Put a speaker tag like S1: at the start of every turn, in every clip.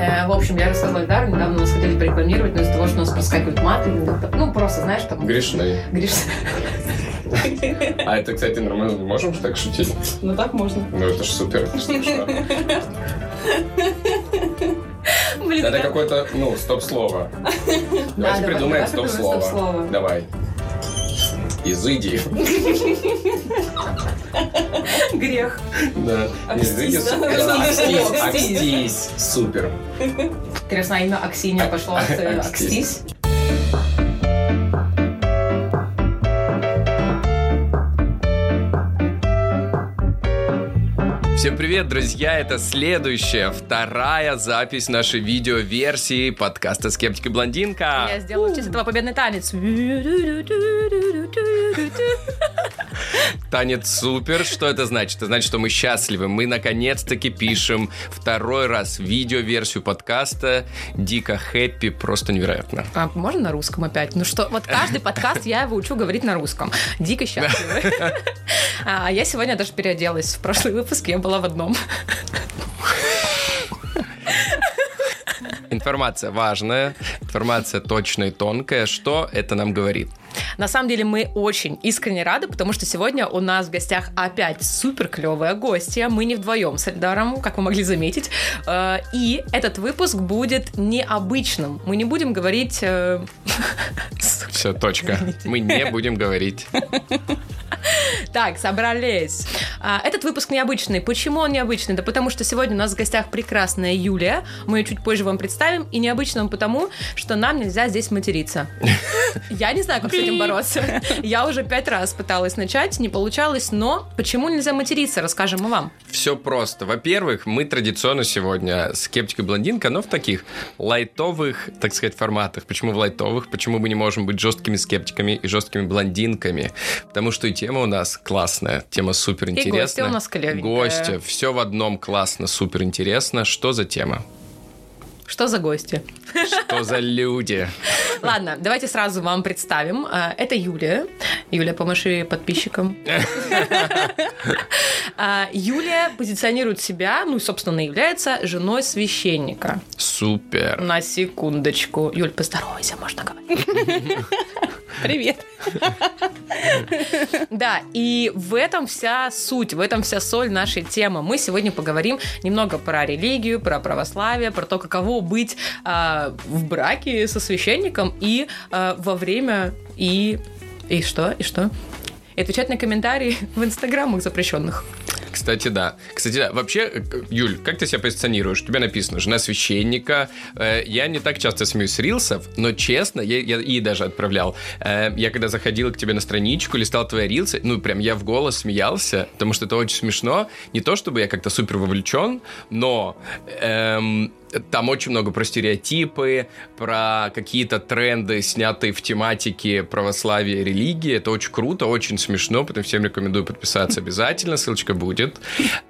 S1: Э, общем, я рассказала Дару, недавно нас хотели порекламировать, но из-за того, что у нас проскакивают маты, ну, просто, знаешь, там...
S2: Грешны.
S1: Гриш...
S2: А это, кстати, нормально, мы можем же так шутить?
S3: Ну так можно.
S2: Ну это ж супер, это ж смешно.
S1: Блин,
S2: Надо
S1: да.
S2: какое-то, ну, стоп-слово.
S1: Да,
S2: Давайте
S1: давай,
S2: придумаем
S1: давай
S2: стоп-слово.
S1: придумаем стоп-слово.
S2: Давай. Изыди.
S1: Грех.
S2: Да. Изыди.
S3: Окстись,
S2: супер.
S3: да?
S2: Да, Окстись.
S3: Окстись.
S2: Окстись. Супер.
S1: Интересно, а имя Аксинья пошло от э,
S2: Акстись.
S1: Акстись?
S2: Всем привет, друзья! Это следующая, вторая запись нашей видеоверсии подкаста «Скептик и блондинка».
S4: Я сделала в честь этого победный танец.
S2: Танец супер. Что это значит? Это значит, что мы счастливы. Мы наконец-таки пишем второй раз видеоверсию подкаста. Дико хэппи, просто невероятно.
S4: А можно на русском опять? Ну что, вот каждый подкаст я его учу говорить на русском. Дико счастлива. А я сегодня даже переоделась. В прошлый выпуск я была в одном.
S2: Информация важная, информация точная и тонкая. Что это нам говорит?
S4: На самом деле мы очень искренне рады, потому что сегодня у нас в гостях опять супер клевая гостья. Мы не вдвоем с Эльдаром, как вы могли заметить. Э, И этот выпуск будет необычным. Мы не будем говорить... э,
S2: Все, точка. Мы не будем говорить.
S4: Так, собрались. А, Этот выпуск необычный. Почему он необычный? Да потому что сегодня у нас в гостях прекрасная Юлия. Мы ее чуть позже вам представим. И необычным потому, что нам нельзя здесь материться. Я не знаю, как с этим бороться. Я уже пять раз пыталась начать, не получалось. Но почему нельзя материться, расскажем мы вам.
S2: Все просто. Во-первых, мы традиционно сегодня скептик и блондинка, но в таких лайтовых, так сказать, форматах. Почему в лайтовых? Почему мы не можем быть жесткими скептиками и жесткими блондинками? Потому что и тема у нас классная, тема супер интересная.
S4: И гостья у нас клевенькая.
S2: Гостья, все в одном классно, супер интересно. Что за тема?
S4: Что за гости?
S2: Что за люди?
S4: Ладно, давайте сразу вам представим. А, Это Юлия. Юлия, помаши подписчикам. А, Юлия позиционирует себя, ну и, собственно, является женой священника.
S2: Супер.
S4: На секундочку. Юль, поздоровайся, можно говорить.
S3: Привет.
S4: Да, и в этом вся суть, в этом вся соль нашей темы. Мы сегодня поговорим немного про религию, про православие, про то, каково быть а, в браке со священником и а, во время и... И что? И что? И отвечать на комментарии в инстаграмах запрещенных.
S2: Кстати, да. Кстати, да. Вообще, э, Юль, как ты себя позиционируешь? У тебя написано «Жена священника». Э, Я не так часто смеюсь с рилсов, но честно, я, я и даже отправлял. Э, Я когда заходил к тебе на страничку, листал твои рилсы, ну, прям я в голос смеялся, потому что это очень смешно. Не то, чтобы я как-то супер вовлечен, но... эм, там очень много про стереотипы, про какие-то тренды, снятые в тематике православия и религии. Это очень круто, очень смешно, поэтому всем рекомендую подписаться обязательно, ссылочка будет.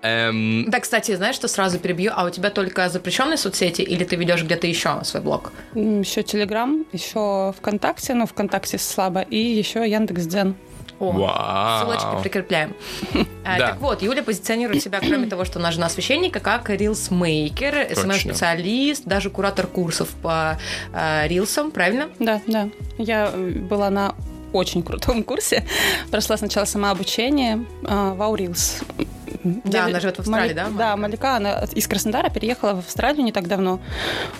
S2: Эм,
S4: Да, кстати, знаешь, что сразу перебью? А у тебя только запрещенные соцсети или ты ведешь где-то еще свой блог?
S3: Еще Телеграм, еще ВКонтакте, но ВКонтакте слабо, и еще Яндекс.Дзен.
S4: О,
S2: Вау.
S4: Ссылочки прикрепляем. Э,
S2: А. Да.
S4: Так вот, Юля позиционирует себя, кроме того, что она жена священника, как рилсмейкер,
S2: Точно.
S4: СММ-специалист, даже куратор курсов по э, рилсам, правильно?
S3: Да, да. Я э, была на очень крутом курсе. Прошла сначала самообучение э, в Аурилс.
S4: Да,
S3: Я-
S4: она живет в Австралии, да,
S3: Да, Малика, она от- из Краснодара переехала в Австралию не так давно.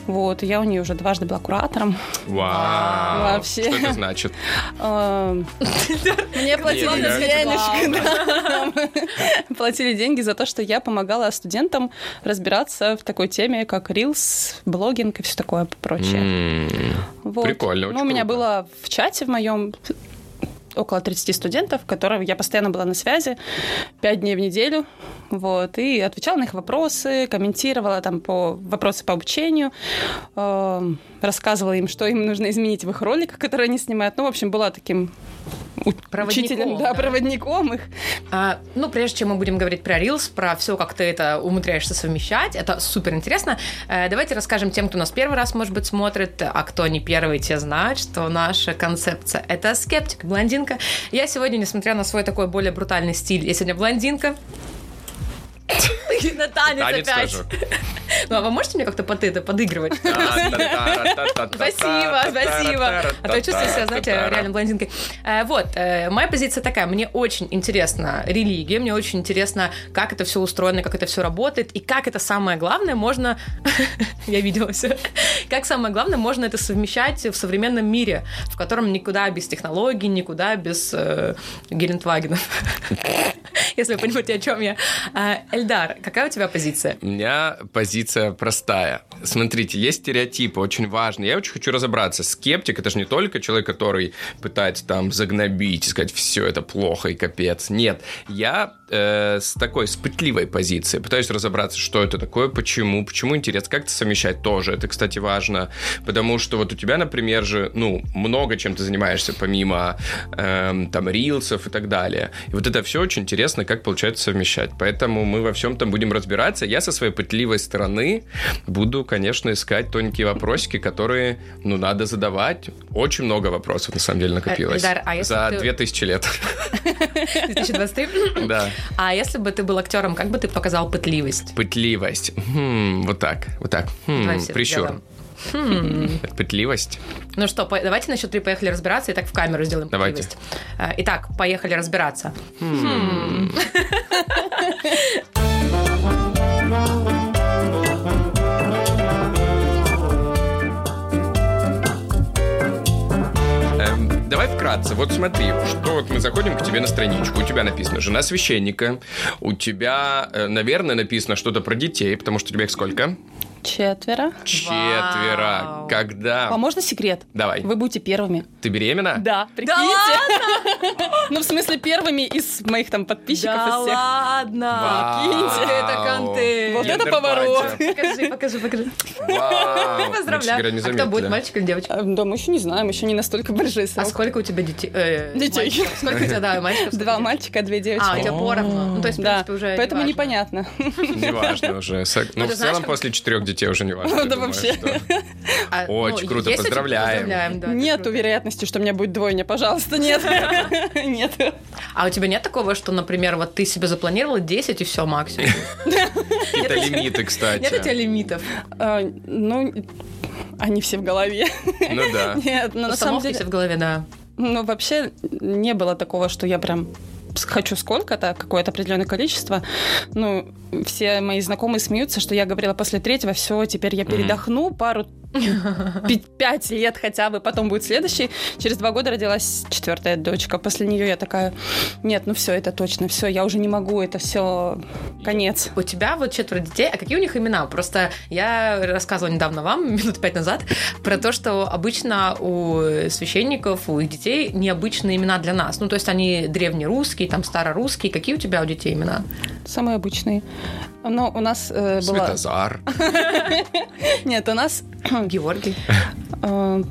S3: Вот, и я у нее уже дважды была куратором.
S2: Вау.
S3: Вообще.
S2: Что это значит?
S3: Эм,
S4: Мне
S2: платили за
S3: Платили деньги за то, что я помогала студентам разбираться в такой теме, как рилс, блогинг и все такое прочее.
S2: М,
S3: Вот.
S2: прикольно,
S3: Ну,
S2: очень
S3: у меня
S2: круто.
S3: было в чате в моем около 30 студентов, которым я постоянно была на связи 5 дней в неделю, вот, и отвечала на их вопросы, комментировала там по вопросы по обучению, эм, рассказывала им, что им нужно изменить в их роликах, которые они снимают. Ну, в общем, была таким у-
S4: Проводником,
S3: учителем, да,
S4: да.
S3: проводником их.
S4: А, ну, прежде чем мы будем говорить про Reels, про все, как ты это умудряешься совмещать, это супер интересно. Э, давайте расскажем тем, кто нас первый раз, может быть, смотрит, а кто не первый, те знают, что наша концепция — это скептик, блондинка. Я сегодня, несмотря на свой такой более брутальный стиль, я сегодня блондинка. И На танец
S2: Танец
S4: опять.
S2: тоже.
S4: Ну, а вы можете мне как-то под это подыгрывать? Спасибо,
S2: Спасибо,
S4: спасибо. А то я чувствую себя, знаете, реально блондинкой. Э, Вот, э, моя позиция такая. Мне очень интересна религия, мне очень интересно, как это все устроено, как это все работает, и как это самое главное можно... Я видела все. Как самое главное можно это совмещать в современном мире, в котором никуда без технологий, никуда без э, Гелендвагенов. Если вы понимаете, о чем я. Э, Эльдар, какая у тебя позиция?
S2: У меня позиция простая. Смотрите, есть стереотипы, очень важные. Я очень хочу разобраться. Скептик это же не только человек, который пытается там загнобить и сказать, все это плохо и капец. Нет, я э, с такой, с пытливой позиции пытаюсь разобраться, что это такое, почему, почему интерес, как это совмещать тоже. Это, кстати, важно, потому что вот у тебя, например, же, ну, много чем ты занимаешься, помимо эм, там рилсов и так далее. И вот это все очень интересно, как получается совмещать. Поэтому мы во всем там будем разбираться. Я со своей пытливой стороны буду, конечно, искать тоненькие вопросики, которые, ну, надо задавать. Очень много вопросов, на самом деле, накопилось.
S4: Эльдар, а если
S2: За
S4: ты-
S2: 2000 лет.
S4: 2023?
S2: Да.
S4: А если бы ты был актером, как бы ты показал пытливость?
S2: Пытливость. Хм, вот так, вот так. Хм,
S4: Давай все
S2: прищур.
S4: сделаем. Хм.
S2: Пытливость.
S4: Ну что, по- давайте на счет три поехали разбираться и так в камеру сделаем.
S2: Давайте.
S4: пытливость. Э, Итак, поехали разбираться.
S2: Эм, давай вкратце. Вот смотри, что вот мы заходим к тебе на страничку. У тебя написано «Жена священника». У тебя, э, наверное, написано что-то про детей, потому что у тебя их сколько?
S3: Четверо.
S2: Четверо. Когда?
S3: А можно секрет?
S2: Давай.
S3: Вы будете первыми.
S2: Ты беременна?
S3: Да, прикиньте. Ну, в смысле, первыми из моих там подписчиков из всех.
S4: ладно!
S2: Вау.
S4: Вот это контент!
S3: Вот это
S2: Гендер-пати.
S4: Покажи, покажи, покажи.
S2: Вау. Мы,
S4: Поздравляю.
S2: честно говоря, не
S4: а кто
S2: заметили.
S4: будет, мальчик или девочка?
S3: А, Да, мы еще не знаем, еще не настолько большие
S4: А
S3: сроки.
S4: сколько у тебя детей? э,
S3: Детей.
S4: мальчиков? Сколько у тебя, да, мальчиков?
S3: Два
S4: сколько
S3: мальчика, две
S4: девочек? А, у
S3: девочки.
S4: тебя поровну. Ну, то есть, в
S3: Да,
S4: принципе, уже
S3: поэтому
S4: неважно.
S3: непонятно.
S2: Неважно уже. Сак-
S4: Ну,
S2: Ну,
S4: ты
S2: в
S4: знаешь,
S2: целом,
S4: как-
S2: после четырех детей уже не важно.
S3: Ну,
S2: я
S3: да
S2: думаю,
S3: вообще.
S2: что-
S4: А, ну,
S2: Очень круто,
S4: есть у тебя-
S2: поздравляем.
S4: да, это
S3: Нету
S4: круто.
S3: вероятности, что у меня будет двойня, пожалуйста, нет. Нет.
S4: А у тебя нет такого, что, например, вот ты себе запланировала 10 и все максимум?
S2: Какие-то лимиты, кстати.
S4: Нет у тебя лимитов?
S3: А, Ну, они все в голове.
S2: Ну да.
S3: Нет, ну на самом
S4: Установки
S3: деле...
S4: все в голове, да.
S3: Ну, вообще не было такого, что я прям с- хочу сколько-то, какое-то определенное количество. Ну, все мои знакомые смеются, что я говорила после третьего, все, теперь я передохну пару пи- пять лет хотя бы, потом будет следующий. Через два года родилась четвертая дочка. После нее я такая, нет, ну все, это точно, все, я уже не могу, это все конец.
S4: У тебя вот четверо детей, а какие у них имена? Просто я рассказывала недавно вам, минут пять назад, про то, что обычно у священников, у их детей необычные имена для нас. Ну, то есть они древнерусские, там старорусские. Какие у тебя у детей имена?
S3: Самые обычные. Но у нас э, была...
S2: Светозар.
S3: Нет, у нас
S4: Георгий.
S3: Э,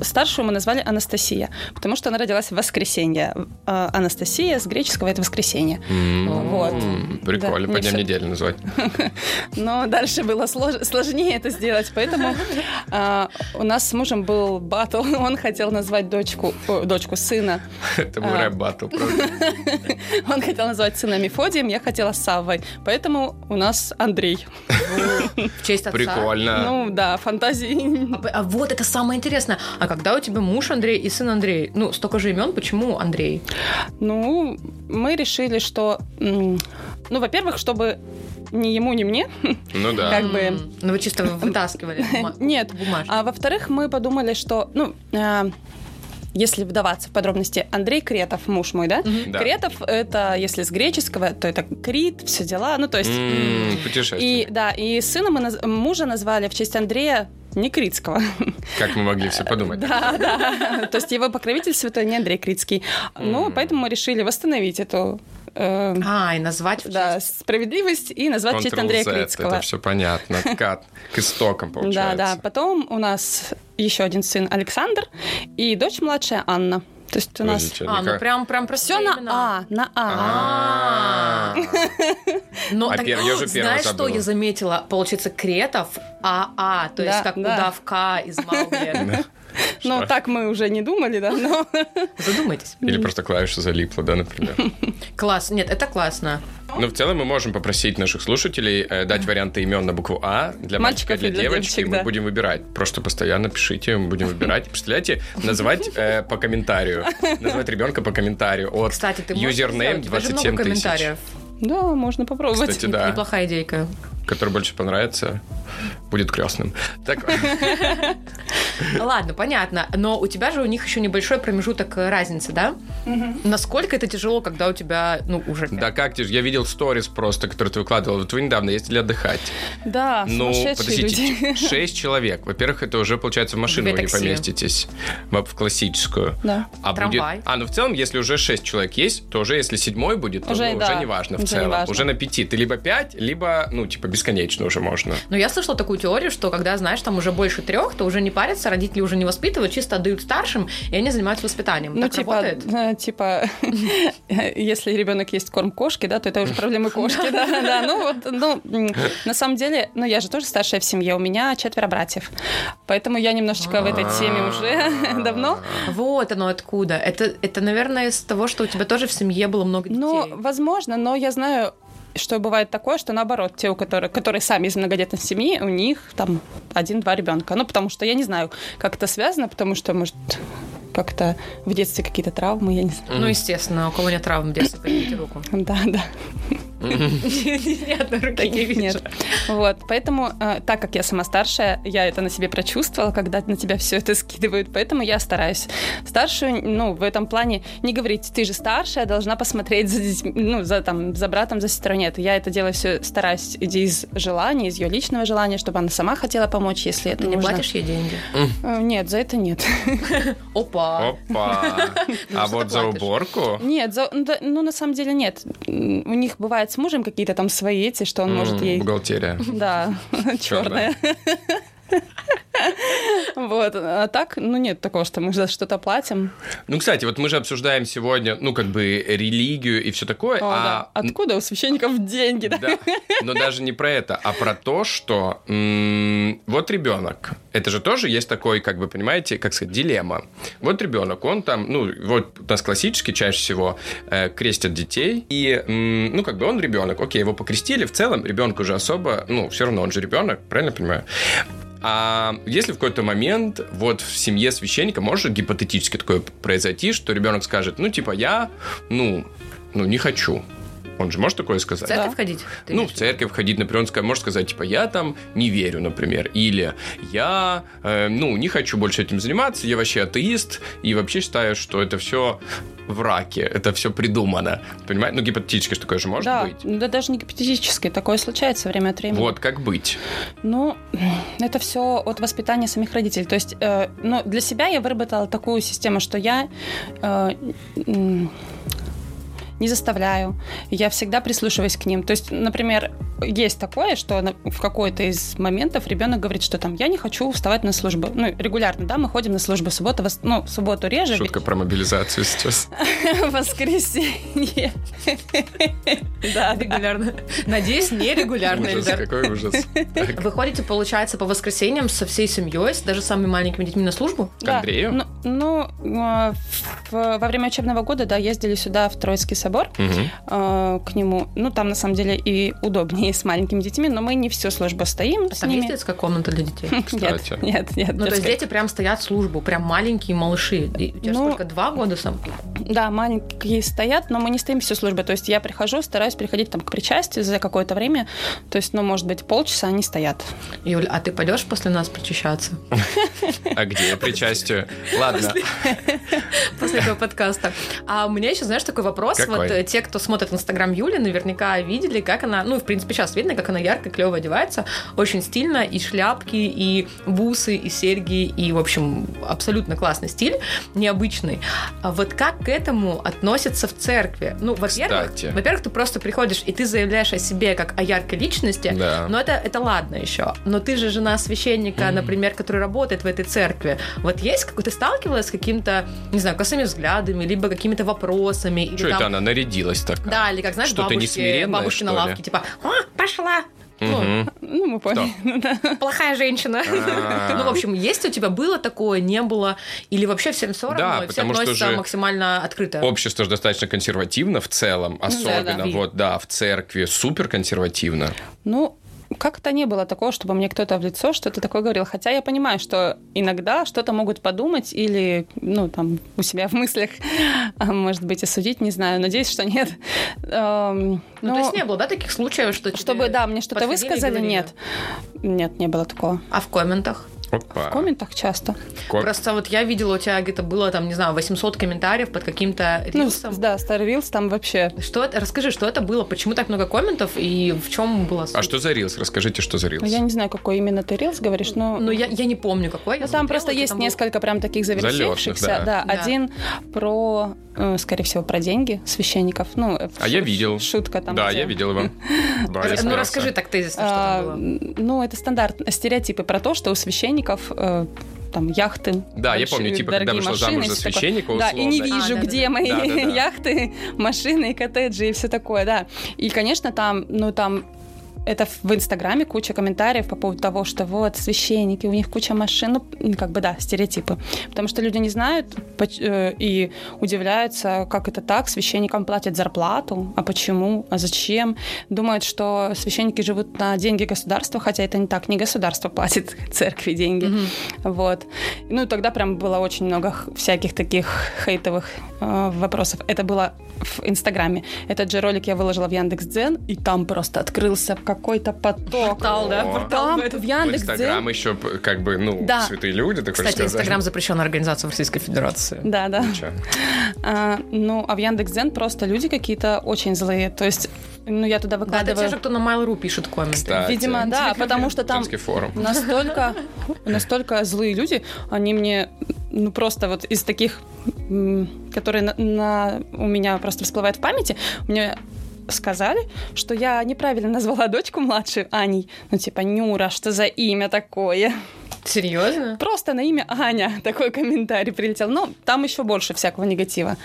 S3: Старшую мы назвали Анастасия, потому что она родилась в воскресенье. Э, Анастасия с греческого это воскресенье.
S2: М,
S3: Вот. Да,
S2: Прикольно,
S3: мне
S2: по дням
S3: всё-
S2: недели назвать.
S3: Но дальше было слож- сложнее это сделать, поэтому э, у нас с мужем был батл. Он хотел назвать дочку, о, дочку сына.
S2: Это
S3: А.
S2: был рэп-баттл, правда?
S3: Он хотел назвать сына Мефодием, я хотела Саввой. Поэтому у нас Андрей.
S4: В честь отца.
S2: Прикольно.
S3: Ну да, фантазии.
S4: А, а вот это самое интересное. А когда у тебя муж Андрей и сын Андрей? Ну, столько же имен, почему Андрей?
S3: Ну, мы решили, что... м, Ну, во-первых, чтобы ни ему, ни мне
S2: Ну да.
S3: Как бы-
S4: М, Ну, вы чисто вытаскивали. бума-
S3: Нет.
S4: бумажки.
S3: А во-вторых, мы подумали, что, ну, э, если вдаваться в подробности, Андрей Кретов, муж мой, да?
S2: Да.
S3: Кретов это, если с греческого, то это Крит, все дела, ну то есть.
S2: М,
S3: И
S2: Путешествие.
S3: да, и сына мы наз- мужа назвали в честь Андрея не Критского.
S2: Как мы могли все подумать.
S3: Да, да. То есть его покровитель святой не Андрей Критский. Ну,
S2: М.
S3: поэтому мы решили восстановить эту э,
S4: А, и назвать в
S3: да, справедливость и назвать в честь Андрея
S2: Ctrl-Z,
S3: Критского.
S2: Это все понятно. Откат к истокам,
S3: Да,
S2: получается.
S3: да. Потом у нас еще один сын Александр и дочь младшая Анна. То есть у нас
S2: Подождите,
S4: А, ну
S2: никак-
S4: прям, прям про
S3: все на А, на А.
S2: А.
S4: Но Ну,
S2: А
S4: так-
S2: пер- я же первый
S4: знаешь, что
S2: забыл.
S4: я заметила? Получается, кретов АА, то есть
S3: Да,
S4: как
S3: да.
S4: удавка из Маугли.
S3: Но так мы уже не думали, да, но
S4: Задумайтесь.
S2: Или просто клавиша залипла, да, например.
S4: Класс. Нет, это классно.
S2: Но в целом мы можем попросить наших слушателей э, дать варианты имен на букву А для мальчика,
S3: Мальчиков
S2: для,
S3: и для
S2: девочки.
S3: девочек,
S2: мы
S3: да.
S2: будем выбирать. Просто постоянно пишите, мы будем выбирать. Представляете, называть э, по комментарию. Называть ребенка по комментарию. От
S4: Кстати, ты можешь
S2: юзернейм
S4: сделать? У тебя же много
S2: 27 тысяч.
S4: комментариев.
S3: Да, можно попробовать.
S2: Кстати, да.
S4: Неплохая идейка.
S2: Который больше понравится, будет крестным. Так,
S4: Ладно, понятно. Но у тебя же у них еще небольшой промежуток э, разницы, да? Насколько это тяжело, когда у тебя, ну, уже...
S2: да как ты же, я видел сторис просто, который ты выкладывал. Вот вы недавно ездили отдыхать.
S3: Да,
S2: Ну,
S3: А, сумасшедшие
S2: подождите,
S3: люди.
S2: ч- шесть человек. Во-первых, это уже, получается, в машину
S4: Две
S2: вы не
S4: такси.
S2: поместитесь. В в классическую.
S3: Да.
S2: А
S4: Трамвай.
S2: будет... А, ну в целом, если уже 6 человек есть, то уже если седьмой будет, то ну,
S3: Уже,
S2: уже,
S3: да,
S2: не важно в
S3: уже
S2: целом.
S3: не важно.
S2: Уже на пяти. Ты либо 5, либо, ну, типа, бесконечно уже можно.
S4: Но я слышала такую теорию, что когда, знаешь, там уже больше трех, то уже не парятся, родители уже не воспитывают, чисто отдают старшим, и они занимаются воспитанием.
S3: Ну,
S4: так
S3: типа,
S4: работает?
S3: э, типа, если ребенок есть корм кошки, да, то это уже проблемы кошки, да, да. Ну, вот, ну, м, на самом деле, ну, я же тоже старшая в семье, у меня четверо братьев, поэтому я немножечко А в этой
S2: А.
S3: теме уже давно.
S4: Вот оно откуда. Это, это, наверное, из того, что у тебя тоже в семье было много детей.
S3: Ну, возможно, но я знаю, что бывает такое, что наоборот, те, у которых, которые сами из многодетной семьи, у них там один-два ребенка. Ну, потому что я не знаю, как это связано, потому что, может, как-то в детстве какие-то травмы, я не знаю.
S4: Ну, естественно, у кого нет травм в детстве, поднимите руку.
S3: Да, да.
S4: Ни одной руки не
S3: Таких
S4: вижу.
S3: нет. Вот, поэтому, э, так как я сама старшая, я это на себе прочувствовала, когда на тебя все это скидывают, поэтому я стараюсь старшую, ну, в этом плане не говорить, ты же старшая, должна посмотреть за детьми, ну, за там, за братом, за сестрой, нет, я это делаю все, стараюсь идти из желания, из ее личного желания, чтобы она сама хотела помочь, если это
S4: Ты не
S3: нужно.
S4: платишь ей деньги?
S3: Э, Нет, за это нет.
S4: Опа.
S2: Опа!
S4: Ну,
S2: А
S4: что
S2: вот
S4: ты
S2: за
S4: платишь?
S2: уборку...
S3: Нет, за- ну, да, ну, на самом деле нет. М, У них бывает с мужем какие-то там свои эти, что он может
S2: м,
S3: ей...
S2: Бухгалтерия.
S3: Да, черная. Вот, а так, ну нет такого, что мы за что-то платим.
S2: Ну, кстати, вот мы же обсуждаем сегодня, ну, как бы, религию и все такое.
S3: О, да.
S2: а
S3: Откуда у священников деньги? да?
S2: Да, но даже не про это, а про то, что м, вот ребенок, это же тоже есть такой, как бы, понимаете, как сказать, дилемма. Вот ребенок, он там, ну, вот у нас классически чаще всего э, крестят детей, и, м, ну, как бы он ребенок, окей, его покрестили, в целом ребенку же особо, ну, все равно он же ребенок, правильно я понимаю? А если в какой-то момент вот в семье священника может гипотетически такое произойти, что ребенок скажет, ну, типа, я, ну, ну, не хочу. Он же может такое
S4: В
S2: сказать?
S4: церковь ходить? Ты
S2: ну,
S4: имеешь
S2: в церковь ходить, например, он ска- может сказать, типа, я там не верю, например, или я, э, ну, не хочу больше этим заниматься, я вообще атеист, и вообще считаю, что это все в раке, это все придумано, понимаете? Ну, гипотетически что такое же может
S3: да,
S2: быть.
S3: да даже не гипотетически, такое случается время от времени.
S2: Вот, как быть?
S3: Ну, это все от воспитания самих родителей. То есть, э, ну, для себя я выработала такую систему, что я э, м, не заставляю. Я всегда прислушиваюсь к ним. То есть, например, есть такое, что на- в какой-то из моментов ребенок говорит, что там я не хочу вставать на службу. Ну, регулярно, да, мы ходим на службу суббота, вос- ну, в субботу реже,
S2: Шутка про мобилизацию сейчас.
S3: воскресенье. Да,
S4: в виду? Регулярно. Надеюсь, нерегулярно,
S2: Ужас,
S4: Эльдар.
S2: какой ужас. Так,
S4: Вы ходите, получается, по воскресеньям со всей семьей, с даже самыми маленькими детьми на службу?
S2: К
S3: Да.
S2: Андрею?
S3: Ну, ну, э, в- во время учебного года, да, ездили сюда, в Троицкий собор,
S2: мгм.
S3: э, к нему. Ну, там, на самом деле, и удобнее с маленькими детьми, но мы не всю службу стоим
S4: А
S3: с
S4: там есть
S3: ними.
S4: детская комната для детей?
S2: Кстати.
S3: Нет, нет, нет.
S4: Ну, то есть
S3: детской.
S4: дети прям стоят в службу, прям маленькие малыши. И у тебя же
S3: Ну,
S4: сколько, два года сам?
S3: Да, маленькие стоят, но мы не стоим всю службу. То есть я прихожу, стараюсь приходить там к причастию за какое-то время. То есть, ну, может быть, полчаса они стоят.
S4: Юль, а ты пойдешь после нас причащаться?
S2: А где причастие? Ладно.
S4: После этого подкаста. А у меня еще, знаешь, такой вопрос.
S2: Какой?
S4: Вот э, те, кто смотрит Инстаграм Юли, наверняка видели, как она, ну, в принципе, сейчас видно, как она ярко, клево одевается. Очень стильно. И шляпки, и бусы, и серьги, и, в общем, абсолютно классный стиль, необычный. А вот как к этому относятся в церкви? Ну, во-первых,
S2: Кстати.
S4: во-первых, ты просто приходишь, и ты заявляешь о себе как о яркой личности,
S2: Да.
S4: но это, это ладно еще. Но ты же жена священника, например, который работает в этой церкви. Вот есть, как ты сталкивалась с каким-то, не знаю, косыми взглядами, либо какими-то вопросами. или
S2: Что это
S4: там-
S2: она нарядилась так?
S4: Да, или как, знаешь,
S2: Что, ты
S4: бабушки,
S2: несмиренная,
S4: бабушки на
S2: что ли?
S4: лавке, типа, «О, пошла, Ну,
S2: Мгм.
S3: Ну, мы поняли. Ну, да.
S4: плохая женщина.
S2: А.
S4: Ну, в общем, есть у тебя было такое, не было, или вообще всем все равно,
S2: Да,
S4: и все
S2: потому что
S4: относятся
S2: же
S4: максимально открыто.
S2: Общество же достаточно консервативно в целом, особенно
S3: да.
S2: вот да, в церкви супер консервативно.
S3: Ну, как-то не было такого, чтобы мне кто-то в лицо что-то такое говорил. Хотя я понимаю, что иногда что-то могут подумать или, ну, там, у себя в мыслях, а, может быть, осудить, не знаю. Надеюсь, что нет. Эм,
S4: Ну,
S3: но
S4: то есть не было, да, таких случаев, что тебе
S3: чтобы, да, мне что-то
S4: подходили и
S3: высказали,
S4: говорили?
S3: нет. Нет, не было такого.
S4: А в комментах?
S2: Опа.
S3: В комментах часто.
S2: Ко-
S4: Просто вот я видела, у тебя где-то было, там, не знаю, 800 комментариев под каким-то
S3: Ну,
S4: рилсом.
S3: с- да, Star Wheels там вообще
S4: Что это? Расскажи, что это было? Почему так много комментов и в чем было?
S2: А что за рилс? Расскажите, что за рилс.
S3: Ну, я не знаю, какой именно ты рилс говоришь, но...
S4: Ну, я, я не помню, какой. я
S3: Ну, там
S4: смотрела,
S3: просто
S4: это
S3: есть
S4: там был-
S3: несколько прям таких завершившихся.
S2: Залётных, да.
S3: да.
S4: Да.
S3: один про, э, скорее всего, про деньги священников. Ну, э,
S2: А я видел.
S3: Шутка там.
S2: да,
S3: где-
S2: я видел его. Да,
S4: Рас-
S2: я
S4: Ну,
S2: смеялся.
S4: расскажи так тезисно, что
S3: А,
S4: там было.
S3: ну, это стандарт, стереотипы про то, что у священников э, там яхты.
S2: Да, я
S3: большие,
S2: помню, типа,
S3: дорогие
S2: когда вышла
S3: машины,
S2: замуж
S3: и
S2: за
S3: всё такое.
S2: священника,
S3: Да, и не
S2: условно.
S3: вижу,
S4: А, да,
S3: где
S4: да, да.
S3: мои
S2: Да-да-да.
S3: яхты, машины и коттеджи и все такое, да. И, конечно, там, ну, там это в- в Инстаграме куча комментариев по поводу того, что вот священники, у них куча машин, ну, как бы да, стереотипы. Потому что люди не знают поч- э, и удивляются, как это так, священникам платят зарплату, а почему, а зачем. Думают, что священники живут на деньги государства, хотя это не так, не государство платит церкви деньги.
S4: Мгм.
S3: Вот. Ну, и тогда прям было очень много х- всяких таких хейтовых э, вопросов. Это было в Инстаграме. Этот же ролик я выложила в Яндекс.Дзен, и там просто открылся какой-то поток.
S4: Портал, да?
S2: О.
S4: Портал
S3: Там
S4: в этот.
S3: в
S2: В
S3: Яндекс.Дзен...
S2: Инстаграм еще, п- как бы, ну,
S3: А, Да.
S2: святые люди, так
S4: Кстати,
S2: сказать.
S4: Инстаграм запрещенная организация в Российской Федерации.
S3: Да, да.
S2: Чё?
S3: А, ну, а в Яндекс.Дзен просто люди какие-то очень злые. То есть, ну, я туда
S4: Да, это те
S3: выкладываю...
S4: же, кто на Mail.ru пишет комменты.
S2: Кстати,
S3: Видимо, да, потому что там
S2: женский форум.
S3: настолько, настолько злые люди, они мне, ну просто вот из таких, м, которые на, на- у меня просто всплывают в памяти, мне сказали, что я неправильно назвала дочку младшую Аней. Ну типа, Нюра, что за имя такое?
S4: Серьезно?
S3: Просто на имя Аня такой комментарий прилетел. Но там еще больше всякого негатива.
S4: Но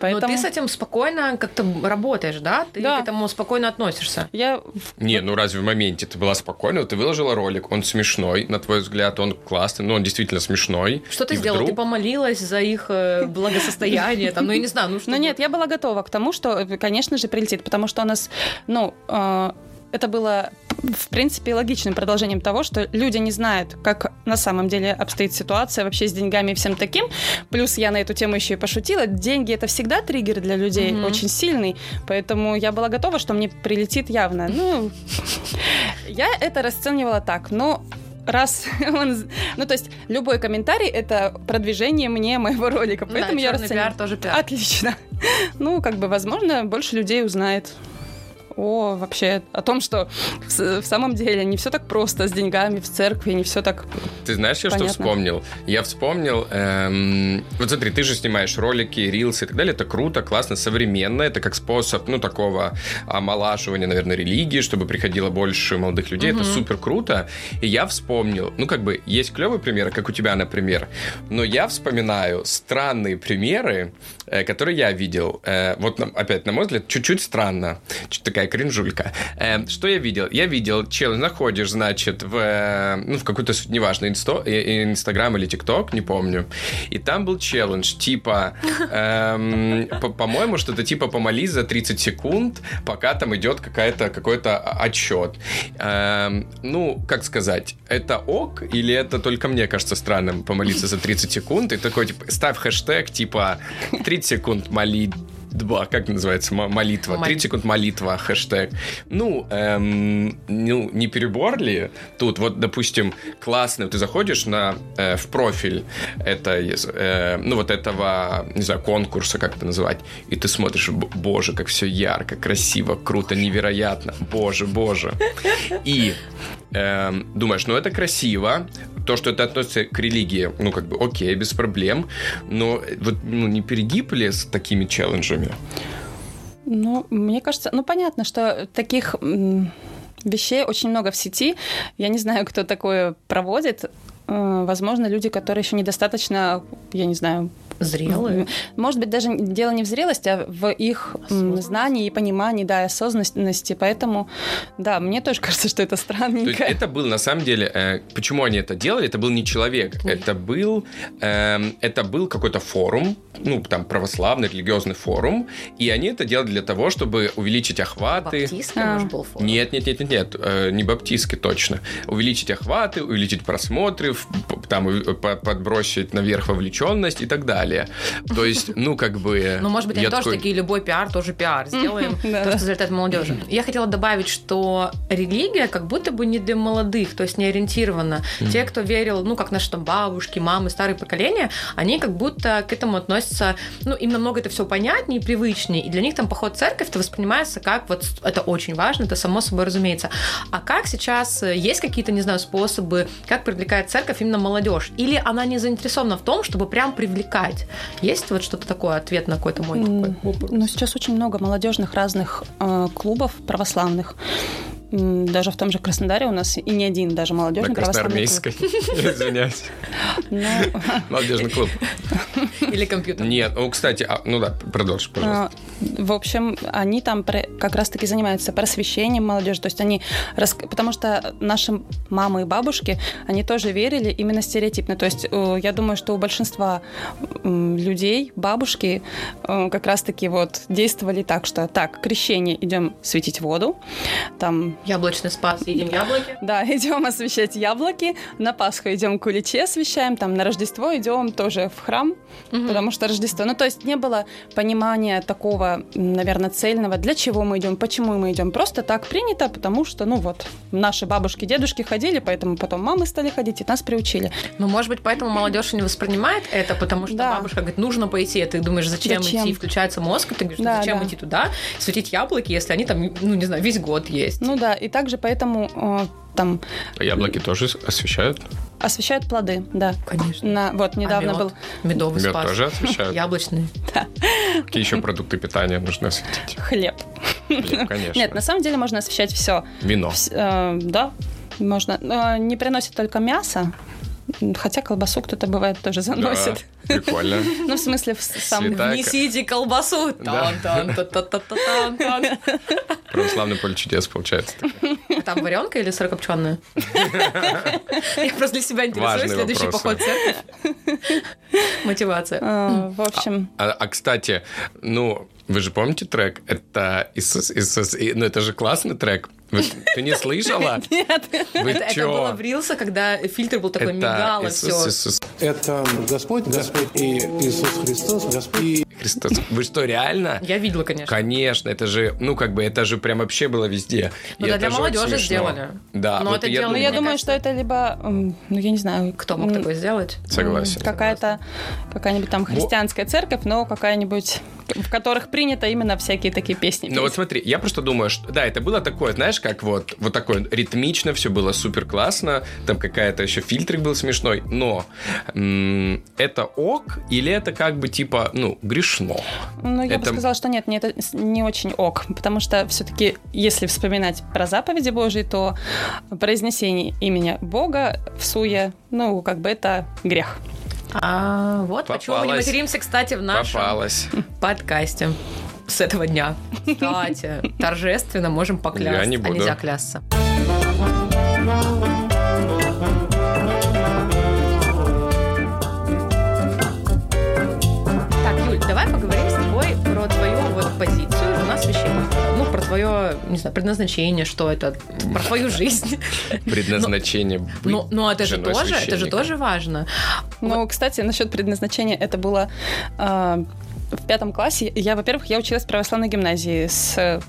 S3: Поэтому
S4: ты с этим спокойно как-то работаешь, да? Ты
S3: Да.
S4: к этому спокойно относишься.
S3: я
S2: Не, ну разве в моменте ты была спокойна? Ты выложила ролик, он смешной, на твой взгляд, он классный, но он действительно смешной.
S4: Что ты
S2: И
S4: сделала?
S2: вдруг-
S4: Ты помолилась за их э, благосостояние, там, ну я не знаю, ну что.
S3: Ну нет, я была готова к тому, что, э, конечно же, прилетит, потому что у нас, ну, э, это было, в принципе, логичным продолжением того, что люди не знают, как на самом деле обстоит ситуация вообще с деньгами и всем таким. Плюс я на эту тему еще и пошутила. Деньги это всегда триггер для людей,
S4: Мгм.
S3: очень сильный. Поэтому я была готова, что мне прилетит явно. Ну, я это расценивала так, но раз он... Ну, то есть любой комментарий — это продвижение мне моего ролика,
S4: ну Да,
S3: поэтому я
S4: чёрный
S3: расценивала.
S4: пиар тоже пиар.
S3: Отлично. Ну, как бы, возможно, больше людей узнает о вообще о том, что с- в самом деле не все так просто с деньгами в церкви, не все так.
S2: Ты знаешь, я что
S3: Понятно.
S2: вспомнил? Я вспомнил... эм, вот смотри, ты же снимаешь ролики, рилсы и так далее. Это круто, классно, современно. Это как способ, ну, такого омолаживания, наверное, религии, чтобы приходило больше молодых людей. Это
S4: Мгм.
S2: супер круто. И я вспомнил... Ну, как бы, есть клевые примеры, как у тебя, например. Но я вспоминаю странные примеры, э, которые я видел. Э, вот, на- опять, на мой взгляд, чуть-чуть странно. Чуть такая кринжулька. Э, что я видел? Я видел, челлендж находишь, значит, в, э, ну, в какую-то, с- неважно, инсто- э, э, Инстаграм или ТикТок, не помню. И там был челлендж, типа, эм, по- по-моему, что-то типа помолись за 30 секунд, пока там идет какая-то, какой-то отчет. Эм, ну, как сказать, это ок или это только мне кажется странным помолиться за 30 секунд? И такой, типа, ставь хэштег, типа, 30 секунд молитва, как называется, М- молитва,
S4: Молитва.
S2: 30 секунд молитва, хэштег. Ну, эм, ну, не перебор ли тут? Вот, допустим, классно, ты заходишь на, э, в профиль этой, э, ну, вот этого, не знаю, конкурса, как это называть, и ты смотришь, б- боже, как все ярко, красиво, круто, невероятно, боже, боже. И эм, думаешь, ну это красиво, то, что это относится к религии, ну как бы окей, без проблем, но э, вот ну, не перегиб ли с такими челленджами?
S3: Ну, мне кажется, ну понятно, что таких м, вещей очень много в сети. Я не знаю, кто такое проводит. Э, Возможно, люди, которые еще недостаточно, я не знаю,
S4: Зрелые.
S3: Может быть, даже дело не в зрелости, а в их м, знании и понимании, да, и осознанности. Поэтому, да, мне тоже кажется, что это
S2: То есть
S3: странненько.
S2: это был на самом деле, э, почему они это делали? Это был не человек, это был, эм, это был какой-то форум, ну там православный религиозный форум, и они это делали для того, чтобы увеличить охваты.
S4: Баптистский,
S3: А.
S4: может, был форум?
S2: Нет, нет, нет, нет, нет, э, не баптистский точно. Увеличить охваты, увеличить просмотры, в- п- там э, по- подбросить наверх вовлеченность и так далее. То есть, ну как бы.
S4: Ну, может быть, они
S2: я
S4: тоже
S2: такой,
S4: такие, любой пиар, тоже пиар. Сделаем
S3: Да,
S4: то,
S3: да.
S4: что залетает молодежи. Я хотела добавить, что религия как будто бы не для молодых, то есть не ориентирована. Те, кто верил, ну, как наши там бабушки, мамы, старые поколения, они как будто к этому относятся, ну, им намного это все понятнее и привычнее. И для них там поход в церковь это воспринимается как вот с- это очень важно, это само собой разумеется. А как сейчас э, есть какие-то, не знаю, способы, как привлекает церковь именно молодежь? Или она не заинтересована в том, чтобы прям привлекать? Есть вот что-то такое, ответ на какой-то мой такой
S3: М,
S4: вопрос?
S3: Ну, сейчас очень много молодежных разных э, клубов православных. М, Даже в том же Краснодаре у нас и не один даже
S2: на
S3: молодежный православный клуб.
S2: красноармейской. Извиняюсь.
S3: Ну,
S2: Молодежный клуб.
S4: Или компьютер?
S2: Нет, ну, кстати, а, ну да, продолжи, пожалуйста.
S3: А, В общем, они там про- как раз-таки занимаются просвещением молодежи. То есть они... рас- Потому что наши мамы и бабушки, они тоже верили именно стереотипно. То есть э, я думаю, что у большинства м, людей бабушки э, как раз-таки вот действовали так, что так, крещение, идем светить воду, там
S4: Яблочный спас. Едим яблоки.
S3: да, идем освещать яблоки, на Пасху идем куличи освещаем, там на Рождество идем тоже в храм, потому что Рождество. Ну, то есть не было понимания такого, наверное, цельного, для чего мы идем, почему мы идем. Просто так принято, потому что, ну вот, наши бабушки, дедушки ходили, поэтому потом мамы стали ходить, и нас приучили.
S4: Ну, может быть, поэтому молодежь и не воспринимает это, потому что
S3: Да.
S4: бабушка говорит, нужно пойти, а ты думаешь, зачем,
S3: Зачем?
S4: идти? И Включается мозг, и ты говоришь, ну,
S3: Да,
S4: зачем
S3: да.
S4: идти туда, светить яблоки, если они там, ну, не знаю, весь год есть.
S3: Ну да, и также поэтому э, там
S2: А Яблоки тоже освещают?
S3: освещают плоды, да.
S4: Конечно.
S3: На, вот, недавно
S4: мед?
S3: был...
S4: Медовый
S2: Мед
S4: спас.
S2: тоже освещают?
S4: Яблочный.
S2: Какие еще продукты питания нужно осветить?
S3: Хлеб.
S2: Хлеб, конечно.
S3: Нет, на самом деле можно освещать все.
S2: Вино.
S3: Вс- э, да, можно. Э, не приносит только мясо, м, хотя колбасу кто-то бывает тоже заносит.
S2: Да, прикольно.
S3: Ну, в смысле, в с- сам
S2: Святая. Так.
S4: Несите колбасу.
S2: Да.
S4: Тан-тан-та-та-та-тан-тан.
S2: Православное поле чудес получается.
S4: А Там варенка или сырокопченая? Я просто для себя интересуюсь.
S2: Важные
S4: Следующий
S2: вопросы.
S4: поход в церковь. Мотивация.
S3: Э, в общем,
S2: А, а, кстати, ну, вы же помните трек? Это Иисус, Иисус, и- ну это же классный трек. Вы- ты не слышала?
S4: А.
S3: нет.
S2: Вы
S4: Это, это
S2: чё?
S4: было в Рилса, когда фильтр был такой,
S2: Это
S4: мигало
S2: Иисус,
S4: все.
S2: Иисус
S5: Это Господь, Господь и Иисус Христос, Господь и
S2: Христос. Вы что, реально?
S4: Я видела, конечно.
S2: Конечно, это же, ну как бы, это же прям вообще было везде.
S4: Ну
S2: И
S4: да,
S2: это
S4: для
S2: же очень
S4: молодежи
S2: смешно.
S4: сделали.
S2: Да,
S4: Но
S2: вот
S4: это
S2: я
S4: делали-
S3: Ну,
S2: думаю,
S3: я
S4: Мне
S3: думаю,
S4: кажется-
S3: что это либо, м, ну, я не знаю,
S4: Кто мог
S3: м,
S4: такое сделать?
S2: Согласен.
S3: Какая-то какая-нибудь там христианская церковь, но какая-нибудь, в которых принято именно всякие такие песни.
S2: Ну вот
S3: петь.
S2: смотри, я просто думаю, что да, это было такое, знаешь, как вот, вот такое ритмично, все было супер классно, там какая-то еще фильтрик был смешной, но м, это ок или это как бы типа, ну, грешно?
S3: Ну, я бы
S2: это-
S3: сказала, что нет, мне это с- не очень ок, потому что все-таки, если вспоминать про заповеди Божьи, то произнесение имени Бога в суе, ну, как бы это грех.
S4: А, вот почему мы не
S2: Попалась.
S4: материмся, кстати, в нашем
S2: Попалась.
S4: Ну, подкасте с этого дня. Кстати, торжественно можем поклясться.
S2: Я не
S4: А
S2: буду.
S4: нельзя клясться. Так, Юль, давай поговорим с тобой про твою вот позицию у нас священника. Ну, про твое, не знаю, предназначение, что это, про твою жизнь.
S2: Предназначение быть
S4: Ну, ну это же
S2: женой
S4: тоже, это же
S2: священника.
S4: тоже важно.
S3: Ну, кстати, насчет предназначения, это было э, в пятом классе. Я, во-первых, я училась в православной гимназии с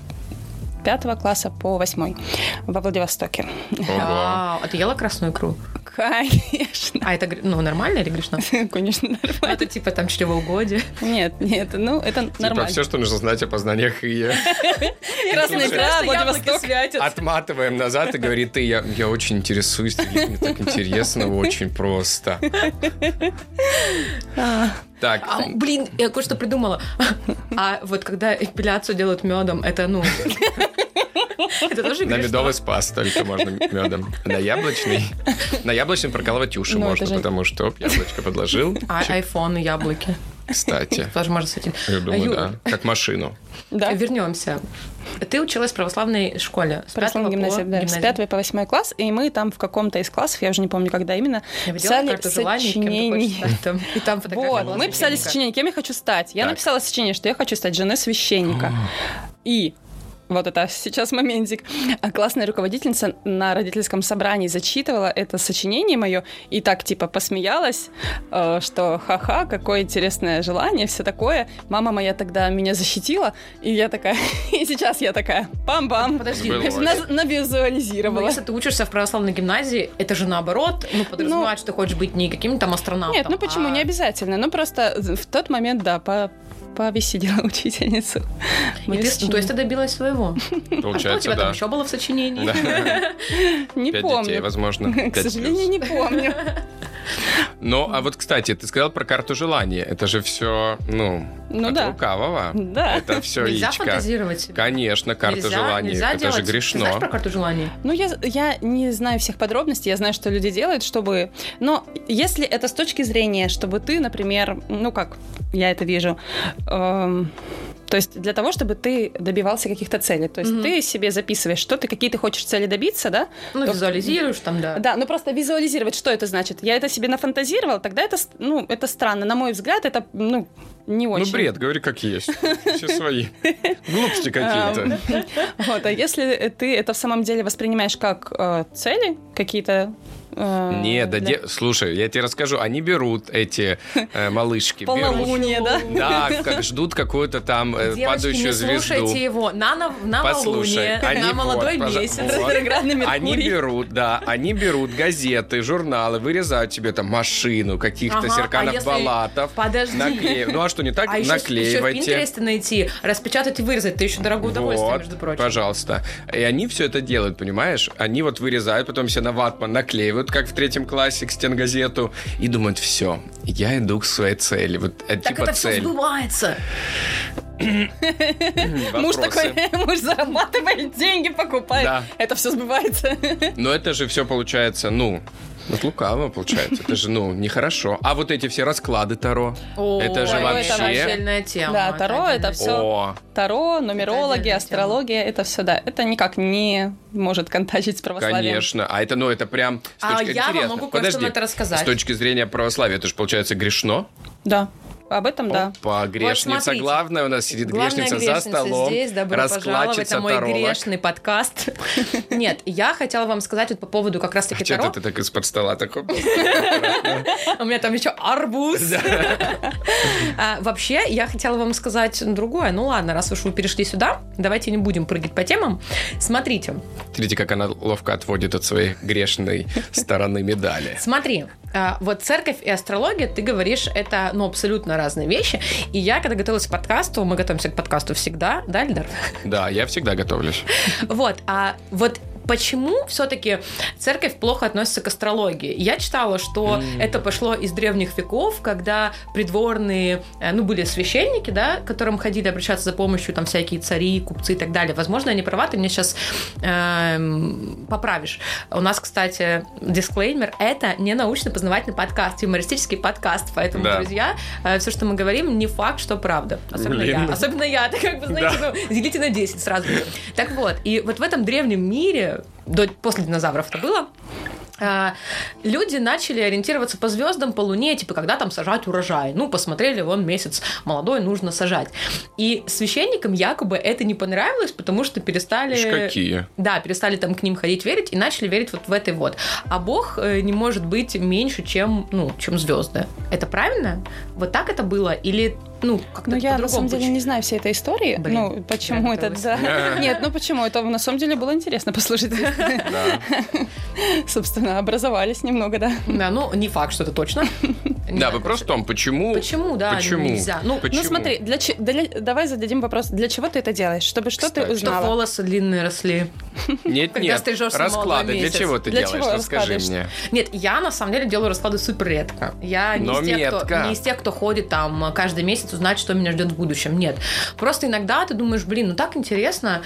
S3: пятого класса по восьмой во Владивостоке.
S2: Ого.
S4: А, а ты ела красную икру?
S3: Конечно,
S4: А это, гр- ну, нормально или грешно?
S3: конечно,
S4: Ну,
S3: нормально.
S4: Это типа там чревоугодие.
S3: Нет, нет, ну, это
S2: Типа
S3: нормально.
S2: все, что нужно знать о познаниях и
S3: Красная
S4: Я думала,
S3: икра,
S4: что яблоки
S3: Владивосток.
S4: святят.
S2: А отматываем назад и говорит, ты, я, я очень интересуюсь, мне так интересно, очень просто. Так,
S4: А, блин, я кое-что придумала. А вот когда эпиляцию делают медом, это ну. Это тоже
S2: На
S4: грешно.
S2: медовый спас только можно медом. На яблочный. На яблочный прокалывать уши
S3: Ну, это
S2: можно,
S3: же-
S2: потому что оп, яблочко подложил.
S4: А айфоны, яблоки.
S2: кстати.
S4: Тоже можно сойти.
S2: Я думаю,
S4: Юль,
S2: да. Как машину.
S3: Да.
S4: Вернемся. Ты училась в православной школе. С
S3: Православная
S4: пятого по
S3: гимназия, да, с
S4: гимназию.
S3: 5 по 8 класс, и мы там в каком-то из классов, я уже не помню, когда именно,
S4: Я видела
S3: писали
S4: карту желаний, кем ты хочешь
S3: сочинение.
S4: стать там. И там фотография
S3: Вот,
S4: была
S3: мы писали
S4: священника.
S3: сочинение, кем я хочу стать. Я
S2: Так.
S3: написала сочинение, что я хочу стать женой священника. И вот это сейчас моментик. А Классная руководительница на родительском собрании зачитывала это сочинение мое и так типа посмеялась, э, что ха-ха, какое интересное желание, все такое. Мама моя тогда меня защитила, и я такая, и сейчас я такая, пам-пам,
S4: Подожди,
S2: Было.
S4: если-
S3: на-
S4: ну,
S3: навизуализировала.
S4: если ты учишься в православной гимназии, это же наоборот, ну, подразумевает, что ты хочешь быть не каким-то там астронавтом.
S3: Нет, ну почему,
S4: а-
S3: не обязательно. Ну просто в тот момент, да, по повеселила учительницу.
S4: И
S3: Мое
S4: ты- ну,
S3: сочинение.
S4: то есть ты добилась своего. А что у
S2: Получается,
S4: тебя там
S2: да.
S4: еще было в сочинении?
S2: Да.
S3: Не
S2: Пять
S3: помню.
S2: детей, возможно.
S3: К
S2: Пять
S3: сожалению,
S2: плюс.
S3: не помню.
S2: Ну, а вот, кстати, ты сказал про карту желания. Это же все, ну,
S3: Ну
S2: от
S3: да.
S2: лукавого.
S3: Да.
S2: Это все
S4: Нельзя
S2: яичко.
S4: фантазировать. себе.
S2: Конечно, карта
S4: Нельзя-
S2: желаний.
S4: нельзя
S2: это же
S4: делать. Ты знаешь про
S2: грешно.
S4: карту желаний?
S3: Ну, я, я не знаю всех подробностей, я знаю, что люди делают, чтобы... Но если это с точки зрения, чтобы ты, например, ну как я это вижу, эм, то есть для того, чтобы ты добивался каких-то целей. То есть
S4: Мгм.
S3: ты себе записываешь, что ты, какие ты хочешь цели добиться, да?
S4: Ну,
S3: То-
S4: визуализируешь там, да.
S3: Да, ну просто визуализировать, что это значит. Я это себе нафантазировала, тогда это, с- ну, это странно. На мой взгляд, это, ну, не очень.
S2: Ну, бред, говори, как есть. Все свои. Глупости
S3: Ам,
S2: какие-то.
S3: Вот, а если ты это в самом деле воспринимаешь как э, цели какие-то? э,
S2: Не, да,
S3: для-
S2: де- слушай, я тебе расскажу. Они берут эти э, малышки. берут.
S3: Полнолуние, да?
S2: Да, как ждут какую-то там э,
S4: Девочки,
S2: падающую
S4: не
S2: звезду.
S4: слушайте его. На, нов- на
S2: Послушай,
S4: новолуние,
S2: они
S4: на
S2: вот,
S4: молодой
S2: пожа-
S4: месяц.
S2: вот.
S3: Ретроградный
S2: Они
S3: Меркурий.
S2: берут, да, они берут газеты, журналы, вырезают себе там машину каких-то
S4: Ага, а
S2: серканов
S4: если-
S2: балатов.
S4: Подожди.
S2: Накле- Ну а что, не так?
S4: А еще, еще в
S2: Наклеивайте.
S4: Пинтересте найти, распечатать и вырезать, это еще дорогое удовольствие,
S2: Вот,
S4: между прочим.
S2: пожалуйста. И они все это делают, понимаешь? Они вот вырезают, потом себе на ватман наклеивают, как в третьем классе, к стенгазету, и думают, все, я иду к своей цели. Вот, э,
S4: Так
S2: типа
S4: это все
S2: цель.
S4: сбывается.
S3: Муж
S2: Вопросы.
S3: такой, муж зарабатывает деньги, покупает.
S2: Да.
S3: Это все сбывается.
S2: Но это же все получается, ну, от лукавого получается. Это же, ну, нехорошо. А вот эти все расклады Таро. это же
S4: Ой,
S2: вообще...
S4: Это отдельная тема.
S3: Да, Таро это всё.
S2: О,
S3: Таро, нумерологи,
S4: отдельная
S3: астрология, это все, да. Это никак не может контачить с православием.
S2: конечно. А это, ну, это прям... с
S4: А
S2: точки-
S4: я вам
S2: Интересно.
S4: могу кое-что
S2: Подожди.
S4: на это рассказать.
S2: С точки зрения православия, это же, получается, грешно.
S3: Да, об этом, да.
S2: Опа, грешница
S4: смотрите.
S2: главная у нас сидит,
S4: Главная
S2: грешница, за столом,
S4: здесь, добро пожаловать
S3: а
S2: раскладчица
S4: на мой
S2: таролог.
S4: грешный подкаст. Нет, я хотела вам сказать вот по поводу как раз-таки
S2: Чё
S4: Таро.
S2: это ты так из-под стола такой?
S4: У меня там еще арбуз. А, Вообще, я хотела вам сказать другое. Ну ладно, раз уж вы перешли сюда, давайте не будем прыгать по темам. Смотрите,
S2: Смотрите, как она ловко отводит от своей грешной стороны медали.
S4: Смотри, а, вот церковь и астрология, ты говоришь, это ну, абсолютно разные вещи. И я, когда готовилась к подкасту, мы готовимся к подкасту всегда, да, Эльдар?
S2: Да, я всегда готовлюсь.
S4: Вот, а вот Почему все-таки церковь плохо относится к астрологии? Я читала, что это пошло из древних веков, когда придворные, э, ну, были священники, да, к которым ходили обращаться за помощью, там, всякие цари, купцы и так далее. Возможно, они права, ты мне сейчас поправишь. У нас, кстати, дисклеймер, это не научно-познавательный подкаст, юмористический подкаст, поэтому,
S2: Да.
S4: друзья, все, что мы говорим, не факт, что правда. Особенно
S2: Блин.
S4: я. Особенно я, ты как бы, знаете, ну, делите на 10 сразу. Так вот, и вот в этом древнем мире, до, после динозавров это было, а, люди начали ориентироваться по звездам, по Луне, типа, когда там сажать урожай. Ну, посмотрели, вон месяц молодой, нужно сажать. И священникам якобы это не понравилось, потому что
S3: Э,
S4: перестали...
S2: Ишь, какие.
S4: Да, перестали там к ним ходить верить и начали верить вот в этой вот. А Бог э, не может быть меньше, чем, ну, чем звезды. Это правильно? Вот так это было? Или, ну, как-то
S3: Ну, я на самом
S4: по-другому?
S3: деле не знаю всей этой истории.
S4: Блин,
S3: ну, почему
S4: прям
S3: это,
S4: готовы.
S3: да? Нет, ну почему? Это на самом деле было интересно послушать. Собственно, образовались немного, да.
S4: Да, ну, не факт, что это точно. Не
S2: Да,
S4: факт.
S2: вопрос в том, почему...
S4: Почему, да,
S2: Почему?
S4: нельзя? Ну,
S2: Почему?
S3: Ну смотри, для, че- для- давай зададим вопрос, для чего ты это делаешь? Чтобы что
S2: Кстати.
S3: ты
S4: Что
S3: узнала?
S4: волосы длинные росли.
S2: Нет,
S4: когда
S2: нет,
S4: стрижешься молодой
S2: расклады. Для
S4: месяц.
S2: чего ты
S3: Для
S2: делаешь?
S3: чего
S2: Расскажи
S3: расклады?
S2: мне.
S4: Нет, я на самом деле делаю расклады супер редко. Я не,
S2: Но
S4: из тех, кто,
S2: метко.
S4: не из тех, кто ходит там э, каждый месяц узнать, что меня ждет в будущем. Нет. Просто иногда ты думаешь, блин, ну так интересно.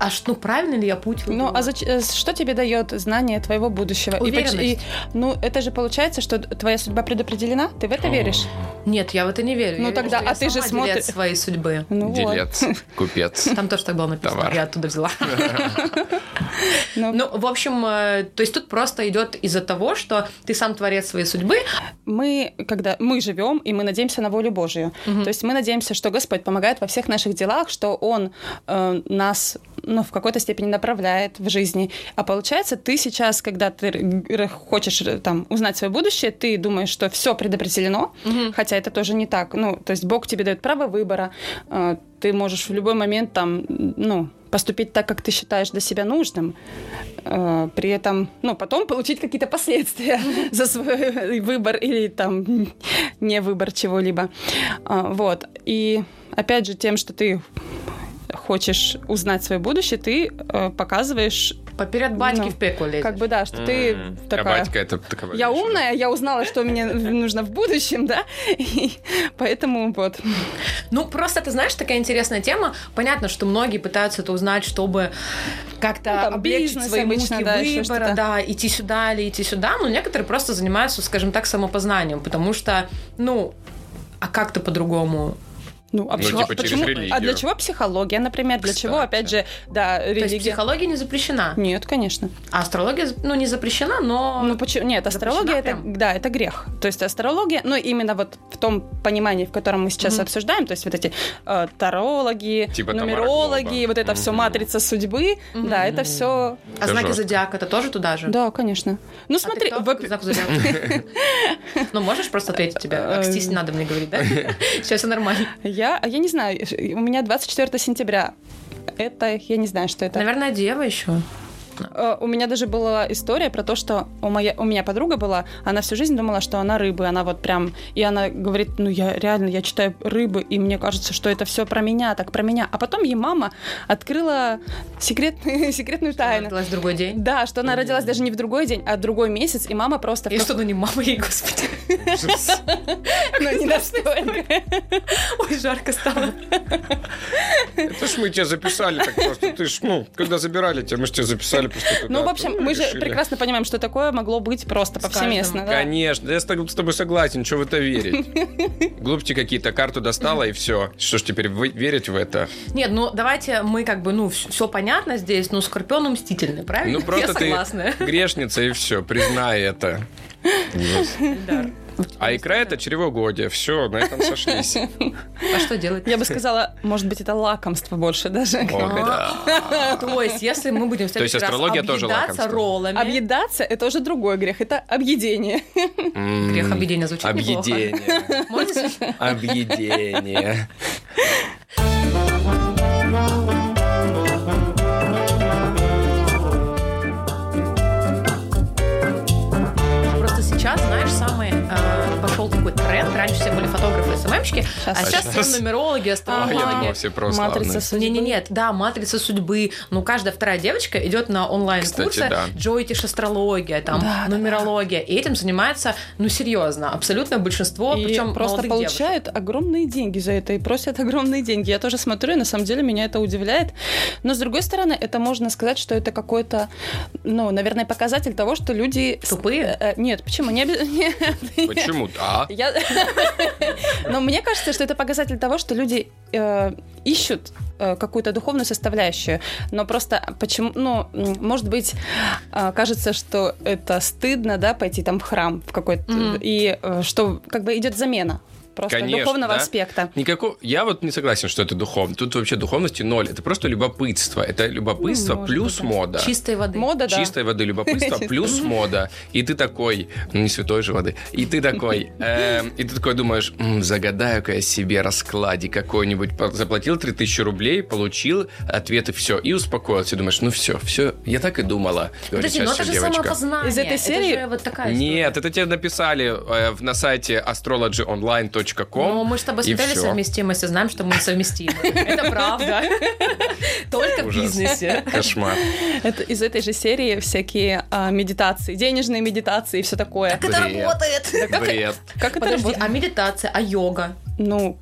S4: а ш- ну правильно ли я путь
S3: Ну,
S4: выбрала?
S3: а зач- э, что тебе дает знание твоего будущего? И поч- И,
S4: Уверенность.
S3: ну, это же получается, что твоя судьба предопределена? Ты в это
S2: О.
S3: веришь?
S4: Нет, я в это не верю.
S3: Ну,
S4: Я
S3: тогда-
S4: верю, что
S3: а
S4: я
S3: ты
S4: сама
S3: же смотри-
S4: делец своей судьбы.
S3: Ну вот.
S2: Делец, купец.
S4: Там тоже так было написано,
S2: Товар.
S4: я оттуда взяла.
S3: Ну,
S4: Ну, в общем, э, то есть тут просто идет из-за того, что ты сам творец своей судьбы.
S3: мы, когда мы живем, и мы надеемся на волю Божью. То есть мы надеемся, что Господь помогает во всех наших делах, что Он э, нас ну, в какой-то степени направляет в жизни. А получается, ты сейчас, когда ты р- р- хочешь э, там, узнать свое будущее, ты думаешь, что все предопределено, хотя это тоже не так. Ну, то есть Бог тебе дает право выбора, э, ты можешь в любой момент там, ну, поступить так, как ты считаешь для себя нужным, э, при этом, ну, потом получить какие-то последствия за свой выбор или там не выбор чего-либо. А, Вот. И опять же тем, что ты хочешь узнать свое будущее, ты э, показываешь,
S4: Поперед батьки
S3: Ну,
S4: в пеку лезет.
S3: как бы, да, что ты
S2: М, А
S3: такая...
S2: батька это такова
S3: Я
S2: женщина.
S3: умная, я узнала, что мне нужно в будущем, да, и поэтому вот.
S4: Ну, просто ты знаешь, такая интересная тема. Понятно, что многие пытаются это узнать, чтобы как-то
S3: Ну, там,
S4: облегчить
S3: бизнес
S4: свои
S3: обычно,
S4: муки
S3: да, ещё
S4: выбора,
S3: что-то.
S4: да, идти сюда или идти сюда. Но некоторые просто занимаются, скажем так, самопознанием, потому что, ну, а как-то по-другому?
S3: Ну, а
S2: Ну,
S3: почему-
S2: типа через
S3: почему- А для
S2: религию.
S3: чего психология, например? Для чего,
S2: Кстати.
S3: опять же, да,
S4: То есть
S3: религия?
S4: психология не запрещена,
S3: Нет, конечно.
S4: а астрология, ну, не запрещена, но...
S3: Ну почему? Нет, астрология это,
S4: прям?
S3: да, это грех. То есть астрология, ну именно вот в том понимании, в котором мы сейчас
S4: Мгм.
S3: обсуждаем, то есть вот эти э, тарологи,
S2: Типа Тамара
S3: нумерологи,
S2: Глоба.
S3: вот это все
S2: Мгм.
S3: матрица судьбы,
S4: Мгм.
S3: да, это все.
S4: а
S2: Даже
S4: знаки
S2: вот.
S4: зодиака это тоже туда же?
S3: Да, конечно. Ну
S4: А ты
S3: смотри,
S4: кто?
S3: во-
S4: К знаку зодиака? Ну, можешь просто ответить тебе?
S3: Э,
S4: Акстись, не надо мне говорить, да? Сейчас все нормально.
S3: я, а я не знаю, у меня 24 сентября. Это я не знаю, что это.
S4: Наверное, дева еще.
S3: Э, У меня даже была история про то, что у, моя, у меня подруга была, она всю жизнь думала, что она рыбы, она вот прям, и она говорит, ну я реально, я читаю рыбы, и мне кажется, что это все про меня, так про меня. А потом ей мама открыла секретную, секретную тайну.
S4: Родилась в другой день.
S3: Да, что она родилась даже не в другой день, а в другой месяц, и мама просто... в
S4: И
S3: как-
S4: что, ну не мама ей, господи.
S3: Ну, не настолько.
S4: Ой, жарко стало.
S6: Это ж мы тебя записали так просто. Ты ж, ну, когда забирали тебя, мы ж тебя записали просто туда.
S3: Ну, в общем, мы же
S6: Решили.
S3: прекрасно понимаем, что такое могло быть просто
S4: С каждым.
S3: повсеместно. да.
S2: Конечно, да я с тоб- с тобой согласен, что в это верить? Глупти какие-то, карту достала и все. Что ж теперь вы- верить в это?
S4: Нет, ну давайте мы как бы, ну, все понятно здесь, но Скорпион мстительный, правильно?
S2: Ну просто
S4: Я
S2: ты
S4: согласна.
S2: грешница и все, признай это.
S4: Да.
S2: А икра это чревоугодие, все, на этом сошлись.
S4: А что делать?
S3: Я бы сказала, может быть, это лакомство больше даже.
S2: О, да.
S4: То есть, если мы будем в
S2: То есть
S4: следующий раз
S2: астрология тоже
S4: объедаться
S2: лакомство.
S4: роллами...
S3: Объедаться это уже другой грех, это объедение.
S2: М,
S4: Грех объедения звучит неплохо.
S2: Объедение.
S4: Можете с-
S2: Объедение.
S4: Просто сейчас, знаешь, самый пошел такой тренд. Раньше все были фотографы и СММщики, а
S3: Сейчас.
S4: сейчас
S2: Сейчас.
S4: все нумерологи,
S2: А я
S3: Ага.
S2: думал,
S4: астрологи.
S2: все просто.
S3: Матрица
S2: ладно.
S3: судьбы.
S4: не не нет да, «Матрица судьбы». Ну, каждая вторая девочка идет на онлайн-курсы
S2: Кстати, да.
S4: «Джойтиш астрология», там,
S3: Да, да,
S4: «Нумерология». И этим занимается, ну, серьезно, абсолютно большинство,
S3: И
S4: причем
S3: просто
S4: молодых
S3: получают огромные деньги за это и просят огромные деньги. Я тоже смотрю, и на самом деле меня это удивляет. Но с другой стороны, это можно сказать, что это какой-то, ну, наверное, показатель того, что люди с-
S4: Тупые?
S3: э, э, Нет, почему? Не обе- нет.
S2: Почему? Да.
S3: Я... Но мне кажется, что это показатель того, что люди э, ищут э, какую-то духовную составляющую. Но просто почему, ну, м, может быть, э, кажется, что это стыдно, да, пойти там в храм в какой-то,
S4: Мгм.
S3: и э, что как бы идет замена просто
S2: Конечно,
S3: духовного
S2: да.
S3: аспекта.
S2: Никакого... Я вот не согласен, что это духовно. Тут вообще духовности ноль. Это просто любопытство. Это любопытство
S3: Ну, может
S2: плюс
S3: быть, да.
S2: мода.
S4: Чистой воды.
S3: Мода, да.
S2: Чистой воды любопытство плюс мода. И ты такой, ну не святой же воды, и ты такой, эм, и ты такой думаешь, «М, загадаю-ка я себе раскладе какой-нибудь. По- Заплатил 3000 рублей, получил ответ и все. И успокоился. Думаешь, ну все, все, я так и думала. Говорит
S4: Подожди, но
S3: ну
S2: сейчас
S4: это
S2: еще
S4: же
S2: девочка.
S4: самопознание.
S3: Из этой серии-
S4: Это же вот такая история.
S2: Нет, это тебе написали э, в- на сайте astrologyonline.com.
S4: Ну, мы с тобой
S2: и
S4: смотрели
S2: всё.
S4: совместимость и знаем, что мы несовместимы. Это правда. Только в
S2: Ужас.
S4: бизнесе.
S2: Кошмар.
S3: Это из этой же серии всякие а, медитации, денежные медитации и все такое.
S4: Так это
S2: Бред.
S4: работает.
S2: Бред.
S3: Как это
S4: Подожди,
S3: работает?
S4: а медитация, а йога?
S3: ну,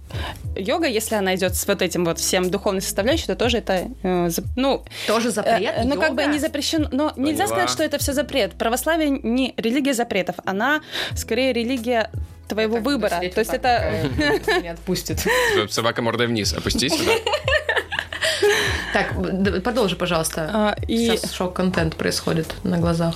S3: йога, если она идет с вот этим вот всем духовной составляющей, то тоже это, э, за- ну,
S4: Тоже запрет?
S3: Э, Ну, как бы
S4: йога?
S3: не запрещено, но нельзя
S2: Поняла.
S3: сказать, что это все запрет. Православие не религия запретов, она скорее религия твоего
S4: Так,
S3: выбора.
S4: сидеть
S3: То есть
S4: вот
S3: это...
S4: так, пока не отпустит.
S2: Собака мордой вниз, опустись сюда.
S4: Так, д- продолжи, пожалуйста.
S3: а, и,
S4: Сейчас шок-контент происходит на глазах.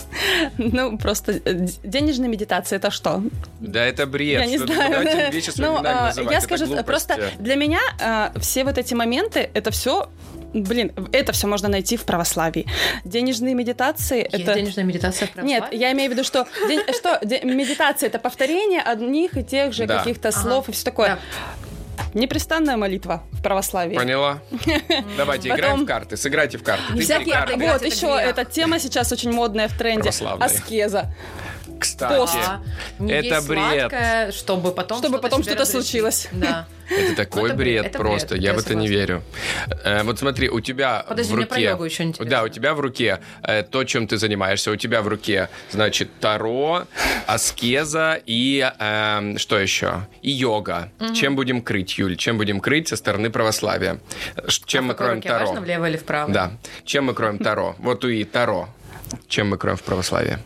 S3: ну, просто э, д- денежная медитация это что?
S2: Да это бред.
S3: Я не
S2: Что ты-
S3: знаю.
S2: давайте вещи своими
S3: Ну,
S2: именами
S3: а,
S2: называть,
S3: я
S2: это
S3: скажу,
S2: глупость.
S3: просто для меня а, все вот эти моменты, это все, блин, это все можно найти в православии. Денежные медитации,
S4: Есть
S3: это...
S4: денежная медитация в
S3: Нет,
S4: православии?
S3: я имею в виду, что, день- что де- медитация это повторение одних и тех же
S2: Да.
S3: каких-то
S4: Ага.
S3: слов и все такое.
S4: Да.
S3: Непрестанная молитва в православии.
S2: Поняла? Давайте
S3: Потом-
S2: играем в карты, сыграйте в карты. Ты
S4: Нельзя
S2: бери
S4: в карты
S2: карты.
S4: играть,
S3: Вот
S4: это
S3: еще
S4: грех.
S3: эта тема сейчас очень модная в тренде.
S2: Православная.
S3: Аскеза.
S2: Кстати,
S4: А, не
S2: Это
S4: есть
S2: бред.
S4: сладкое, чтобы потом
S3: Чтобы
S4: что-то
S3: потом
S4: себе
S3: что-то
S4: разрешить.
S3: случилось.
S4: Да.
S2: это такой
S4: это бред,
S2: бред
S4: это
S2: просто,
S4: бред,
S2: я
S4: я
S2: в это не
S4: согласна.
S2: верю. Э, Вот смотри, у тебя
S4: Подожди,
S2: в
S4: мне про
S2: руке...
S4: йогу еще интересно.
S2: Да, у тебя в руке э, то, чем ты занимаешься. У тебя в руке, значит, таро, аскеза и эм, что еще? И йога. Чем будем крыть, Юль? Чем будем крыть со стороны православия? Ш-
S4: А
S2: Чем
S4: в
S2: мы
S4: какой
S2: кроем
S4: руке?
S2: таро?
S4: Важно, влево или вправо?
S2: Да. Чем мы кроем Таро? Вот и Таро. Чем мы кроем в православии?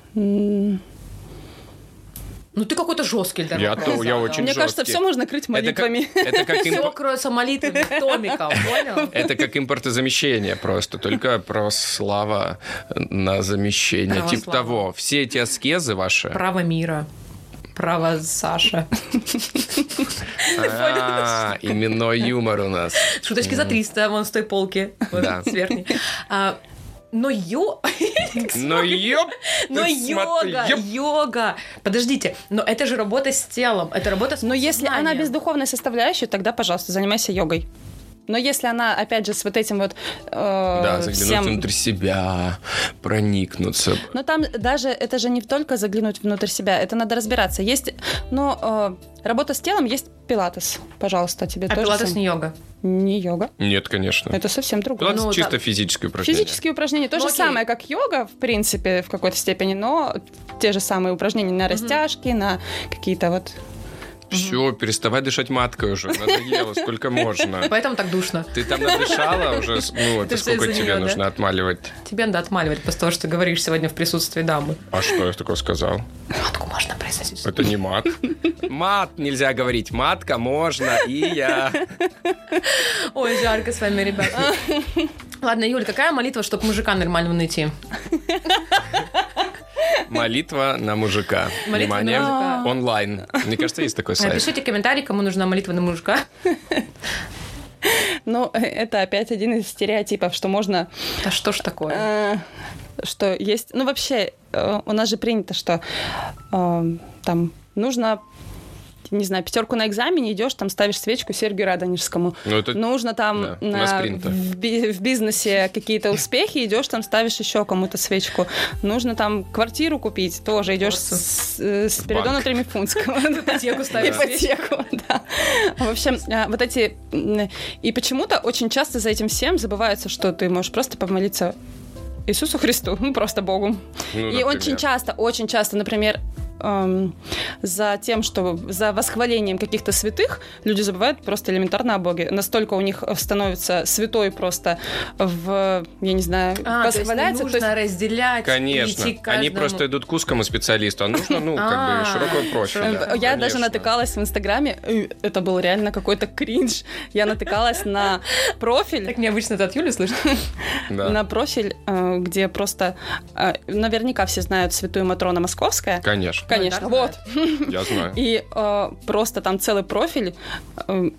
S4: Ну ты какой-то жесткий, да?
S2: Я то- я очень
S3: Мне кажется,
S2: жесткий.
S3: все можно крыть
S2: Это как,
S3: молитвами.
S2: это, как
S4: Все
S2: импо-
S4: кроется молитвами Томика, понял?
S2: это как импортозамещение просто, только православа на замещение.
S4: Православа.
S2: Типа того, все эти аскезы ваши...
S4: Право мира. Право Саша.
S2: А, именной юмор у нас.
S4: Шуточки за 300, вон с той полки. Вот,
S2: Да.
S4: с верхней. А, Но ё...
S2: Но ёп!
S4: Но
S2: ты смотри,
S4: йога,
S2: ёп!
S4: йога. Подождите, но это же работа с телом, это работа с
S3: Но если она
S4: сознанием.
S3: без духовной составляющей, тогда, пожалуйста, занимайся йогой. Но если она, опять же, с вот этим вот э,
S2: Да, заглянуть
S3: всем-
S2: внутрь себя, проникнуться.
S3: Но там даже это же не только заглянуть внутрь себя, это надо разбираться. Есть, но э, работа с телом есть пилатес, пожалуйста, тебе
S4: А
S3: тоже.
S4: пилатес
S3: сам-
S4: не йога.
S3: не йога,
S2: Нет, конечно.
S3: это совсем другое.
S2: Пилатес
S4: Ну,
S2: чисто
S4: да.
S2: физическое упражнение.
S3: Физические упражнения то
S4: Ну,
S3: же
S4: окей.
S3: самое, как йога, в принципе, в какой-то степени, но те же самые упражнения на растяжки, на какие-то вот.
S2: Все, переставай дышать маткой уже. Надоело, сколько можно.
S4: Поэтому так душно.
S2: Ты там надышала уже, ну, это
S4: Ты всё
S2: сколько
S4: из-за
S2: тебе
S4: неё, да?
S2: нужно отмаливать?
S4: Тебе надо отмаливать после того, что ты говоришь сегодня в присутствии дамы.
S2: А что я такое сказал?
S4: Матку можно произносить.
S2: Это не мат. Мат нельзя говорить. Матка можно, и я.
S4: Ой, жарко с вами, ребят. Ладно, Юль, какая молитва, чтобы мужика нормального найти?
S2: Молитва на мужика.
S4: Молитва на
S2: Внимание.
S4: мужика.
S2: Онлайн. Мне кажется, есть такой сайт.
S4: Напишите комментарий, кому нужна молитва на мужика.
S3: Ну, это опять один из стереотипов, что можно
S4: Да что ж такое?
S3: Э, что есть. Ну, вообще, э, у нас же принято, что э, там нужно не знаю, пятерку на экзамене идешь, там ставишь свечку Сергию Радонежскому.
S2: Ну, это-
S3: Нужно там
S2: да, у нас
S3: на-
S2: принято.
S3: в, би- в бизнесе какие-то успехи, идешь там ставишь еще кому-то свечку. Нужно там квартиру купить, тоже идешь
S4: Просто.
S3: с, э, с Спиридона
S2: банк.
S3: Тремифунского.
S4: Ипотеку типа ставишь.
S3: Ипотеку, да. В общем, э, вот эти... м, И почему-то очень часто за этим всем забывается, что ты можешь просто помолиться Иисусу Христу, ну, просто Богу.
S2: Ну,
S3: и
S2: например.
S3: очень часто, очень часто, например, эм, за тем, что за восхвалением каких-то святых люди забывают просто элементарно о Боге. Настолько у них становится святой просто в, я не знаю,
S4: А, то есть не
S3: восхваляется. То есть
S4: нужно разделять,
S2: Конечно.
S4: идти к
S2: Они
S4: каждому.
S2: просто идут к узкому специалисту. А нужно, ну, как
S4: А,
S2: бы, широкого профиля.
S4: широкого.
S2: Да,
S3: эм, Я даже
S2: конечно.
S3: натыкалась в Инстаграме, э, это был реально какой-то кринж. Я натыкалась на
S4: Так
S3: профиль,
S4: необычно это от Юли слышно.
S2: Да.
S3: на профиль, э, где просто э, наверняка все знают святую Матрона Московская.
S2: Конечно,
S4: да,
S3: Конечно, вот.
S2: я знаю.
S3: И э, просто там целый профиль. э,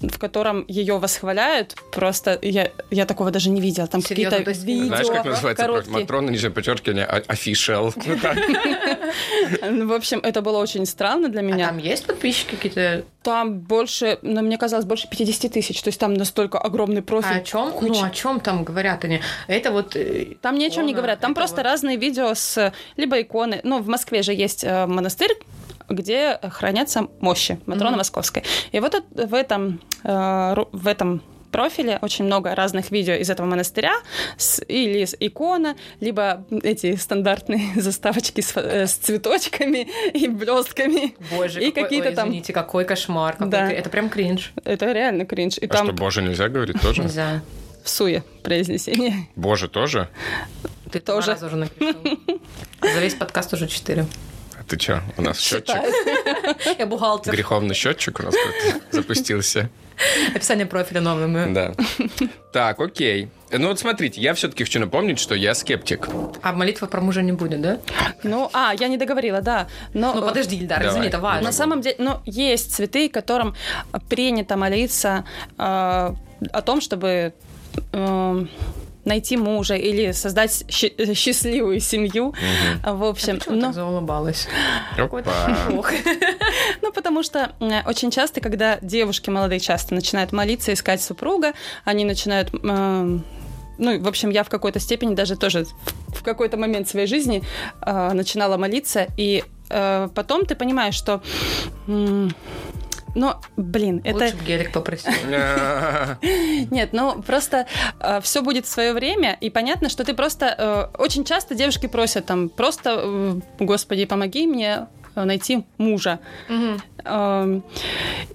S3: в котором ее восхваляют, просто я, я такого даже не видела. Там
S4: Серьезно,
S3: какие-то
S4: то есть-
S3: видео
S2: Знаешь, как называется проект?
S3: короткие.
S2: Матрона, нижнее подчеркивание, а- official. Ну, так.
S3: Ну, В общем, это было очень странно для
S4: А
S3: меня.
S4: там есть подписчики какие-то?
S3: Там больше, ну, мне казалось, больше 50 тысяч. То есть там настолько огромный
S4: А
S3: профиль.
S4: о чем?
S3: куча-
S4: Ну, о чем там говорят они? Это вот... э,
S3: Там ни о чем не
S4: икона,
S3: говорят. Там
S4: это
S3: просто
S4: вот-
S3: разные видео с либо иконы. Ну, в Москве же есть э, монастырь, где хранятся мощи Матроны
S4: Мгм.
S3: Московской. И вот эт- в этом, э, ру- в этом профиле очень много разных видео из этого монастыря, с- или с икона, либо эти стандартные заставочки с, фо- э, с цветочками и блестками.
S4: Боже,
S3: И
S4: какой-
S3: какие-то
S4: ой,
S3: там-
S4: Извините, какой кошмар. какой
S3: Да.
S4: кри- Это прям кринж.
S3: Это реально кринж. И
S2: А что,
S3: там
S2: боже, нельзя говорить тоже?
S4: Нельзя.
S3: всуе произнесение.
S2: Боже, тоже?
S4: Ты
S3: Тоже.
S4: тоже уже накричал. За весь подкаст уже четыре.
S2: А ты чё, у нас счетчик?
S4: Я бухгалтер.
S2: Греховный счетчик у нас тут запустился.
S4: Описание профиля новое. мы-
S2: Да. Так, окей. Ну вот смотрите, я все-таки хочу напомнить, что я скептик.
S4: А молитва про мужа не будет, да?
S3: Ну, а, я не договорила, да. Но,
S4: Ну,
S3: э,
S4: подожди, Ильдар,
S2: Давай.
S4: извини, это важно.
S3: На самом деле, ну, есть цветы, которым принято молиться э, о том, чтобы э, найти мужа или создать щи- э, счастливую семью. В общем,
S4: А Почему ты
S3: ну,
S4: так заулыбалась?
S2: Опа.
S4: Ох.
S3: ну, потому что э, очень часто, когда девушки молодые часто начинают молиться, искать супруга, они начинают... э, ну, и, в общем, я в какой-то степени даже тоже в- в какой-то момент своей жизни э, начинала молиться, и э, потом ты понимаешь, что... м, ну, блин, это...
S4: Лучше б гелик попросил.
S3: Нет, ну просто все будет в свое время, и понятно, что ты просто э, очень часто девушки просят там просто, э, господи, помоги мне э, найти мужа.
S4: Мгм.
S3: Эм,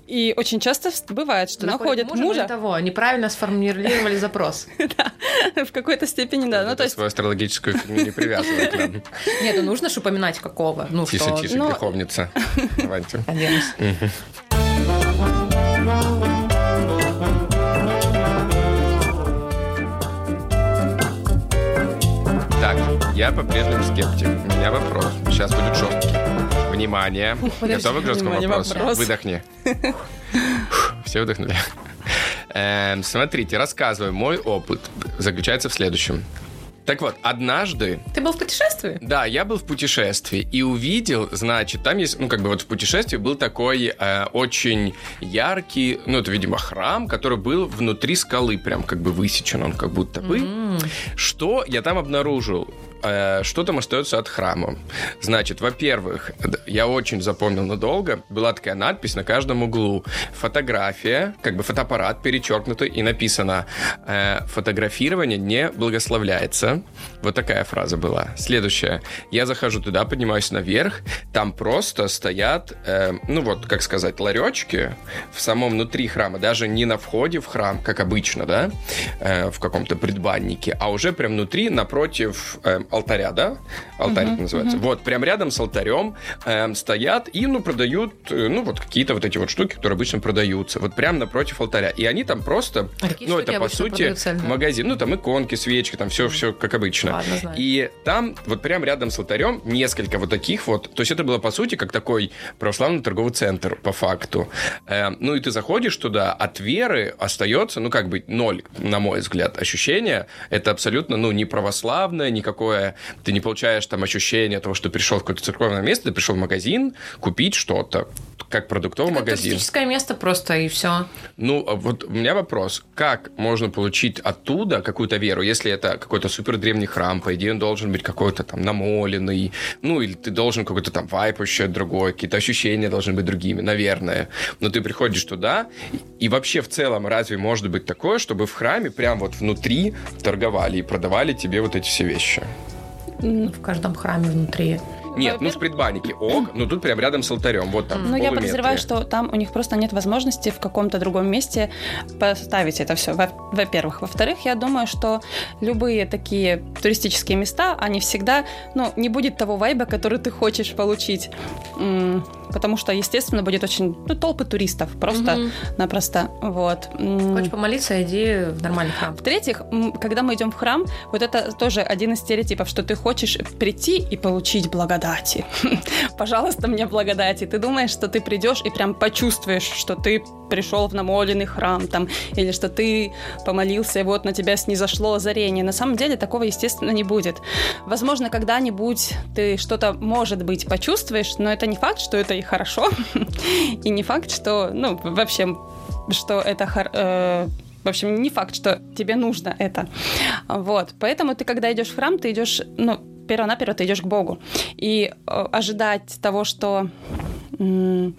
S3: и очень часто вс- бывает, что находят
S4: Находит мужа.
S3: мужа,
S4: для того, неправильно сформулировали запрос.
S3: в какой-то степени, да. Ну, то
S2: Ты
S3: есть,
S2: свою астрологическую фигню не привязывай к нам.
S4: Нет, ну нужно же упоминать какого. Ну
S2: Тише,
S4: что...
S2: тише,
S3: ну-
S2: греховница. Давайте.
S4: Надеемся.
S2: Так, я по-прежнему скептик. У меня вопрос. Сейчас будет жесткий. Внимание. Готовы к жесткому
S3: Внимание,
S2: вопросу?
S3: вопрос.
S2: Выдохни. Все выдохнули. Эм, смотрите, рассказываю. Мой опыт заключается в следующем. Так вот, однажды
S4: Ты был в путешествии?
S2: да, я был в путешествии и увидел, значит, там есть, ну, как бы вот в путешествии был такой э, очень яркий, ну, это, видимо, храм, который был внутри скалы, прям как бы высечен он как будто бы. Что я там обнаружил? Э, Что там остается от храма? Значит, во-первых, д- я очень запомнил надолго, была такая надпись на каждом углу, фотография, как бы фотоаппарат перечеркнутый, и написано э, «фотографирование не благословляется». Вот такая фраза была. Следующая. Я захожу туда, поднимаюсь наверх, там просто стоят, э, ну вот, как сказать, ларечки в самом внутри храма, даже не на входе в храм, как обычно, да, э, в каком-то предбаннике, а уже прям внутри, напротив э, алтаря, да? Алтарь это называется. Вот, прям рядом с алтарем э, стоят и, ну, продают, э, ну, вот какие-то вот эти вот штуки, которые обычно продаются, вот прям напротив алтаря. И они там просто,
S4: А какие
S2: ну,
S4: штуки
S2: это, по
S4: обычно
S2: сути,
S4: продаются, Эльдар?
S2: магазин, ну, там иконки, свечки, там все, все как обычно.
S4: Ладно, знаю.
S2: И там, вот прям рядом с алтарем, несколько вот таких вот. То есть это было, по сути, как такой православный торговый центр, по факту. Э, ну и ты заходишь туда, от веры остается, ну как бы, ноль, на мой взгляд, ощущение. Это абсолютно, ну, не православное, никакое. Ты не получаешь там ощущение того, что пришел в какое-то церковное место, ты пришел в магазин купить что-то, как продуктовый
S4: Это
S2: магазин.
S4: Туристическое место просто, и все.
S2: Ну, а вот у меня вопрос. Как можно получить оттуда какую-то веру, если это какой-то супер древний храм, по идее, он должен быть какой-то там намоленный, ну, или ты должен какой-то там вайп еще другой, какие-то ощущения должны быть другими, наверное. Но ты приходишь туда, и вообще в целом разве может быть такое, чтобы в храме прям вот внутри торговали и продавали тебе вот эти все вещи?
S4: Ну, В каждом храме внутри.
S2: Нет, ну в предбаннике, ок, но тут прям рядом с алтарем, вот там. в
S3: ну, я
S2: полуметре.
S3: подозреваю, что там у них просто нет возможности в каком-то другом месте поставить это все, во- во-первых. Во-вторых, я думаю, что любые такие туристические места, они всегда, ну, не будет того вайба, который ты хочешь получить. М, Потому что, естественно, будет очень, ну, толпы туристов
S4: Мгм.
S3: просто-напросто. Вот. М.
S4: Хочешь помолиться, иди в нормальный храм.
S3: В-третьих, м, когда мы идем в храм, вот это тоже один из стереотипов, что ты хочешь прийти и получить благодати. Пожалуйста, мне благодати. Ты думаешь, что ты придешь и прям почувствуешь, что ты пришел в намоленный храм там, или что ты помолился, и вот на тебя снизошло озарение. На самом деле такого, естественно, не будет. Возможно, когда-нибудь ты что-то, может быть, почувствуешь, но это не факт, что это и хорошо, и не факт, что, ну, вообще, что это хор- э, в общем, не факт, что тебе нужно это. Вот. Поэтому ты, когда идешь в храм, ты идешь, ну, перво ты идешь к Богу. И э, ожидать того, что м,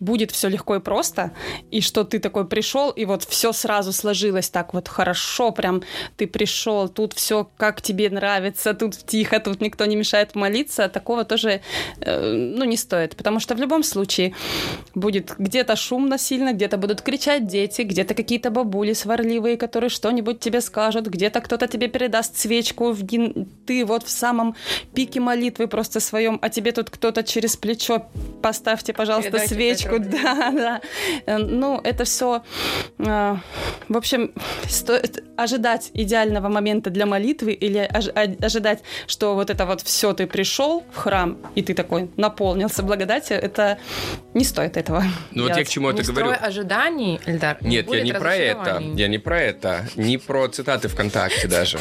S3: будет все легко и просто, и что ты такой пришел, и вот все сразу сложилось так вот хорошо, прям ты пришел, тут все как тебе нравится, тут тихо, тут никто не мешает молиться, такого тоже, э, ну, не стоит, потому что в любом случае будет где-то шумно сильно, где-то будут кричать дети, где-то какие-то бабули сварливые, которые что-нибудь тебе скажут, где-то кто-то тебе передаст свечку, в ген- ты вот в самом пике молитвы просто своем, а тебе тут кто-то через плечо поставьте, пожалуйста,
S4: Передайте
S3: свечку,
S4: пять рублей.
S3: да, да. Э, Ну, это э, все, в общем, стоит ожидать идеального момента для молитвы или ож- о- ожидать, что вот это вот все ты пришел в храм и ты такой наполнился благодатью, это не стоит этого.
S2: Ну вот я
S3: делать.
S2: к чему
S4: Не
S2: это говорю.
S4: строй ожиданий, Эльдар.
S2: Нет, я
S4: будет
S2: не про это.
S4: разочарований.
S2: Я не про это. Не про цитаты ВКонтакте даже.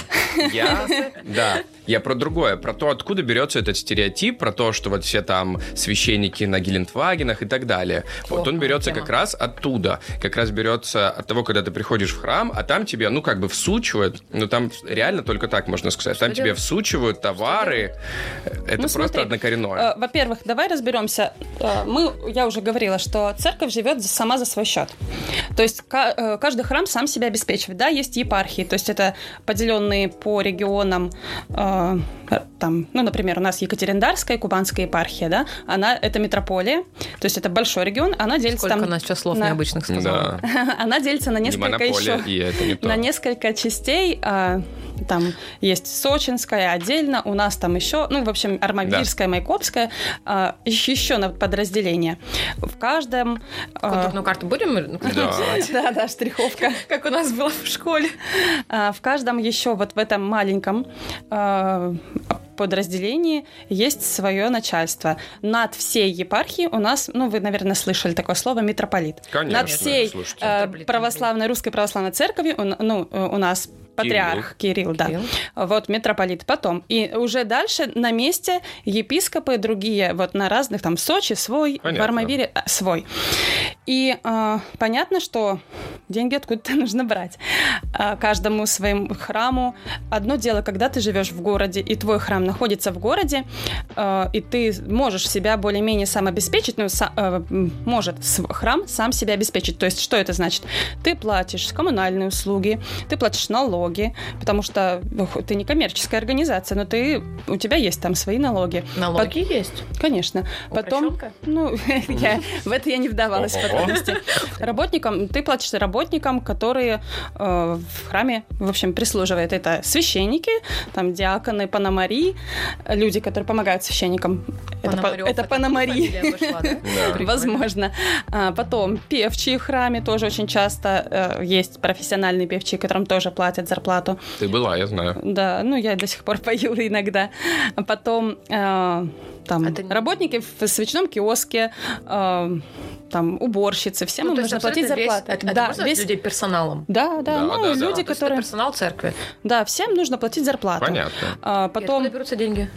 S2: Я, да, я про другое. Про то, откуда берется этот стереотип, про то, что вот все там священники на Гелендвагенах и так далее. Вот
S4: Плохая
S2: он берется
S4: тема.
S2: как раз оттуда. Как раз берется от того, когда ты приходишь в храм, а там тебе, ну, как бы всучивают, ну, там реально только так можно сказать. Там тебе
S4: делать?
S2: всучивают товары. Это
S3: Ну,
S2: просто
S3: смотри,
S2: однокоренное.
S3: Э, Во-первых, давай разберемся. Э, Мы, я уже говорила, что церковь живет за- сама за свой счет. То есть ка- э, каждый храм сам себя обеспечивает. Да, есть епархии, то есть это поделенные по регионам, э, э, там, ну, например, у нас Екатериндарская, Кубанская епархия, да, она это метрополия, то есть это большой регион, она делится
S4: Сколько у
S3: там,
S4: нас сейчас слов
S3: на-
S4: необычных сказала.
S2: Да.
S3: она делится на
S2: Не
S3: несколько
S2: монополия,
S3: еще.
S2: и это не то.
S3: На несколько частей а, там есть Сочинская отдельно, у нас там еще, ну, в общем, Армавирская, Майкопская, а, еще, еще на подразделение. В каждом... а,
S4: Контурную карту будем?
S2: Да.
S3: да, да, штриховка.
S4: Как у нас было в школе.
S3: А, В каждом еще вот в этом маленьком а, подразделении есть свое начальство. Над всей епархией у нас, ну, вы, наверное, слышали такое слово, митрополит.
S2: Конечно,
S3: над всей
S2: слушайте.
S3: э,
S4: Митрополит,
S3: православной, русской православной церкви, у, н- ну, э, у нас патриарх Кирилл, да.
S4: Кирилл.
S3: Вот митрополит потом. И уже дальше на месте епископы другие, вот на разных, там, в Сочи свой,
S2: Понятно.
S3: в Армавире э, свой. И а, понятно, что деньги откуда-то нужно брать. А, каждому своему храму. Одно дело, когда ты живешь в городе, и твой храм находится в городе, а, и ты можешь себя более-менее сам обеспечить, ну, са- э, м, может св- храм сам себя обеспечить. То есть, что это значит? Ты платишь коммунальные услуги, ты платишь налоги, потому что ну, хоть ты не коммерческая организация, но ты, у тебя есть там свои налоги.
S4: Налоги есть.
S3: Конечно. Потом...
S4: Упрощенка?
S3: Ну, я, в это я не вдавалась в
S2: Ого.
S3: подробности. Работникам, ты платишь работникам, которые э, в храме, в общем, прислуживают. Это священники, там диаконы, панамари, люди, которые помогают священникам. Это, по-
S4: Пономарёв,
S3: это
S4: такая
S3: панамари.
S4: фамилия пошла, да? Прикольно.
S3: Возможно. А, потом певчие в храме тоже очень часто э, есть профессиональные певчие, которым тоже платят зарплату.
S2: Ты была, я знаю.
S3: Да, ну я до сих пор пою иногда. А потом э, там
S4: А ты не-
S3: работники в свечном киоске, э, там уборщицы, всем
S4: Ну,
S3: им
S4: то есть
S3: нужно платить
S4: абсолютно весь-
S3: зарплату.
S4: это- это можно назвать людей персоналом.
S3: Да, да,
S2: Да,
S3: ну
S2: да, да.
S3: люди,
S4: А, то есть это
S3: которые,
S4: персонал церкви.
S3: да, всем нужно платить зарплату.
S2: Понятно.
S3: А,
S4: Потом...
S3: потом,
S4: берутся деньги?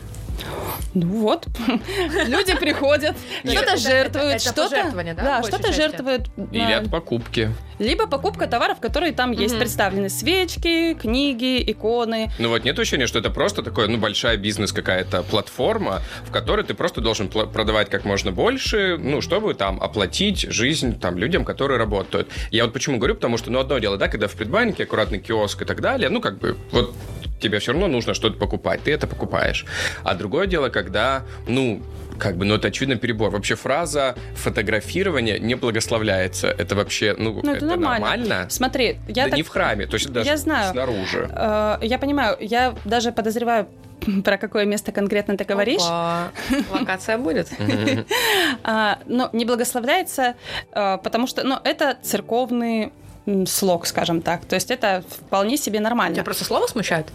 S3: ну вот, люди приходят,
S4: Нет, Ну,
S3: что-то
S4: это- это-
S3: жертвуют,
S4: это
S3: что-то,
S4: пожертвование, да, в большей
S3: что-то
S4: части?
S3: жертвуют,
S2: Или
S3: да.
S2: от покупки.
S3: либо покупка товаров, которые там есть
S4: Мгм.
S3: представлены, свечки, книги, иконы,
S2: Ну вот нет ощущения, что это просто такое, ну, большая бизнес какая-то платформа, в которой ты просто должен пла- продавать как можно больше, ну, чтобы там оплатить жизнь там людям, которые работают. Я вот почему говорю, потому что, ну, одно дело, да, когда в предбаннике аккуратный киоск и так далее, ну, как бы, вот тебе все равно нужно что-то покупать, ты это покупаешь. А другое дело, когда, ну, как бы, ну, это очевидно перебор. Вообще фраза фотографирование не благословляется. Это вообще, ну,
S3: Ну,
S2: это, нормально.
S3: Смотри, я
S2: да
S3: так...
S2: не в храме, то есть даже
S3: Я знаю.
S2: снаружи.
S3: Э, Я понимаю, я даже подозреваю, про какое место конкретно ты говоришь,
S4: Опа. Локация будет.
S3: А, но не благословляется, э, потому что ну, это церковный м, слог, скажем так. То есть это вполне себе
S4: Тебя
S3: нормально.
S4: просто слово смущает?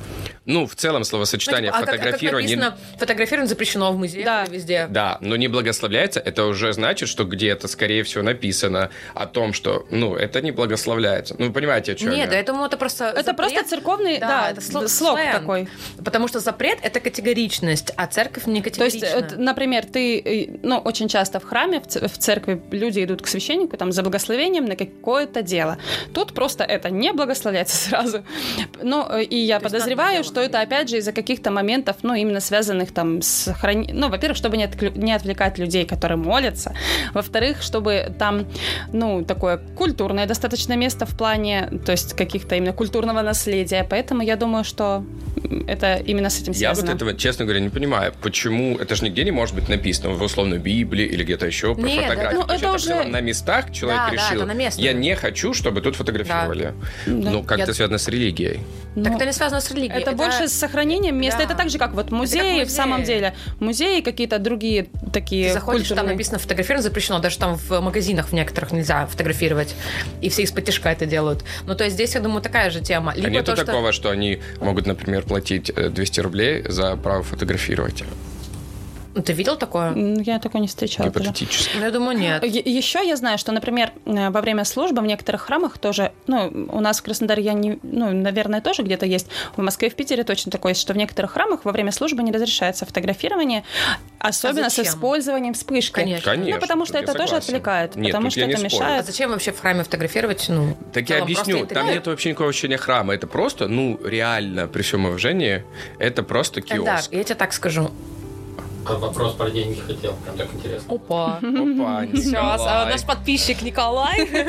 S2: Ну, в целом словосочетание
S4: Ну, типа, а как-
S2: фотографирование...
S4: А как, написано, фотографирование запрещено в музее,
S3: Да.
S4: или везде.
S2: Да, но не благословляется, это уже значит, что где-то, скорее всего, написано о том, что, ну, это не благословляется. Ну, вы понимаете, о чем я?
S4: Нет, да, этому это просто
S3: Это
S4: запрет.
S3: просто церковный
S4: Да,
S3: да,
S4: это слог-
S3: слог
S4: сленг.
S3: такой.
S4: Потому что запрет — это категоричность, а церковь не
S3: То есть,
S4: категорична.
S3: э, например, ты, э, ну, очень часто в храме, в ц- в церкви люди идут к священнику там за благословением на какое-то дело. Тут просто это не благословляется сразу. Ну, э, и я
S4: То есть
S3: подозреваю,
S4: надо
S3: что это опять же из-за каких-то моментов, ну, именно связанных там с храни... Ну, во-первых, чтобы не, отклю- не отвлекать людей, которые молятся. Во-вторых, чтобы там, ну, такое культурное достаточно место в плане, то есть каких-то именно культурного наследия. Поэтому я думаю, что м, это именно с этим
S2: Я
S3: связано.
S2: вот этого, честно говоря, не понимаю, почему это же нигде не может быть написано в условной Библии или где-то еще про
S4: Нет,
S2: фотографии.
S3: ну,
S2: То есть
S3: это
S2: это в
S3: уже-
S2: целом на местах человек
S4: Да, да,
S2: решил,
S4: это на местах.
S2: я не хочу, чтобы тут фотографировали.
S3: Да.
S2: Ну, как
S4: Я-
S2: это связано с религией?
S3: Ну,
S4: Так это не связано с религией.
S3: Это, больше с сохранением места.
S4: Да.
S3: Это так же, как вот
S4: как
S3: музеи, в
S4: музеи.
S3: самом деле. Музеи какие-то другие такие
S4: Ты заходишь, там
S3: культурные.
S4: написано фотографировать запрещено, даже там в магазинах в некоторых нельзя фотографировать, и все из-под тяжка это делают. Ну, то есть здесь, я думаю, такая же тема.
S2: а нету
S4: то, что-
S2: такого, что... они могут, например, платить э, 200 рублей за право фотографировать?
S4: Ну, Ты видел такое?
S3: М, Я такое не встречала. даже.
S2: Гипотетически.
S4: Ну, я думаю, нет.
S3: Е- Еще я знаю, что, например, э, во время службы в некоторых храмах тоже, ну, у нас в Краснодаре я не, ну, наверное, тоже где-то есть, в Москве, в Питере точно такое есть, что в некоторых храмах во время службы не разрешается фотографирование, особенно с
S4: А зачем?
S3: использованием вспышки.
S4: Конечно.
S2: Конечно.
S3: Ну, потому что
S2: я
S3: это тоже
S2: согласен.
S3: отвлекает,
S2: Нет,
S3: потому
S2: тут
S3: что
S2: я не
S3: это
S2: спорю.
S4: А
S3: мешает.
S4: зачем вообще в храме фотографировать? Ну,
S2: Так
S4: в
S2: я
S4: целом
S2: объясню,
S4: просто
S2: там
S4: интернет.
S2: нет вообще никакого ощущения храма. Это просто, ну, реально, при всем уважении, это просто
S4: Да,
S2: киоск.
S4: я тебе так скажу.
S7: Вопрос про деньги хотел, прям так интересно.
S4: Опа.
S2: Опа,
S4: Сейчас, а
S2: Николай.
S4: наш подписчик Николай.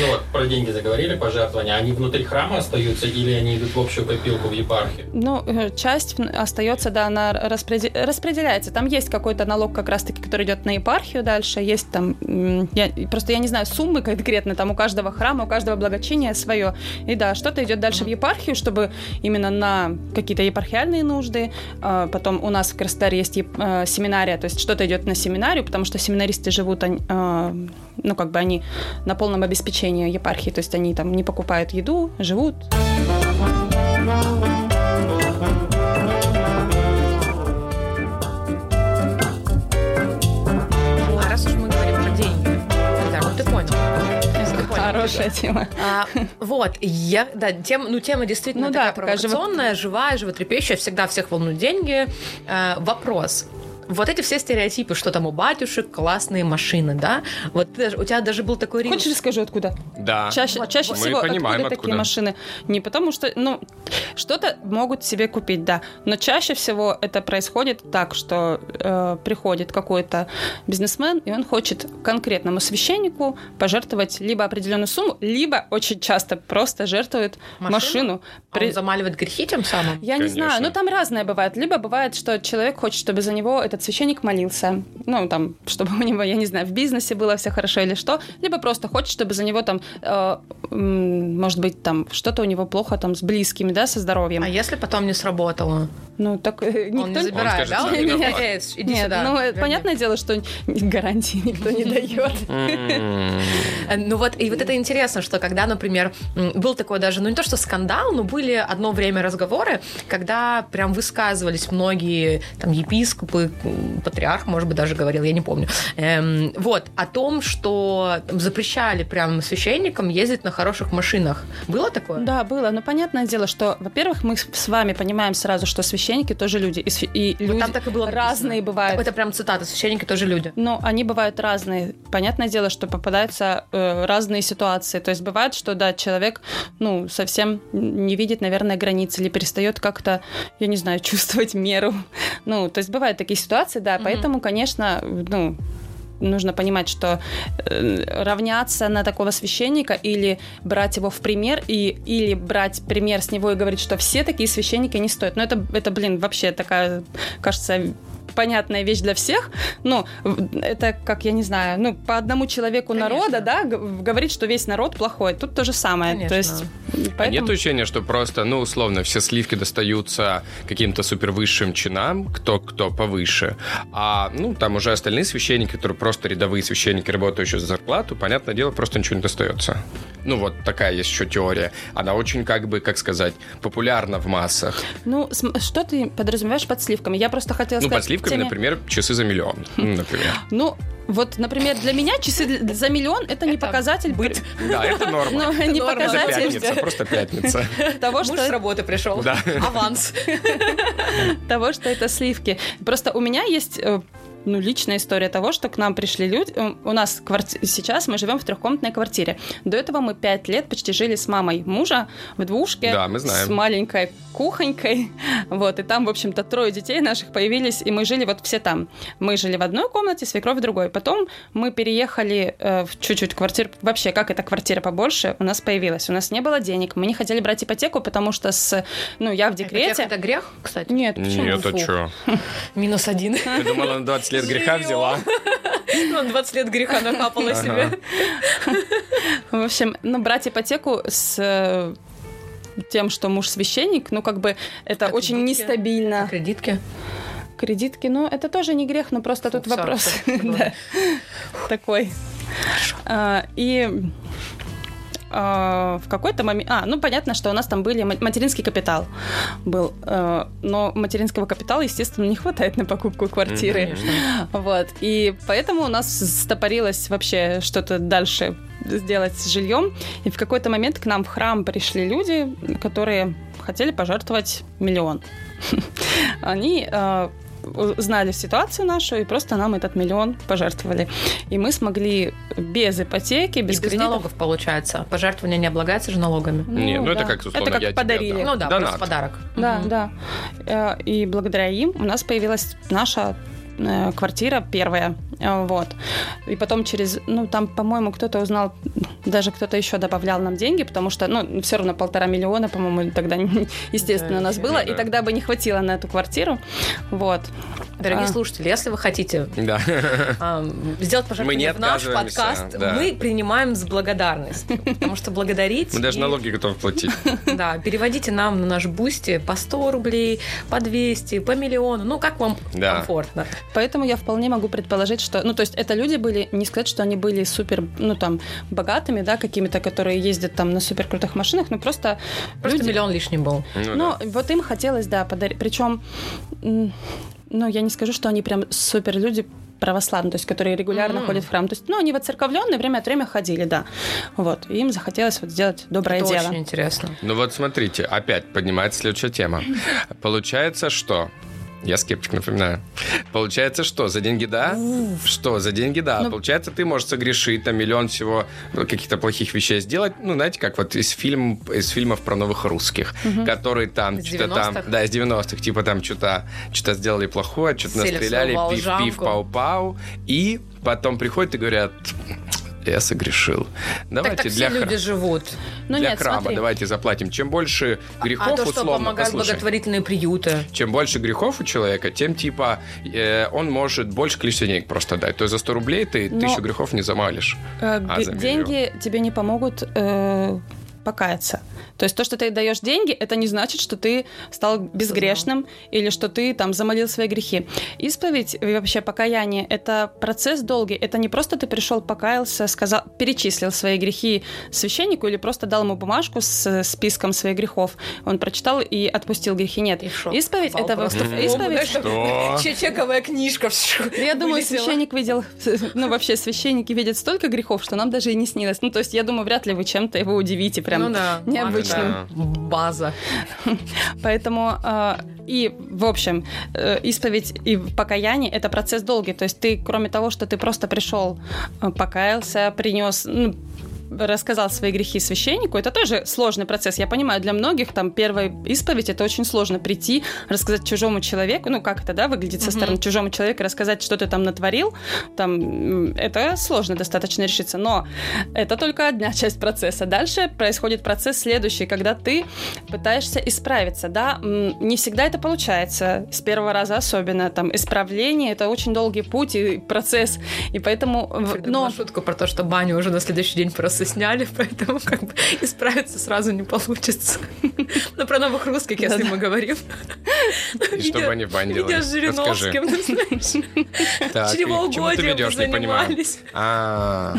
S7: Ну вот, про деньги заговорили, пожертвования. Они внутри храма остаются или они идут в общую копилку в епархию?
S3: Ну, э, часть в- остается, да, она распреде- распределяется. Там есть какой-то налог как раз-таки, который идет на епархию дальше. Есть там, м, я, просто я не знаю суммы конкретно, там у каждого храма, у каждого благочиния свое. И да, что-то идет дальше в епархию, чтобы именно на какие-то епархиальные нужды. А, Потом у нас в Краснодаре есть еп- э, семинария, то есть что-то идет на семинарию, потому что семинаристы живут, они, э, ну, как бы они на полном обеспечении епархии, то есть они там не покупают еду, живут,
S4: А раз уж мы говорим про деньги, да, ну ты понял. Ты понял.
S3: Хорошая тема.
S4: А, вот, я, да, тем, ну, тема действительно
S3: Ну да,
S4: такая
S3: такая живо-
S4: провокационная, живая, животрепещущая, всегда всех волнуют деньги. А, вопрос. Вот эти все стереотипы, что там у батюшек классные машины, да? Вот ты даже- у тебя даже был такой рилс.
S3: Хочешь расскажу, откуда?
S2: Да.
S3: Чаще, чаще
S2: А? Мы
S3: всего
S2: понимаем,
S3: откуда такие
S2: откуда.
S3: машины? Не потому что, ну, что-то могут себе купить, да. Но чаще всего это происходит так, что э, приходит какой-то бизнесмен, и он хочет конкретному священнику пожертвовать либо определенную сумму, либо очень часто просто жертвует
S4: Машину?
S3: машину.
S4: А он
S3: При-
S4: замаливает грехи тем самым?
S3: Я не
S2: Конечно.
S3: знаю, ну там разное бывает. Либо бывает, что человек хочет, чтобы за него этот священник молился. Ну, там, чтобы у него, я не знаю, в бизнесе было все хорошо или что. Либо просто хочет, чтобы за него там, э, м, может быть, там что-то у него плохо там с близкими, да, со здоровьем.
S4: А если потом не сработало?
S3: Ну, так э,
S4: Он
S3: никто...
S4: не забирает,
S2: скажет,
S4: да?
S2: сам
S4: Он говорит,
S2: виноват.
S4: «Э, Эдж, иди
S3: Нет,
S4: сюда.
S3: ну, э,
S4: верни».
S3: понятное дело, что н- гарантии никто не дает.
S2: М.
S4: Э, Ну вот, и вот это интересно, что когда, например, м, был такой даже, ну не то что скандал, но были одно время разговоры, когда прям высказывались многие, там, епископы, м, патриарх, может быть, даже говорил, я не помню, эм, вот, о том, что там, запрещали прям священникам ездить на хороших машинах. Было такое?
S3: Да, было. Но понятное дело, что, во-первых, мы с- с вами понимаем сразу, что священники тоже люди. И, св- и
S4: Вот
S3: люди
S4: там так и было написано.
S3: разные бывают.
S4: Это прям цитата, священники тоже люди.
S3: Ну, они бывают разные. Понятное дело, что попадаются э, разные ситуации. То есть бывает, что да, человек, ну, совсем не видит, наверное, границы или перестает как-то, я не знаю, чувствовать меру. Ну, то есть бывают такие ситуации, да.
S4: Мгм.
S3: Поэтому, конечно, ну нужно понимать, что э, равняться на такого священника или брать его в пример и или брать пример с него и говорить, что все такие священники не стоят. Но это это блин вообще такая, кажется понятная вещь для всех, ну, в- это как, я не знаю, ну, по одному человеку
S4: Конечно.
S3: народа, да, г- говорит, что весь народ плохой. Тут то же самое.
S4: Конечно.
S3: То есть,
S2: А
S3: поэтому...
S2: Нет ощущения, что просто, ну, условно, все сливки достаются каким-то супервысшим чинам, кто-кто повыше, а, ну, там уже остальные священники, которые просто рядовые священники, работающие за зарплату, понятное дело, просто ничего не достается. Ну, вот такая есть еще теория. Она очень, как бы, как сказать, популярна в массах.
S3: Ну, см- что ты подразумеваешь под сливками? Я просто хотела
S2: ну,
S3: сказать...
S2: под сливками,
S3: теме-
S2: например, часы за миллион, ну, например.
S3: Ну, вот, например, для меня часы для- за миллион это, не
S4: Это
S3: показатель... Быть.
S2: Да, это
S3: Ну,
S2: норма.
S3: не
S4: норма.
S2: Это
S3: показатель
S2: пятница, просто пятница.
S3: того,
S4: Муж
S3: что
S4: с работы пришел.
S2: Да.
S4: Аванс.
S3: того, что это сливки. Просто у меня есть э, ну, личная история того, что к нам пришли люди. Э, У нас кварти- сейчас мы живем в трехкомнатной квартире. До этого мы пять лет почти жили с мамой мужа в двушке.
S2: Да, мы знаем.
S3: С маленькой кухонькой. Вот, и там, в общем-то, трое детей наших появились, и мы жили вот все там. Мы жили в одной комнате, свекровь в другой. Потом мы переехали э, в чуть-чуть квартир. Вообще, как эта квартира побольше у нас появилась? У нас не было денег, мы не хотели брать ипотеку, потому что с... Ну, я в
S4: Ипотека
S3: декрете.
S4: это грех, кстати.
S3: Нет, почему?
S2: Нет, а
S4: Фу.
S2: чё?
S4: Минус один.
S2: Ты думала, на 20 лет греха
S4: Живём.
S2: взяла?
S4: Он 20 лет греха накапала
S2: Ага.
S4: себе.
S3: В общем, ну, брать ипотеку с э, тем, что муж священник, ну, как бы это
S4: Как
S3: очень
S4: кредитки.
S3: нестабильно.
S4: Кредитки.
S3: Кредитки, ну, это тоже не грех, но просто тут
S4: всё,
S3: вопрос
S4: всё, всё,
S3: да, такой. А, И а, в какой-то момент... А, ну, понятно, что у нас там были... ма- Материнский капитал был. э, Но материнского капитала, естественно, не хватает на покупку квартиры. Вот. И поэтому у нас стопорилось вообще что-то дальше сделать с жильем. И в какой-то момент к нам в храм пришли люди, которые хотели пожертвовать миллион. Они э, знали ситуацию нашу и просто нам этот миллион пожертвовали. И мы смогли без ипотеки,
S4: И
S3: без,
S4: без
S3: кредитов-
S4: налогов получается. Пожертвование не облагается же налогами.
S2: Не, ну это
S3: да.
S2: как, условно,
S3: Это как
S2: я тебе
S3: подарили.
S2: отдам.
S4: Ну да,
S2: Донат.
S4: просто подарок.
S3: Да,
S4: Мгм.
S3: да. Э, И благодаря им у нас появилась наша э, квартира первая, Э, вот. И потом через, ну там, по-моему, кто-то узнал, даже кто-то еще добавлял нам деньги, потому что, ну, все равно полтора миллиона, по-моему, тогда, естественно, у нас
S4: Вообще.
S3: было,
S2: Ну
S3: и
S2: да.
S3: тогда бы не хватило на эту квартиру, вот.
S4: Дорогие
S3: А.
S4: слушатели, если вы хотите
S2: Да.
S4: а, сделать
S2: Мы
S4: пожертвование
S2: не
S4: в наш
S2: отказываемся,
S4: подкаст,
S2: да.
S4: мы принимаем с благодарностью. Потому что благодарить...
S2: Мы даже
S4: и-
S2: налоги готовы платить.
S4: Да, переводите нам на наш бусти по 100 рублей, по 200, по миллиону. Ну, как вам
S2: Да.
S4: комфортно.
S3: Поэтому я вполне могу предположить, что, ну, то есть это люди были, не сказать, что они были супер, ну, там, богатыми, да, какими-то, которые ездят там на супер крутых машинах, ну, просто,
S4: Просто
S3: люди,
S4: миллион лишним был.
S2: Ну
S3: Ну,
S2: да.
S3: вот им хотелось, да, подарить. Причем, м, ну, я не скажу, что они прям супер люди православные, то есть, которые регулярно
S4: Мгм.
S3: ходят в храм. То есть, ну, они воцерковленные время от времени ходили, да. Вот. И им захотелось вот сделать доброе
S4: Это
S3: дело.
S4: очень интересно.
S2: Ну вот смотрите, опять поднимается следующая тема. Получается, что... Я скептик, напоминаю. Получается, что за деньги да? Что за деньги да?
S3: Ну-
S2: Получается, ты можешь согрешить, там миллион всего ну, каких-то плохих вещей сделать. Ну, знаете, как вот из, фильм, из фильмов про новых русских, которые там
S4: Из
S2: что-то там...
S4: 90-х?
S2: Да, из 90-х. Типа там что-то что сделали плохое, что-то
S4: Сели в
S2: настреляли,
S4: свою
S2: пив-пив,
S4: волжанку.
S2: пау-пау. И потом приходят и говорят, я согрешил.
S4: Так
S2: Давайте
S4: так
S2: для
S4: все
S2: хра-
S4: люди живут.
S3: Ну,
S2: для
S3: нет,
S2: храма
S3: смотри.
S2: давайте заплатим. Чем больше грехов,
S4: а то, что
S2: условно,
S4: помогают
S2: послушай,
S4: благотворительные приюты.
S2: чем больше грехов у человека, тем типа э, он может больше количество денег просто дать. То есть за 100 рублей ты
S3: Но-
S2: тысячу грехов не замалишь.
S3: Э,
S2: А,
S3: г-
S2: за
S3: деньги тебе не помогут э, покаяться. То есть то, что ты даешь деньги, это не значит, что ты стал безгрешным или что ты там замолил свои грехи. Исповедь и вообще покаяние – это процесс долгий. Это не просто ты пришел, покаялся, сказал, перечислил свои грехи священнику или просто дал ему бумажку с э, списком своих грехов. Он прочитал и отпустил грехи. Нет.
S4: И в шок
S3: Исповедь –
S4: попал
S3: это
S4: просто.
S3: просто- исповедь.
S2: Что?
S4: Че- Чековая книжка.
S3: Я думаю,
S4: вылетела.
S3: священник видел, ну вообще священники видят столько грехов, что нам даже и не снилось. Ну то есть я думаю, вряд ли вы чем-то его удивите, прям.
S4: Ну да,
S3: необычным.
S4: ладно, да. База.
S3: Поэтому э, и в общем э, исповедь и покаяние это процесс долгий. То есть ты кроме того, что ты просто пришел, э, покаялся, принес. ну, рассказал свои грехи священнику, это тоже сложный процесс. Я понимаю, для многих там первая исповедь это очень сложно прийти, рассказать чужому человеку, ну как это, да, выглядит со
S4: Мгм.
S3: стороны чужому человеку, рассказать, что ты там натворил, там м, это сложно достаточно решиться, но это только одна часть процесса. Дальше происходит процесс следующий, когда ты пытаешься исправиться, да, М, не всегда это получается, с первого раза особенно, там, исправление, это очень долгий путь и процесс, и поэтому, в-
S4: Но...
S3: но...
S4: шутку про то, что баню уже на следующий день просто сняли, поэтому как бы исправиться сразу не получится. Но про новых русских, если
S3: Да-да.
S4: мы говорим.
S2: И что бы они в бане делали?
S4: Меня с Жириновским, ну, знаешь,
S2: Так, и чему ты
S4: чревоугодием
S2: ведешь, не понимаю.
S4: занимались.
S2: А,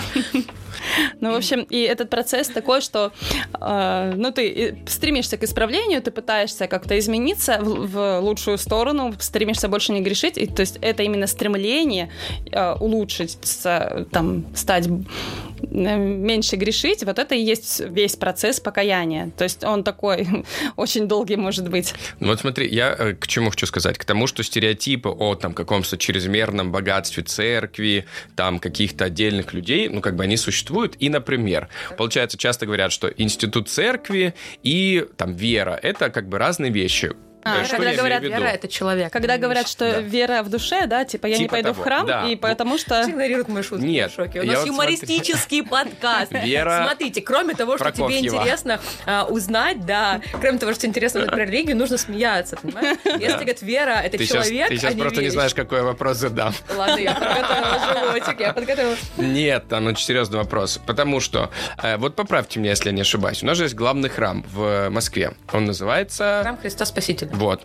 S3: Ну, в общем, и этот процесс такой, что э, ну, ты и стремишься к исправлению, ты пытаешься как-то измениться в, в лучшую сторону, стремишься больше не грешить. И, то есть это именно стремление э, улучшить, с- там, стать э, меньше грешить, вот это и есть весь процесс покаяния. То есть он такой очень долгий может быть.
S2: Ну Вот смотри, я э, к чему хочу сказать? К тому, что стереотипы о там каком-то чрезмерном богатстве церкви, там каких-то отдельных людей, ну как бы они существуют. И, например, получается, часто говорят, что институт церкви и там вера – это как бы разные вещи.
S3: А,
S2: Э, что
S4: Когда
S2: я
S4: говорят,
S2: имею в виду?
S4: вера — это человек.
S3: Когда говорят, что
S2: Да.
S3: вера в душе, да, типа я не
S2: Типа
S3: пойду
S2: того,
S3: в храм,
S2: да.
S3: и
S2: Ну,
S3: потому что...
S4: Все игнорируют мою шутку.
S2: Нет,
S4: я в шоке. У
S2: я
S4: нас
S2: вот
S4: юмористический подкаст.
S2: Вера
S4: Смотрите, кроме того, что тебе
S2: Прокофьева.
S4: интересно а, узнать, да, кроме того, что интересно про религию, нужно смеяться, понимаешь? Если говорят, вера — это
S2: Ты сейчас,
S4: человек,
S2: ты
S4: а
S2: сейчас
S4: не
S2: просто не
S4: вещь.
S2: знаешь, какой я вопрос задам.
S4: Ладно, я подготовила животик, я подготовила.
S2: Нет, там очень серьезный вопрос. Потому что, э, вот поправьте меня, если я не ошибаюсь, у нас же есть главный храм в э, Москве. Он называется...
S4: Храм Христа Спасителя.
S2: Вот.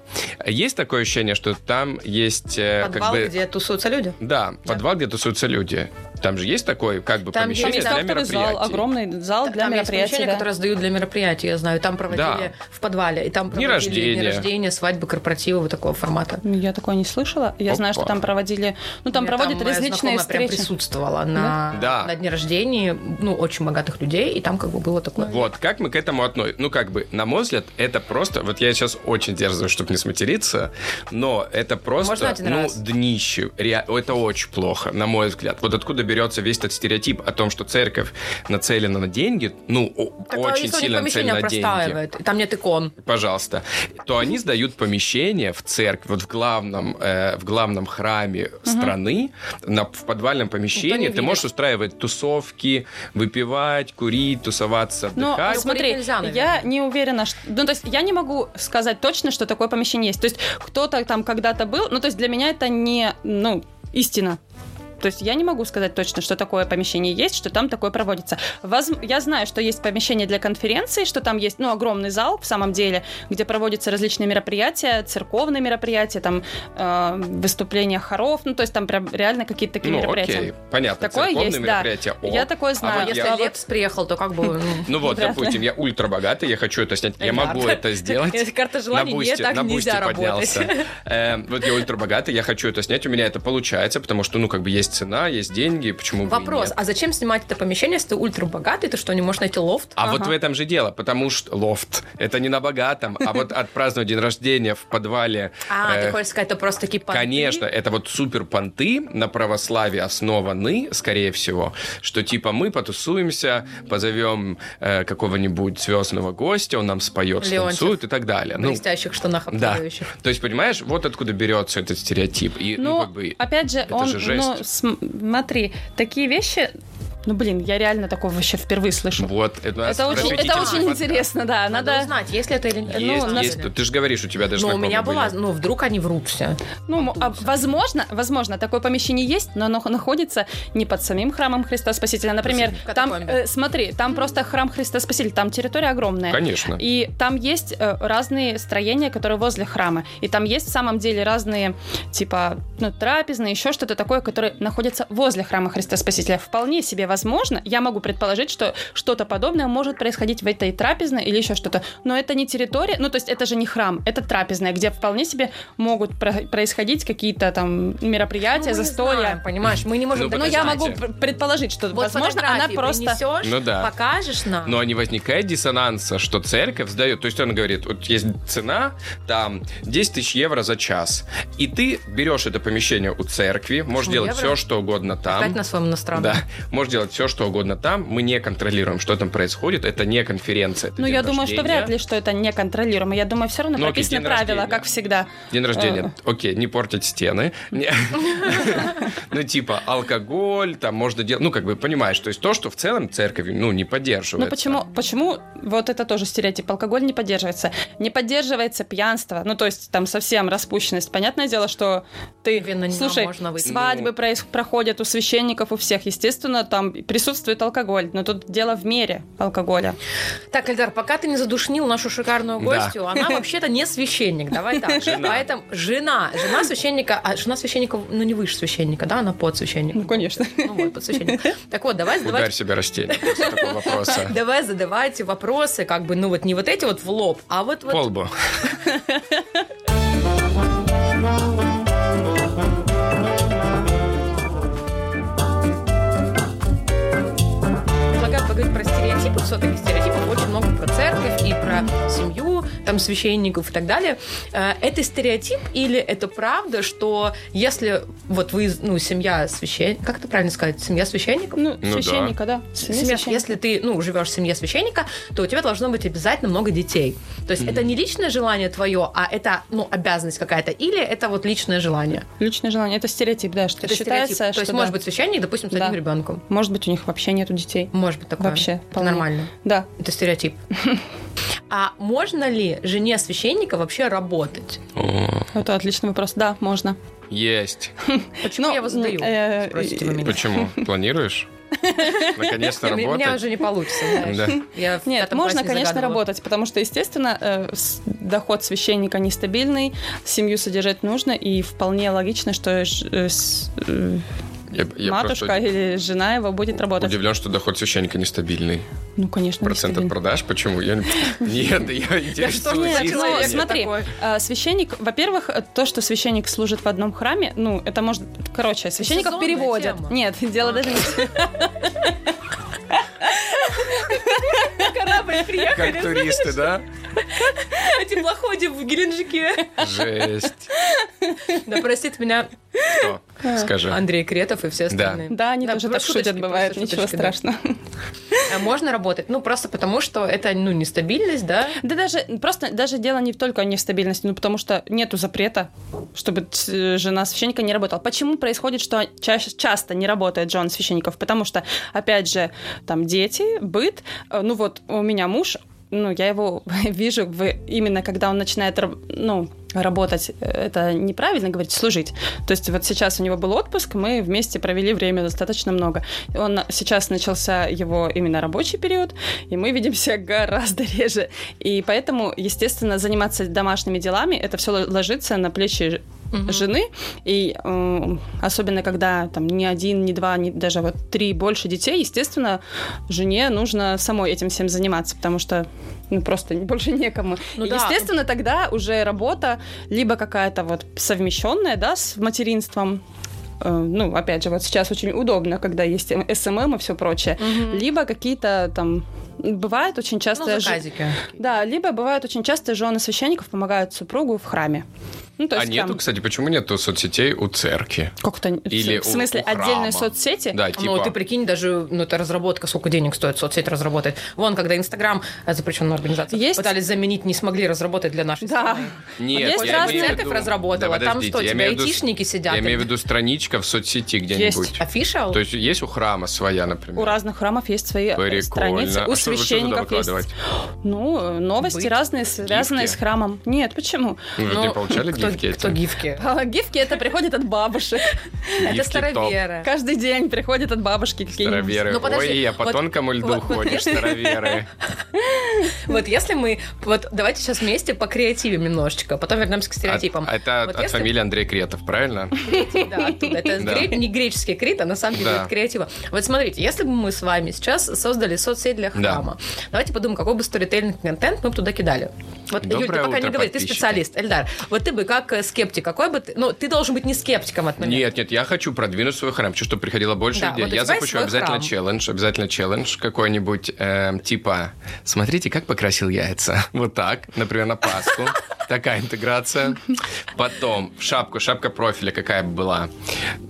S2: Есть такое ощущение, что там есть э,
S4: Подвал,
S2: как бы...
S4: где тусуются люди.
S2: Да, подвал, где тусуются люди. Там же есть такой, как бы,
S4: Там
S2: помещение
S4: есть
S2: для
S3: Конструкторы зал,
S2: мероприятий.
S3: огромный зал для
S4: там есть
S3: мероприятий.
S4: помещения,
S3: да.
S4: которые сдают для мероприятий, я знаю. Там проводили
S2: Да.
S4: в подвале. И там
S2: Дни
S4: проводили
S2: рождения.
S4: дни рождения, свадьбы, корпоративы вот такого формата.
S3: Ну, Я такое не слышала. Я знаю,
S2: Опа.
S3: что там проводили... Ну, там
S4: У меня
S3: проводят
S4: моя
S3: различные
S4: знакомая прям
S3: встречи.
S4: присутствовала на,
S2: Да.
S4: на дне рождения, ну, очень богатых людей, и там как бы было такое.
S2: Вот, как мы к этому относимся? Ну, как бы, на мой взгляд, это просто... Вот я сейчас очень дерзаю, чтобы не сматериться, но это просто,
S4: Можно один
S2: ну,
S4: раз?
S2: днище. Ре- Это очень плохо, на мой взгляд. Вот откуда берется весь этот стереотип о том, что церковь нацелена на деньги, ну, о-
S4: Так, а
S2: очень
S4: если у них
S2: сильно
S4: помещение
S2: нацелена на деньги.
S4: простаивает, и там нет икон.
S2: пожалуйста, то они сдают помещение в церкви, вот в главном, э, в главном храме страны, на, в подвальном помещении. Ты
S4: видит.
S2: можешь устраивать тусовки, выпивать, курить, тусоваться,
S3: Но
S2: отдыхать.
S3: смотри,
S4: курить нельзя, наверное.
S3: я не уверена, что... Ну, то есть я не могу сказать точно, что такое помещение есть. То есть кто-то там когда-то был, ну, то есть для меня это не, ну, истина. То есть я не могу сказать точно, что такое помещение есть, что там такое проводится. Возм- Я знаю, что есть помещение для конференций, что там есть, ну, огромный зал, в самом деле, где проводятся различные мероприятия, церковные мероприятия, там, э, выступления хоров, ну, то есть там прям реально какие-то такие
S2: ну,
S3: мероприятия.
S2: окей, понятно.
S3: Такое
S2: церковные
S3: есть, да.
S2: мероприятия. о.
S3: Я такое
S2: А
S3: знаю.
S2: вот
S4: Если
S2: я-
S4: Лепс приехал, то как бы... ну,
S2: Ну вот,
S3: Вряд ли.
S2: допустим, я ультра богатый, я хочу это снять.
S4: Да.
S2: Я могу это сделать.
S4: Если карта желаний
S2: на
S4: нет,
S2: бусте,
S4: так
S2: на
S4: нельзя
S2: бусте
S4: работать.
S2: поднялся. Эм, вот я ультра богатый, я хочу это снять, у меня это получается, потому что, ну, как бы есть цена, есть деньги, почему бы и
S4: Вопрос,
S2: нет?
S4: а зачем снимать это помещение, если ты ультрабогатый, ты что, не можешь найти лофт?
S2: А
S3: Ага.
S2: вот в этом же дело, потому что лофт это не на богатом, а вот отпраздновать день рождения в подвале.
S4: А,
S2: э,
S4: ты хочешь сказать, это просто типа такие понты?
S2: Конечно, это вот супер понты на православии основаны, скорее всего, что типа мы потусуемся, позовем э, какого-нибудь звездного гостя, он нам споет,
S4: Леонтьев.
S2: станцует и так далее.
S4: В
S2: Ну,
S4: блестящих штанах
S2: да.
S4: обтягивающих.
S2: То есть, понимаешь, вот откуда берется этот стереотип. И, ну,
S3: Ну,
S2: как бы,
S4: а
S3: опять же,
S2: это
S3: он,
S2: же жесть.
S3: ну, см- смотри, такие вещи, ну, блин, я реально такого вообще впервые слышу.
S2: вот, это, у нас
S3: Это очень, это
S2: просветительский
S3: очень
S2: подкаст.
S3: интересно, да,
S4: Надо,
S3: надо,
S4: узнать, есть ли это или нет.
S2: Есть,
S4: Ну, на-
S2: есть. Ты же говоришь, у тебя даже
S4: Но у
S2: знакомые
S4: меня была,
S2: были.
S4: ну, вдруг они врут все.
S3: ну, м- а, возможно, возможно, такое помещение есть, но оно находится не под самим храмом Христа Спасителя, например,
S4: В
S3: там,
S4: катакомбе.
S3: э, смотри, там просто храм Христа Спасителя, там территория огромная.
S2: Конечно.
S3: И там есть э, разные строения, которые возле храма. И там есть в самом деле разные, типа, ну, трапезные, еще что-то такое, которые находятся возле храма Христа Спасителя. Вполне себе возможно, я могу предположить, что что-то подобное может происходить в этой трапезной или еще что-то. Но это не территория, ну, то есть это же не храм, это трапезная, где вполне себе могут про- происходить какие-то там мероприятия,
S4: Ну, мы не знаем,
S3: застолья.
S4: понимаешь, мы не можем...
S2: Ну,
S3: Но
S4: доказать.
S3: я
S2: Знаете.
S3: могу пр- предположить, что,
S4: Вот
S3: возможно, она
S4: фотографии
S3: просто...
S4: принесешь,
S2: Ну да. Ну,
S4: покажешь нам.
S2: Но не возникает диссонанса, что церковь сдает. То есть он говорит, вот есть цена, там 10 тысяч евро за час. И ты берешь это помещение у церкви, можешь
S4: Почему
S2: делать
S4: евро?
S2: все, что угодно
S4: Стать
S2: там.
S4: на своем иностранном.
S2: а? Да, можешь делать все, что угодно там. Мы не контролируем, что там происходит. Это не конференция. это
S3: Ну,
S2: день
S3: я думаю, что
S2: рождения.
S3: вряд ли, что это неконтролируемо. Я думаю, все равно
S2: Ну, окей,
S3: прописаны
S2: день
S3: правила,
S2: рождения.
S3: как всегда.
S2: День рождения.
S3: Э.
S2: Окей, не портить стены. Не. Ну, типа, алкоголь, там можно делать... Ну, как бы, понимаешь, то есть то, что в целом церковь, ну, не поддерживает.
S3: Ну почему, почему вот это тоже стереотип? Алкоголь не поддерживается. Не поддерживается пьянство. Ну, то есть там совсем распущенность. Понятное дело, что ты...
S4: Вина не
S3: слушай,
S4: можно выпить.
S2: Ну.
S3: свадьбы проис- проходят у священников, у всех. Естественно, там присутствует алкоголь, но тут дело в мере алкоголя.
S4: Так, Эльдар, пока ты не задушнил нашу шикарную
S2: Да.
S4: гостью, она вообще-то не священник, давай так.
S2: Жена.
S4: Поэтому жена, жена священника, а жена священника, ну не выше священника, да, она под священника.
S3: Ну, конечно.
S4: Ну вот, под священника. Так вот, давай задавать
S2: Ударь себя растение после такого вопроса.
S4: Давай задавайте вопросы, как бы, ну вот не вот эти вот в лоб, а вот вот.
S2: По лбу.
S4: Предлагаю поговорить про стереотипы. Все-таки стереотипов очень много про церковь и про семью, там, священников и так далее. Э, Это стереотип или это правда, что если вот вы, ну, семья священника, как это правильно сказать, семья священников?
S3: Ну,
S2: да.
S3: священника, да.
S4: Семья, если ты, ну, живешь в семье священника, то у тебя должно быть обязательно много детей. То есть это не личное желание твое, а это, ну, обязанность какая-то. Или это вот личное желание.
S3: Личное желание. Это стереотип, да, что
S4: Это
S3: считается,
S4: стереотип. То
S3: что
S4: есть,
S3: да.
S4: может быть, священник, допустим, с
S3: Да.
S4: одним ребенком.
S3: Может быть, у них вообще нету детей.
S4: Может быть такое.
S3: Вообще,
S4: Это
S3: вполне.
S4: нормально.
S3: Да.
S4: Это стереотип. А можно ли жене священника вообще работать?
S2: О,
S3: Это отличный вопрос. Да, можно.
S2: Есть.
S4: Почему
S3: Ну,
S4: я его задаю?
S3: э,
S4: Спросите вы меня.
S2: Почему? Планируешь? Наконец-то
S4: У меня
S2: работать?
S4: уже не получится. знаешь.
S2: Да.
S4: Я в
S3: Нет,
S4: пятом
S3: можно,
S4: классе
S3: конечно,
S4: загадывала.
S3: работать, потому что, естественно, э, с- доход священника нестабильный, семью содержать нужно, и вполне логично, что ж- э, с- э,
S2: Я- я
S3: матушка
S2: просто
S3: или жена его будет работать.
S2: Удивлен, что доход священника нестабильный.
S3: Ну, конечно,
S2: Процент от
S3: нестабильный.
S2: продаж? Почему? Я... Нет, я интересуюсь.
S4: за
S3: Нет, ну,
S4: человек
S3: смотри,
S4: такой?
S3: э, священник, во-первых, э, то, что священник служит в одном храме, ну, это А. может, короче, священников
S4: сезонная
S3: переводят.
S4: тема.
S3: Нет, дело даже не
S4: Корабль приехали
S2: Как туристы, да?
S4: на теплоходе в Геленджике.
S2: Жесть.
S4: Да простит меня
S2: Кто? Скажи.
S4: Андрей Кретов и все остальные.
S3: Да, они
S4: Да,
S3: тоже так
S4: просто
S3: шутят,
S4: шуточки,
S3: бывает,
S4: просто
S3: ничего
S4: шуточки, да.
S3: страшного.
S4: А Можно работать, ну просто потому, что это, ну, нестабильность, да?
S3: Да даже просто даже дело не только в нестабильности, ну потому что нету запрета, чтобы э, жена священника не работала. Почему происходит, что чаще, часто не работает жен священников? Потому что, опять же, там дети, быт, э, ну вот у меня муж, ну, я его вижу в- именно, когда он начинает, раб- ну, работать, э, это неправильно говорить, служить. То есть вот сейчас у него был отпуск, мы вместе провели время достаточно много. Он сейчас начался его именно рабочий период, и мы видимся гораздо реже. И поэтому, естественно, заниматься домашними делами, это все ложится на плечи
S4: Мгм.
S3: жены, и м, особенно когда там ни один, ни два, ни даже вот три больше детей, естественно, жене нужно самой этим всем заниматься, потому что ну просто не- больше некому.
S4: Ну
S3: И,
S4: да.
S3: Естественно, тогда уже работа либо какая-то вот совмещенная, да, с материнством. Э, Ну, опять же, вот сейчас очень удобно, когда есть эм, СММ и все прочее. Либо какие-то там... Бывает очень часто...
S4: Ну,
S3: ж-
S4: заказики.
S3: Да, либо бывают очень часто жены священников помогают супругу в храме. Ну, то
S2: А
S3: есть прям-
S2: нету, кстати, почему нету соцсетей у церкви?
S3: как-то
S2: Или
S3: в
S2: у-
S3: смысле
S2: у храма.
S3: отдельные соцсети.
S2: Да,
S4: Ну, ты
S2: типа...
S4: прикинь, даже, ну, это разработка, сколько денег стоит соцсеть разработать. Вон, когда Инстаграм, э, запрещенная организация,
S3: Есть-
S4: пытались заменить, не смогли разработать для нашей
S3: Да.
S4: страны.
S2: Нет,
S3: Есть
S2: я
S3: разные-
S2: имею в
S4: Церковь
S2: виду-
S4: разработала,
S2: Да,
S4: там
S2: подождите,
S4: что, у
S2: я
S4: тебя
S2: имею в виду-
S4: айтишники сидят?
S2: Я имею в виду страничка в соцсети где-нибудь.
S4: Офишал?
S2: То есть есть у храма своя, например?
S3: У разных храмов есть свои э, страницы,
S2: Прикольно.
S3: у
S2: А что вы что туда
S3: священников есть.
S2: выкладывать?
S3: Ну, э, новости
S4: Быть.
S3: разные, связанные
S2: Гифки?
S3: с храмом. Нет, почему?
S2: Ну, вы
S4: Ну,
S2: не получали
S4: кто,
S2: гифки
S4: Кто
S2: эти?
S4: гифки?
S3: А, Гифки это приходит от бабушек.
S4: Это
S2: Гифки
S4: старовера.
S3: Каждый день приходят от бабушки какие-нибудь.
S2: Староверы.
S4: Ну, подожди,
S2: Ой, а по
S4: вот-
S2: тонкому льду
S4: вот- вот
S2: ходишь,
S4: если-
S2: староверы.
S4: Вот если мы... Вот давайте сейчас вместе покреативим немножечко, потом вернемся к стереотипам.
S2: От- А, Это
S4: Вот
S2: от- от
S4: если-
S2: фамилии Андрей Кретов, правильно?
S4: Креатив, да, оттуда. Это
S2: Да.
S4: гре- не греческий крит, а на самом деле
S2: Да.
S4: это креатива. Вот смотрите, если бы мы с вами сейчас создали соцсеть для
S2: Да.
S4: храма, давайте подумаем, какой бы сторитейльный контент мы бы туда кидали. Вот,
S2: Доброе
S4: Юль, ты пока не
S2: утро,
S4: говори, ты
S2: подписчики.
S4: специалист, Эльдар. Вот ты бы как э, скептик, какой бы ты... Ну, ты должен быть не скептиком в этот момент.
S2: Нет, нет, я хочу продвинуть свой храм. Чё, чтобы приходило больше
S4: Да,
S2: людей.
S4: вот у тебя
S2: я
S4: есть
S2: запущу
S4: свой
S2: обязательно
S4: храм.
S2: челлендж, обязательно челлендж какой-нибудь, эм, типа, смотрите, как покрасил яйца. Вот так, например, на Пасху. Такая интеграция. Потом шапку, шапка профиля какая бы была.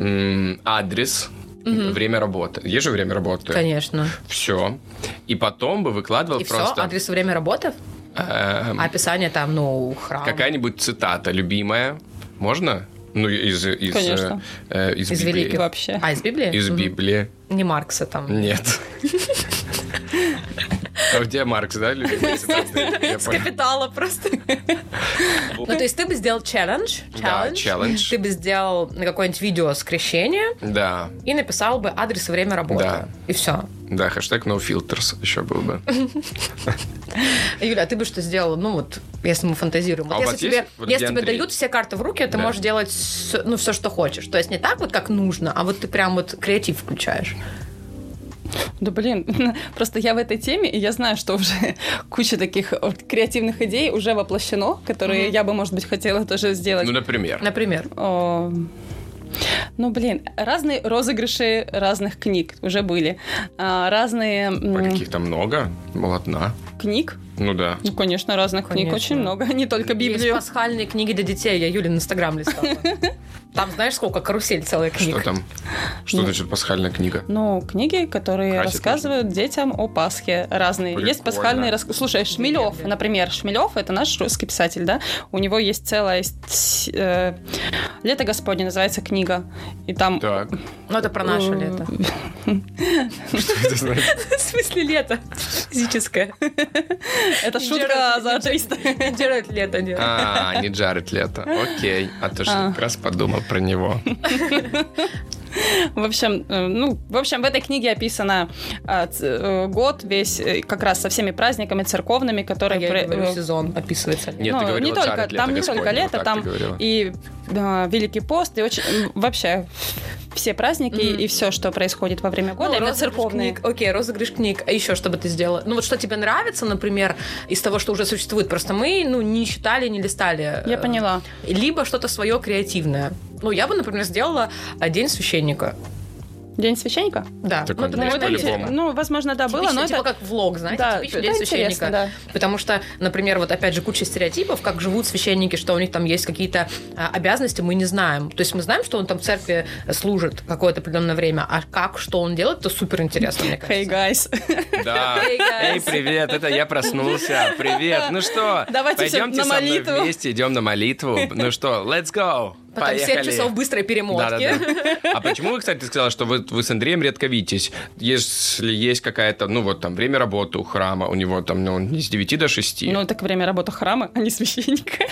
S2: М, Адрес. Время работы. Есть же время работы?
S4: Конечно.
S2: Все. И потом бы выкладывал
S4: И
S2: просто...
S4: все, адрес и время работы,
S2: эм,
S4: а описание там, ну, храм.
S3: А
S2: Какая-нибудь цитата любимая. Можно? Ну, из, из,
S3: Конечно.
S2: э, э, из,
S4: Из
S2: Библии.
S4: великих.
S3: Вообще.
S4: А, из Библии?
S2: Из
S4: Мгм.
S2: Библии.
S4: Не Маркса там.
S2: Нет. А где Маркс, да, любимый цитаты? Я
S4: С
S2: понял.
S4: капитала просто. Ну, то есть ты бы сделал челлендж.
S2: Да, челлендж.
S4: Ты бы сделал на какое-нибудь видео скрещение
S2: Да,
S4: и написал бы адрес и время работы.
S2: Да.
S4: И все.
S2: да, хэштег no filters еще был бы.
S4: Юля, а ты бы что сделала? Ну вот, если мы фантазируем.
S2: А
S4: Вот
S2: у
S4: если
S2: вас
S4: тебе,
S2: есть вариант
S4: если тебе
S2: Андрей?
S4: дают все карты в руки, ты
S2: Да.
S4: можешь делать с- ну, все, что хочешь. То есть не так вот, как нужно, а вот ты прям вот креатив включаешь.
S3: Да блин, просто я в этой теме, и я знаю, что уже куча таких вот креативных идей уже воплощено, которые я бы, может быть, хотела тоже сделать.
S2: Ну, например.
S4: Например.
S3: О, Ну, блин, разные розыгрыши разных книг уже были. А, Разные м,
S2: А каких-то много, была одна.
S3: книг.
S2: Ну да.
S3: Ну, конечно, разных книг
S4: Конечно.
S3: очень много, не только
S4: Есть
S3: Библию.
S4: пасхальные книги для детей. Я Юлин Инстаграм листала. Там знаешь, сколько? Карусель целая книг.
S2: Что там? Что
S3: Ну.
S2: значит пасхальная книга?
S3: Ну, книги, которые
S2: Красит
S3: рассказывают детям о Пасхе разные. Есть
S2: Прикольно.
S3: пасхальные рассказы. Слушай, Шмелев,
S4: Деревья.
S3: например, Шмелев это наш русский писатель, да? У него есть целая с- э, Лето Господне называется книга. И там.
S2: Так,
S4: Ну, это про наше лето.
S2: что это значит?
S4: В смысле лето? Физическое.
S3: Это шутка
S4: Джеральд-
S3: за 300.
S4: Делать лето, нет.
S2: А, не Джаред Лето. Окей. А то что
S3: А.
S2: как раз подумал про него.
S3: В общем, э, ну, в общем, в этой книге описано э, ц- э, год весь, э, как раз со всеми праздниками церковными, которые
S4: А Я
S3: пре-
S4: и говорю,
S3: э,
S4: сезон описывается.
S2: Нет,
S3: Ну,
S2: ты говорила
S3: не только-
S2: Джаред Лето
S3: там не только
S2: Господне, вот
S3: лето,
S2: так ты
S3: там
S2: говорила.
S3: и да, Великий пост, и очень м, вообще все праздники
S4: Мгм.
S3: и все, что происходит во время года,
S4: Ну,
S3: именно
S4: розыгрыш
S3: церковные.
S4: книг. Окей, розыгрыш книг. А еще что бы ты сделала? Ну вот что тебе нравится, например, из того, что уже существует? Просто мы, ну, не читали, не листали.
S3: Я
S4: Э,
S3: поняла.
S4: Либо что-то свое креативное. Ну, я бы, например, сделала э, День священника.
S3: День священника?
S4: Да.
S2: Так
S4: Ну,
S2: он
S4: это,
S2: есть
S4: наверное,
S2: по-любому.
S4: интересно.
S3: Ну, возможно, да, было,
S4: Типично,
S3: но
S4: типа
S3: это...
S4: как влог, знаете,
S3: Да,
S4: типичный
S3: это
S4: день священника.
S3: интересно, да.
S4: Потому что, например, вот опять же куча стереотипов, как живут священники, что у них там есть какие-то а, обязанности, мы не знаем. То есть мы знаем, что он там в церкви служит какое-то определенное время, а как, что он делает, это супер интересно, мне
S3: Hey,
S4: кажется.
S3: guys.
S2: Да.
S4: Hey, guys.
S2: Эй, привет, это я проснулся. Привет. Ну что,
S3: Давайте
S2: пойдемте
S3: всё на
S2: со мной
S3: молитву.
S2: вместе, идем на молитву. Ну что, let's go.
S4: Потом 7
S2: Поехали.
S4: часов быстрой перемотки.
S2: Да-да-да. А почему вы, кстати, сказала, что вы, вы с Андреем редко видитесь? Если есть какая-то, ну вот там, время работы у храма, у него там, ну, не с 9 до 6.
S3: Ну, так время работы храма, а не священника.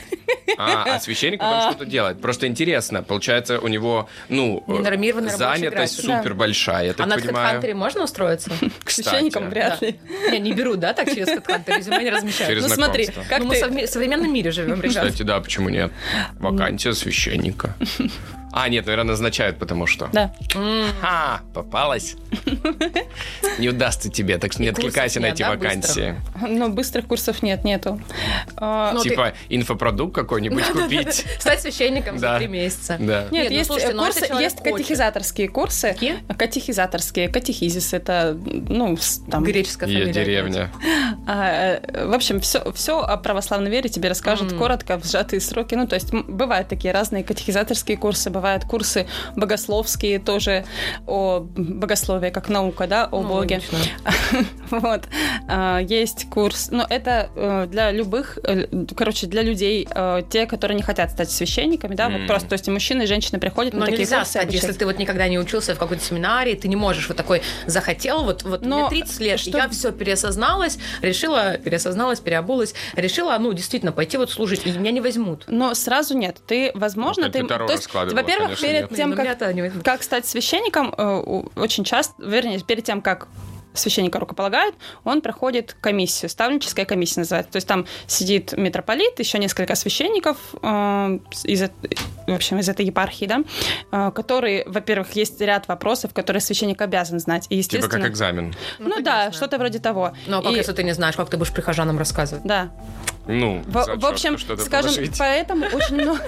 S2: А, а священник потом
S3: А.
S2: что-то делает. Просто интересно. Получается, у него, ну, э,
S4: Ненормированный рабочий
S2: занятость
S4: график.
S2: супер большая, я
S4: А
S2: так
S4: на
S2: понимаю.
S4: HeadHunter можно устроиться?
S3: К священникам вряд
S4: Да.
S3: ли.
S4: Не, не беру, да, так через HeadHunter, резюме не размещают.
S2: Через
S4: ну,
S2: знакомство.
S4: смотри, как
S3: Ну,
S4: мы
S3: мы
S4: в современном мире живем, ребят.
S2: Кстати, да, почему нет? Вакансия священника. А, нет, наверное, назначают, потому что.
S3: Да.
S2: Ха, попалась. Не удастся тебе, так что не
S4: курсов
S2: откликайся на
S4: нет,
S2: эти
S4: да,
S2: вакансии.
S3: Но быстрых курсов нет, нету. А,
S4: Ну, ты-
S2: Типа инфопродукт какой-нибудь купить.
S4: Стать священником
S2: Да.
S4: за три месяца.
S2: Да.
S3: Нет,
S4: Нет, ну,
S3: есть
S4: слушайте,
S3: э,
S4: ну, это
S3: курсы,
S4: человек
S3: есть
S4: хочет.
S3: катехизаторские курсы.
S4: Какие?
S3: Катехизаторские, катехизис это, ну, с- там...
S4: Греческая
S2: Е,
S4: фамилия.
S2: деревня.
S3: а, э, в общем, все, все о православной вере тебе расскажут
S4: М.
S3: коротко, в сжатые сроки. Ну, то есть м, бывают такие разные катехизаторские курсы, бывают курсы богословские тоже о богословии, как наука, да, о
S4: Ну,
S3: Боге.
S4: логично.
S3: Вот. А, Есть курс, но это э, для любых, э, л- короче, для людей, э, те, которые не хотят стать священниками, да,
S2: М.
S3: вот просто, то есть и мужчины, и женщины приходят
S4: Но
S3: на такие
S4: нельзя
S3: курсы.
S4: стать, если
S3: обучаются.
S4: ты вот никогда не учился в какой-то семинарии, ты не можешь вот такой захотел, вот, вот
S3: Но
S4: мне 30 лет,
S3: что-
S4: я все переосозналась, решила, переосозналась, переобулась, решила, ну, действительно, пойти вот служить, и меня не возьмут.
S3: Но сразу нет. Ты, возможно,
S2: Ну,
S3: ты...
S2: ты Таро
S3: то есть,
S2: раскладывала,
S3: во-первых,
S2: конечно,
S3: перед
S2: нет.
S3: тем,
S4: Ну,
S3: как
S4: меня-то не возьмут.
S3: Как стать священником э, у- очень часто, вернее, перед тем, как священника рукополагают, он проходит комиссию, ставленческая комиссия называется. То есть там сидит митрополит, еще несколько священников э, с- из, эт- в общем, из этой епархии, да, э, которые, во-первых, есть ряд вопросов, которые священник обязан знать.
S2: Типа
S3: И, естественно,
S2: как экзамен.
S3: Ну,
S4: Ну,
S3: да,
S4: конечно.
S3: что-то вроде того.
S4: Ну, а как,
S3: И-
S4: если ты не знаешь, как ты будешь прихожанам рассказывать?
S3: Да.
S2: Ну,
S3: В,
S2: зачетку
S3: в общем,
S2: что-то
S3: скажем,
S2: положить.
S3: поэтому очень много...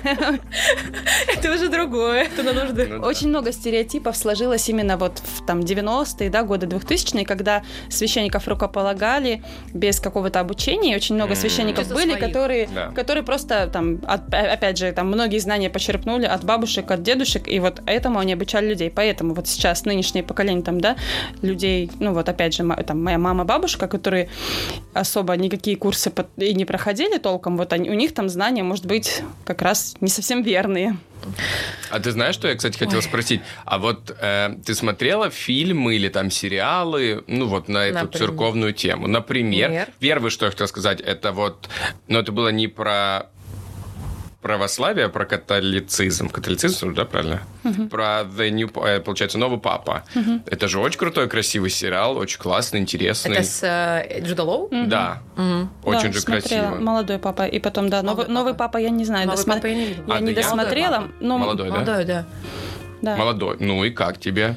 S4: Это уже другое, это на нужды.
S2: Ну да.
S3: Очень много стереотипов сложилось именно вот в там 90-е, да, годы 2000-е, когда священников рукополагали без какого-то обучения, и очень много
S2: М.
S3: священников
S4: Чисто
S3: были,
S4: своих.
S3: которые,
S2: Да.
S3: которые просто там, от- опять же, там многие знания почерпнули от бабушек, от дедушек, и вот этому они обучали людей. Поэтому вот сейчас нынешнее поколение там, да, людей, ну вот опять же, ма- там моя мама, бабушка, которые особо никакие курсы под- и не ходили толком, вот они, у них там знания, может быть, как раз не совсем верные.
S2: А ты знаешь, что я, кстати, хотел спросить? А вот э, ты смотрела фильмы или там сериалы, ну вот на эту
S4: Например?
S2: церковную тему? Например,
S4: Например?
S2: первое, что я хотел сказать, это вот, но это было не про православие, а про католицизм. Католицизм, да, правильно? Про The New, э, получается, Новый Папа. Это же очень крутой, красивый сериал, очень классный, интересный.
S4: Это с э, Джуда Лоу?
S2: Да,
S4: Мгм.
S2: очень
S3: Да,
S2: же
S3: смотрела.
S2: красиво.
S3: Молодой папа. И потом, да, новый,
S4: Новый
S3: новый папа. я не знаю,
S4: Новый
S3: досма-
S4: папа я не видела.
S3: я
S2: А,
S3: не
S2: да я-
S3: досмотрела, но
S2: Молодой, да?
S4: Молодой, А, да.
S3: да.
S2: Молодой. Ну и как тебе?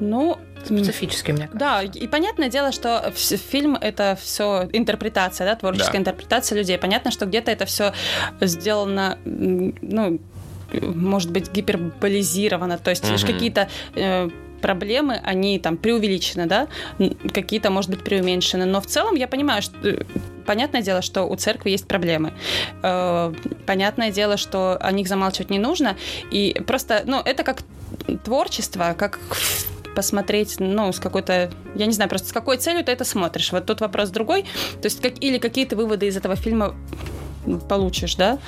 S3: Ну, м,
S4: Специфический, мне кажется.
S3: Да, и понятное дело, что вс- фильм это все интерпретация, да, творческая
S2: Да.
S3: интерпретация людей. Понятно, что где-то это все сделано, м, ну, может быть, гиперболизировано, то есть
S2: Мгм.
S3: лишь какие-то э, проблемы, они там преувеличены, да, н- какие-то, может быть, преуменьшены. Но в целом я понимаю, что э, понятное дело, что у церкви есть проблемы. Э, понятное дело, что о них замалчивать не нужно. И просто, ну, это как творчество, как посмотреть, ну, с какой-то, я не знаю, просто с какой целью ты это смотришь. Вот тут вопрос другой. То есть, как, или какие ты выводы из этого фильма получишь, да?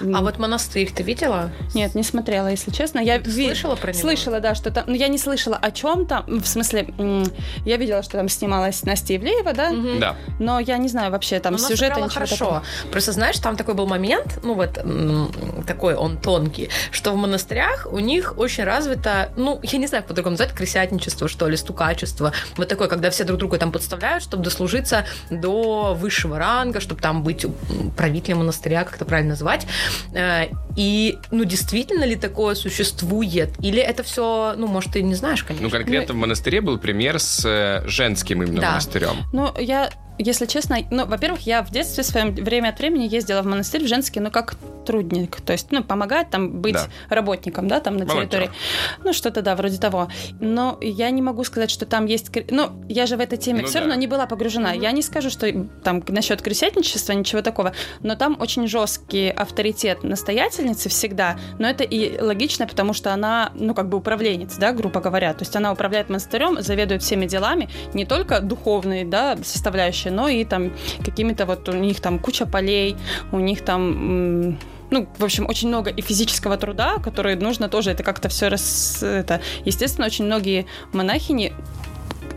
S4: А вот монастырь ты видела?
S3: Нет, не смотрела, если честно. Я
S4: Ты
S3: ви-
S4: слышала про него?
S3: Слышала, да, что там... Ну, я не слышала о чем там, в смысле, м, я видела, что там снималась Настя Ивлеева, да?
S4: Мгм.
S2: Да.
S3: Но я не знаю вообще, там
S4: Она
S3: сюжета
S4: сыграла
S3: ничего
S4: хорошо.
S3: такого.
S4: Просто знаешь, там такой был момент, ну вот м, такой он тонкий, что в монастырях у них очень развито, ну я не знаю, как по-другому назвать, крысятничество, что ли, стукачество. Вот такое, когда все друг друга там подставляют, чтобы дослужиться до высшего ранга, чтобы там быть м, правителем монастыря, как это правильно назвать. Э, И, ну, действительно ли такое существует? Или это все, ну, может, ты не знаешь, конечно.
S2: Ну, конкретно в монастыре был пример с э, женским именно
S4: Да.
S2: монастырем.
S3: Ну, я, если честно, ну, во-первых, я в детстве своем время от времени ездила в монастырь в женский, ну, как трудник, то есть, ну, помогать там быть
S2: Да.
S3: работником, да, там на
S2: Волонтером.
S3: территории. Ну, что-то, да, вроде того. Но я не могу сказать, что там есть... кр- Ну, я же в этой теме
S2: Ну
S3: все
S2: да.
S3: равно не была погружена.
S4: Мгм.
S3: Я не скажу, что там насчет крысятничества, ничего такого. Но там очень жесткий авторитет настоятельницы всегда. Но это и логично, потому что она, ну, как бы управленец, да, грубо говоря. То есть она управляет монастырем, заведует всеми делами, не только духовные, да, составляющие, но и там какими-то вот у них там куча полей, у них там... м, ну, в общем, очень много и физического труда, который нужно тоже это как-то все раз... Это, естественно, очень многие монахини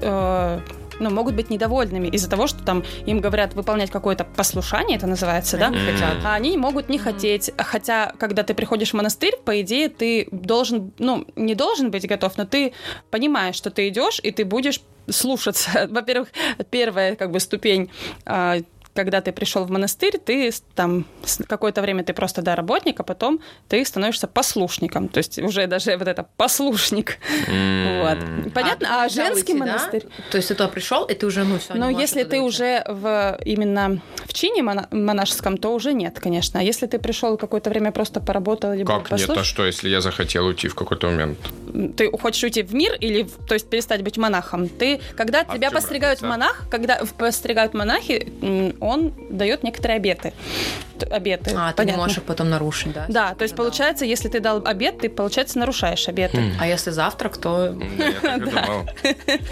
S3: э, ну, могут быть недовольными из-за того, что там им говорят выполнять какое-то послушание, это называется, да?
S4: Они не хотят.
S3: А они могут не хотеть. Хотя, когда ты приходишь в монастырь, по идее, ты должен, ну, не должен быть готов, но ты понимаешь, что ты идешь, и ты будешь слушаться. Во-первых, первая как бы ступень а, когда ты пришел в монастырь, ты с- там с- какое-то время ты просто да, работник, а потом ты становишься послушником. То есть уже даже вот это послушник. Вот.
S4: Ну,
S3: Понятно? А,
S4: ты нельзя
S3: женский
S4: уйти, да?
S3: монастырь.
S4: То есть ты туда пришел, и ты уже, ну, все.
S3: Но если ты уже в, именно в чине мона- монашеском, то уже нет, конечно. А если ты пришел какое-то время просто поработал либо
S2: Как нет, а
S3: послуш-
S2: что, если я захотел уйти в какой-то момент?
S3: ты хочешь уйти в мир или в- то есть перестать быть монахом, ты когда
S2: А в
S3: тебя
S2: чем
S3: постригают в
S2: разница?
S3: монах, когда в- постригают монахи, м, он дает некоторые обеты, Т- обеты.
S4: А, ты не
S3: понятно.
S4: можешь их потом нарушить, да?
S3: Да, то есть
S4: Да.
S3: получается, если ты дал обет, ты получается нарушаешь обеты.
S2: Хм.
S4: А если завтрак, то...
S2: М, Да, я так и думал.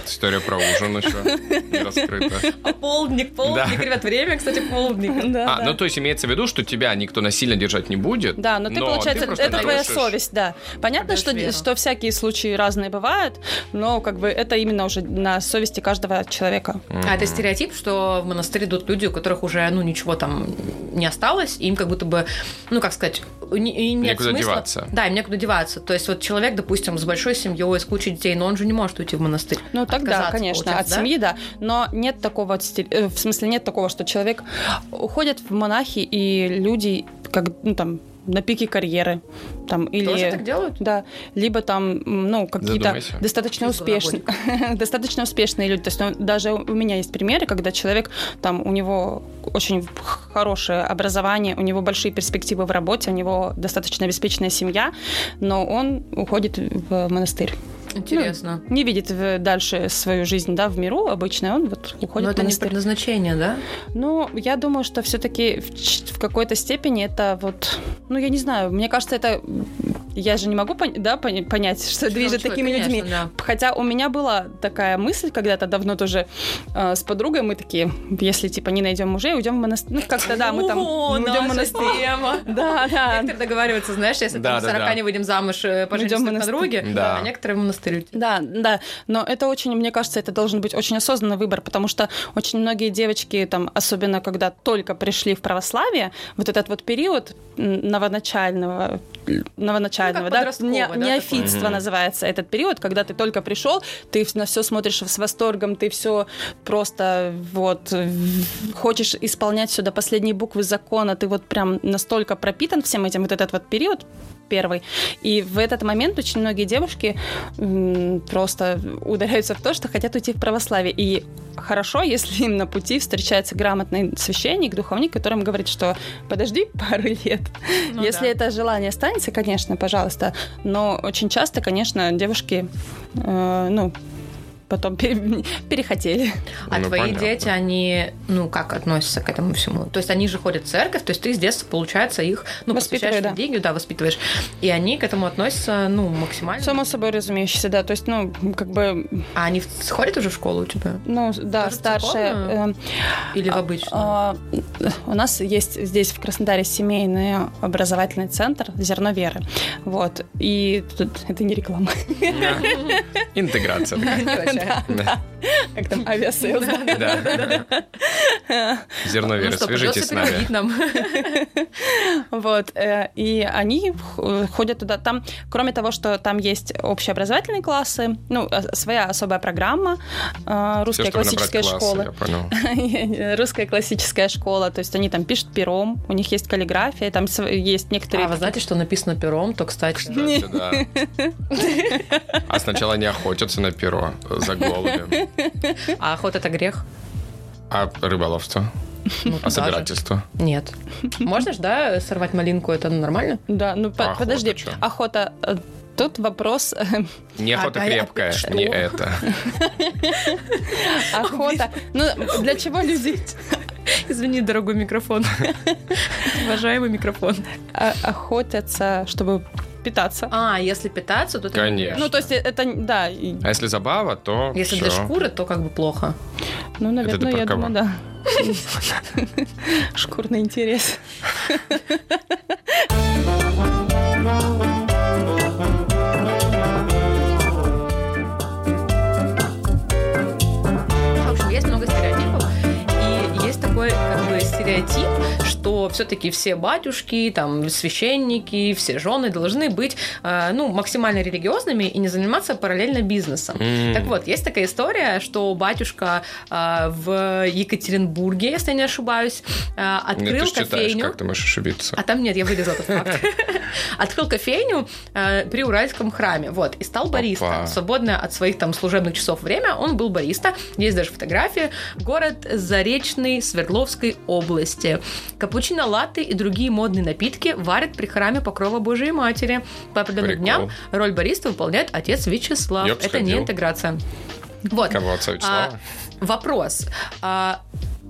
S2: История про ужин еще не раскрыта.
S4: Ну
S3: А
S4: полдник,
S2: полдник, Да.
S4: ребят, время, кстати, полдник.
S3: Да,
S2: А,
S3: да.
S2: ну то есть имеется в виду, что тебя никто насильно держать не будет.
S3: Да, но ты, получается,
S2: просто
S3: это твоя
S2: нарушишь.
S3: совесть, да. Понятно,
S4: Даешь
S3: что,
S4: веру.
S3: что всякие случаи разные бывают, но как бы это именно уже на совести каждого человека.
S4: А это стереотип, что в монастырь идут люди, у которых уже, ну, ничего там не осталось, и им как будто бы, ну, как сказать, не- и нет
S2: Некуда
S4: смысла.
S2: деваться.
S4: Да, им некуда деваться. То есть вот человек, допустим, с большой семьей, с кучей детей, но он же не может уйти в монастырь.
S3: Ну тогда,
S4: Отказаться,
S3: конечно, от
S4: получается, да?
S3: семьи, да. Но нет такого, от стере- э, в смысле нет такого, что человек уходит в монахи и люди как ну там на пике карьеры, там или
S4: Тоже так делают?
S3: Да, либо там, м, ну, какие-то
S2: Задумайся.
S3: достаточно
S4: Через
S3: успешные, достаточно успешные люди. То есть ну, даже у у меня есть примеры, когда человек, там, у него очень хорошее образование, у него большие перспективы в работе, у него достаточно обеспеченная семья, но он уходит в монастырь.
S4: Интересно.
S3: Не видит в- дальше свою жизнь, да, в миру обычно, он вот уходит
S4: но
S3: в
S4: это не
S3: монастырь.
S4: предназначение, да?
S3: Ну, я думаю, что все-таки в, ч- в какой-то степени это вот, ну, я не знаю, мне кажется, это Я же не могу пон- да, пон- понять, что движет
S4: человек,
S3: такими
S4: конечно,
S3: людьми.
S4: да.
S3: Хотя у меня была такая мысль когда-то давно тоже э, с подругой. Мы такие, если типа не найдем мужей, уйдем в монастырь. Ну, как-то да, мы там
S4: О,
S3: мы уйдем в
S4: наша
S3: монастырь.
S4: тема.
S3: Да, да.
S4: Некоторые договариваются, знаешь, если
S2: Да,
S4: там
S2: да,
S4: 40
S2: да.
S4: не выйдем замуж, э, поженимся
S3: Идем в
S4: друг на
S3: монастырь.
S4: друге,
S2: Да.
S4: а некоторые в монастырь уйти.
S3: Да, да, но это очень, мне кажется, это должен быть очень осознанный выбор, потому что очень многие девочки, там, особенно когда только пришли в православие, вот этот вот период м, новоначального, новоначального,
S4: Ну, как
S3: да,
S4: подростковый,
S3: не-
S4: да,
S3: неофитство
S2: такой. Мгм.
S3: называется этот период, когда ты только пришел, ты на все смотришь с восторгом, ты все просто вот э, хочешь исполнять все до последней буквы закона, ты вот прям настолько пропитан всем этим, вот этот вот период первый. И в этот момент очень многие девушки м, просто ударяются в то, что хотят уйти в православие. И хорошо, если им на пути встречается грамотный священник, духовник, который им говорит, что подожди пару лет.
S4: Ну
S3: если
S4: да.
S3: это желание останется, конечно, пожалуйста. Но очень часто, конечно, девушки, э, ну, потом пере- перехотели.
S4: А
S2: Ну,
S4: твои
S2: понятно.
S4: дети, они, ну, как относятся к этому всему? То есть они же ходят в церковь, то есть ты с детства, получается, их, ну,
S3: Воспитываю,
S4: посвящаешь
S3: да.
S4: религию, да, воспитываешь. И они к этому относятся, ну, максимально.
S3: Само собой разумеющееся, да. То есть, ну, как бы,
S4: А они в- ходят уже в школу у тебя?
S3: ну, да,
S4: Тоже
S3: старшая...
S4: церковную?
S3: э,
S4: Или в
S3: А,
S4: обычную?
S3: А, У нас есть здесь в Краснодаре семейный образовательный центр «Зерно веры». Вот. И тут это не реклама.
S2: Интеграция.
S4: Короче.
S2: такая.
S3: Как там авиасейлс. да?
S2: Да. Зерно веры,
S4: Ну что,
S2: свяжитесь
S4: придётся
S2: с нами.
S4: переводить нам.
S3: Вот. э, И они х- ходят туда. Там, кроме того, что там есть общеобразовательные классы, ну, а- своя особая программа э,
S2: Всё,
S3: русская
S2: чтобы набрать
S3: классическая
S2: классы,
S3: школа.
S2: Я понял.
S3: Русская классическая школа. То есть они там пишут пером, у них есть каллиграфия, там св- есть некоторые...
S4: А вы знаете, что написано пером, то, кстати...
S2: Кстати, да. А сначала они охотятся на перо за голубем.
S4: А охота это грех?
S2: А рыболовство?
S4: Ну,
S2: А
S4: туда же.
S2: собирательство?
S4: Нет. Можно же, да, сорвать малинку, это нормально?
S3: Да, ну по-
S2: Охота
S3: подожди.
S2: чё?
S3: Охота... э, Тут вопрос э,
S2: Неохота
S4: Ага, я-
S2: крепкая,
S4: что?
S2: не это.
S3: охота. Ну, для чего люди...
S4: Извини, дорогой микрофон. Уважаемый микрофон.
S3: а- охотятся, чтобы питаться.
S4: А, если питаться, то... это-
S2: Конечно.
S3: ну, то есть это, да, и-
S2: А если забава, то
S4: Если
S2: всё.
S4: для шкуры, то как бы плохо.
S3: ну,
S2: Это
S3: наверное,
S2: ты про
S3: я
S2: кого?
S3: думаю, да. Шкурный интерес.
S4: В общем, есть много стереотипов. И есть такой как бы стереотип, что все-таки все батюшки, там, священники, все жены должны быть, э, ну, максимально религиозными и не заниматься параллельно бизнесом.
S2: М.
S4: Так вот, есть такая история, что батюшка э, в Екатеринбурге, если я не ошибаюсь, э,
S2: Ну, ты
S4: открыл
S2: же читаешь,
S4: кофейню.
S2: как ты можешь ошибиться.
S4: А там нет, я вырезала этот факт. Открыл кофейню э, при Уральском храме, вот, и стал бариста.
S2: Опа.
S4: В Свободное от своих там служебных часов время он был бариста. Есть даже фотографии. Город Заречный Свердловской области. Капучино, латте и другие модные напитки варят при храме Покрова Божией Матери. По определенным
S2: Прикол.
S4: дням роль бариста выполняет отец Вячеслав.
S2: Я б
S4: Это не
S2: сходил.
S4: интеграция. Вот.
S2: Кого отца Вячеслава?
S4: А, вопрос. А,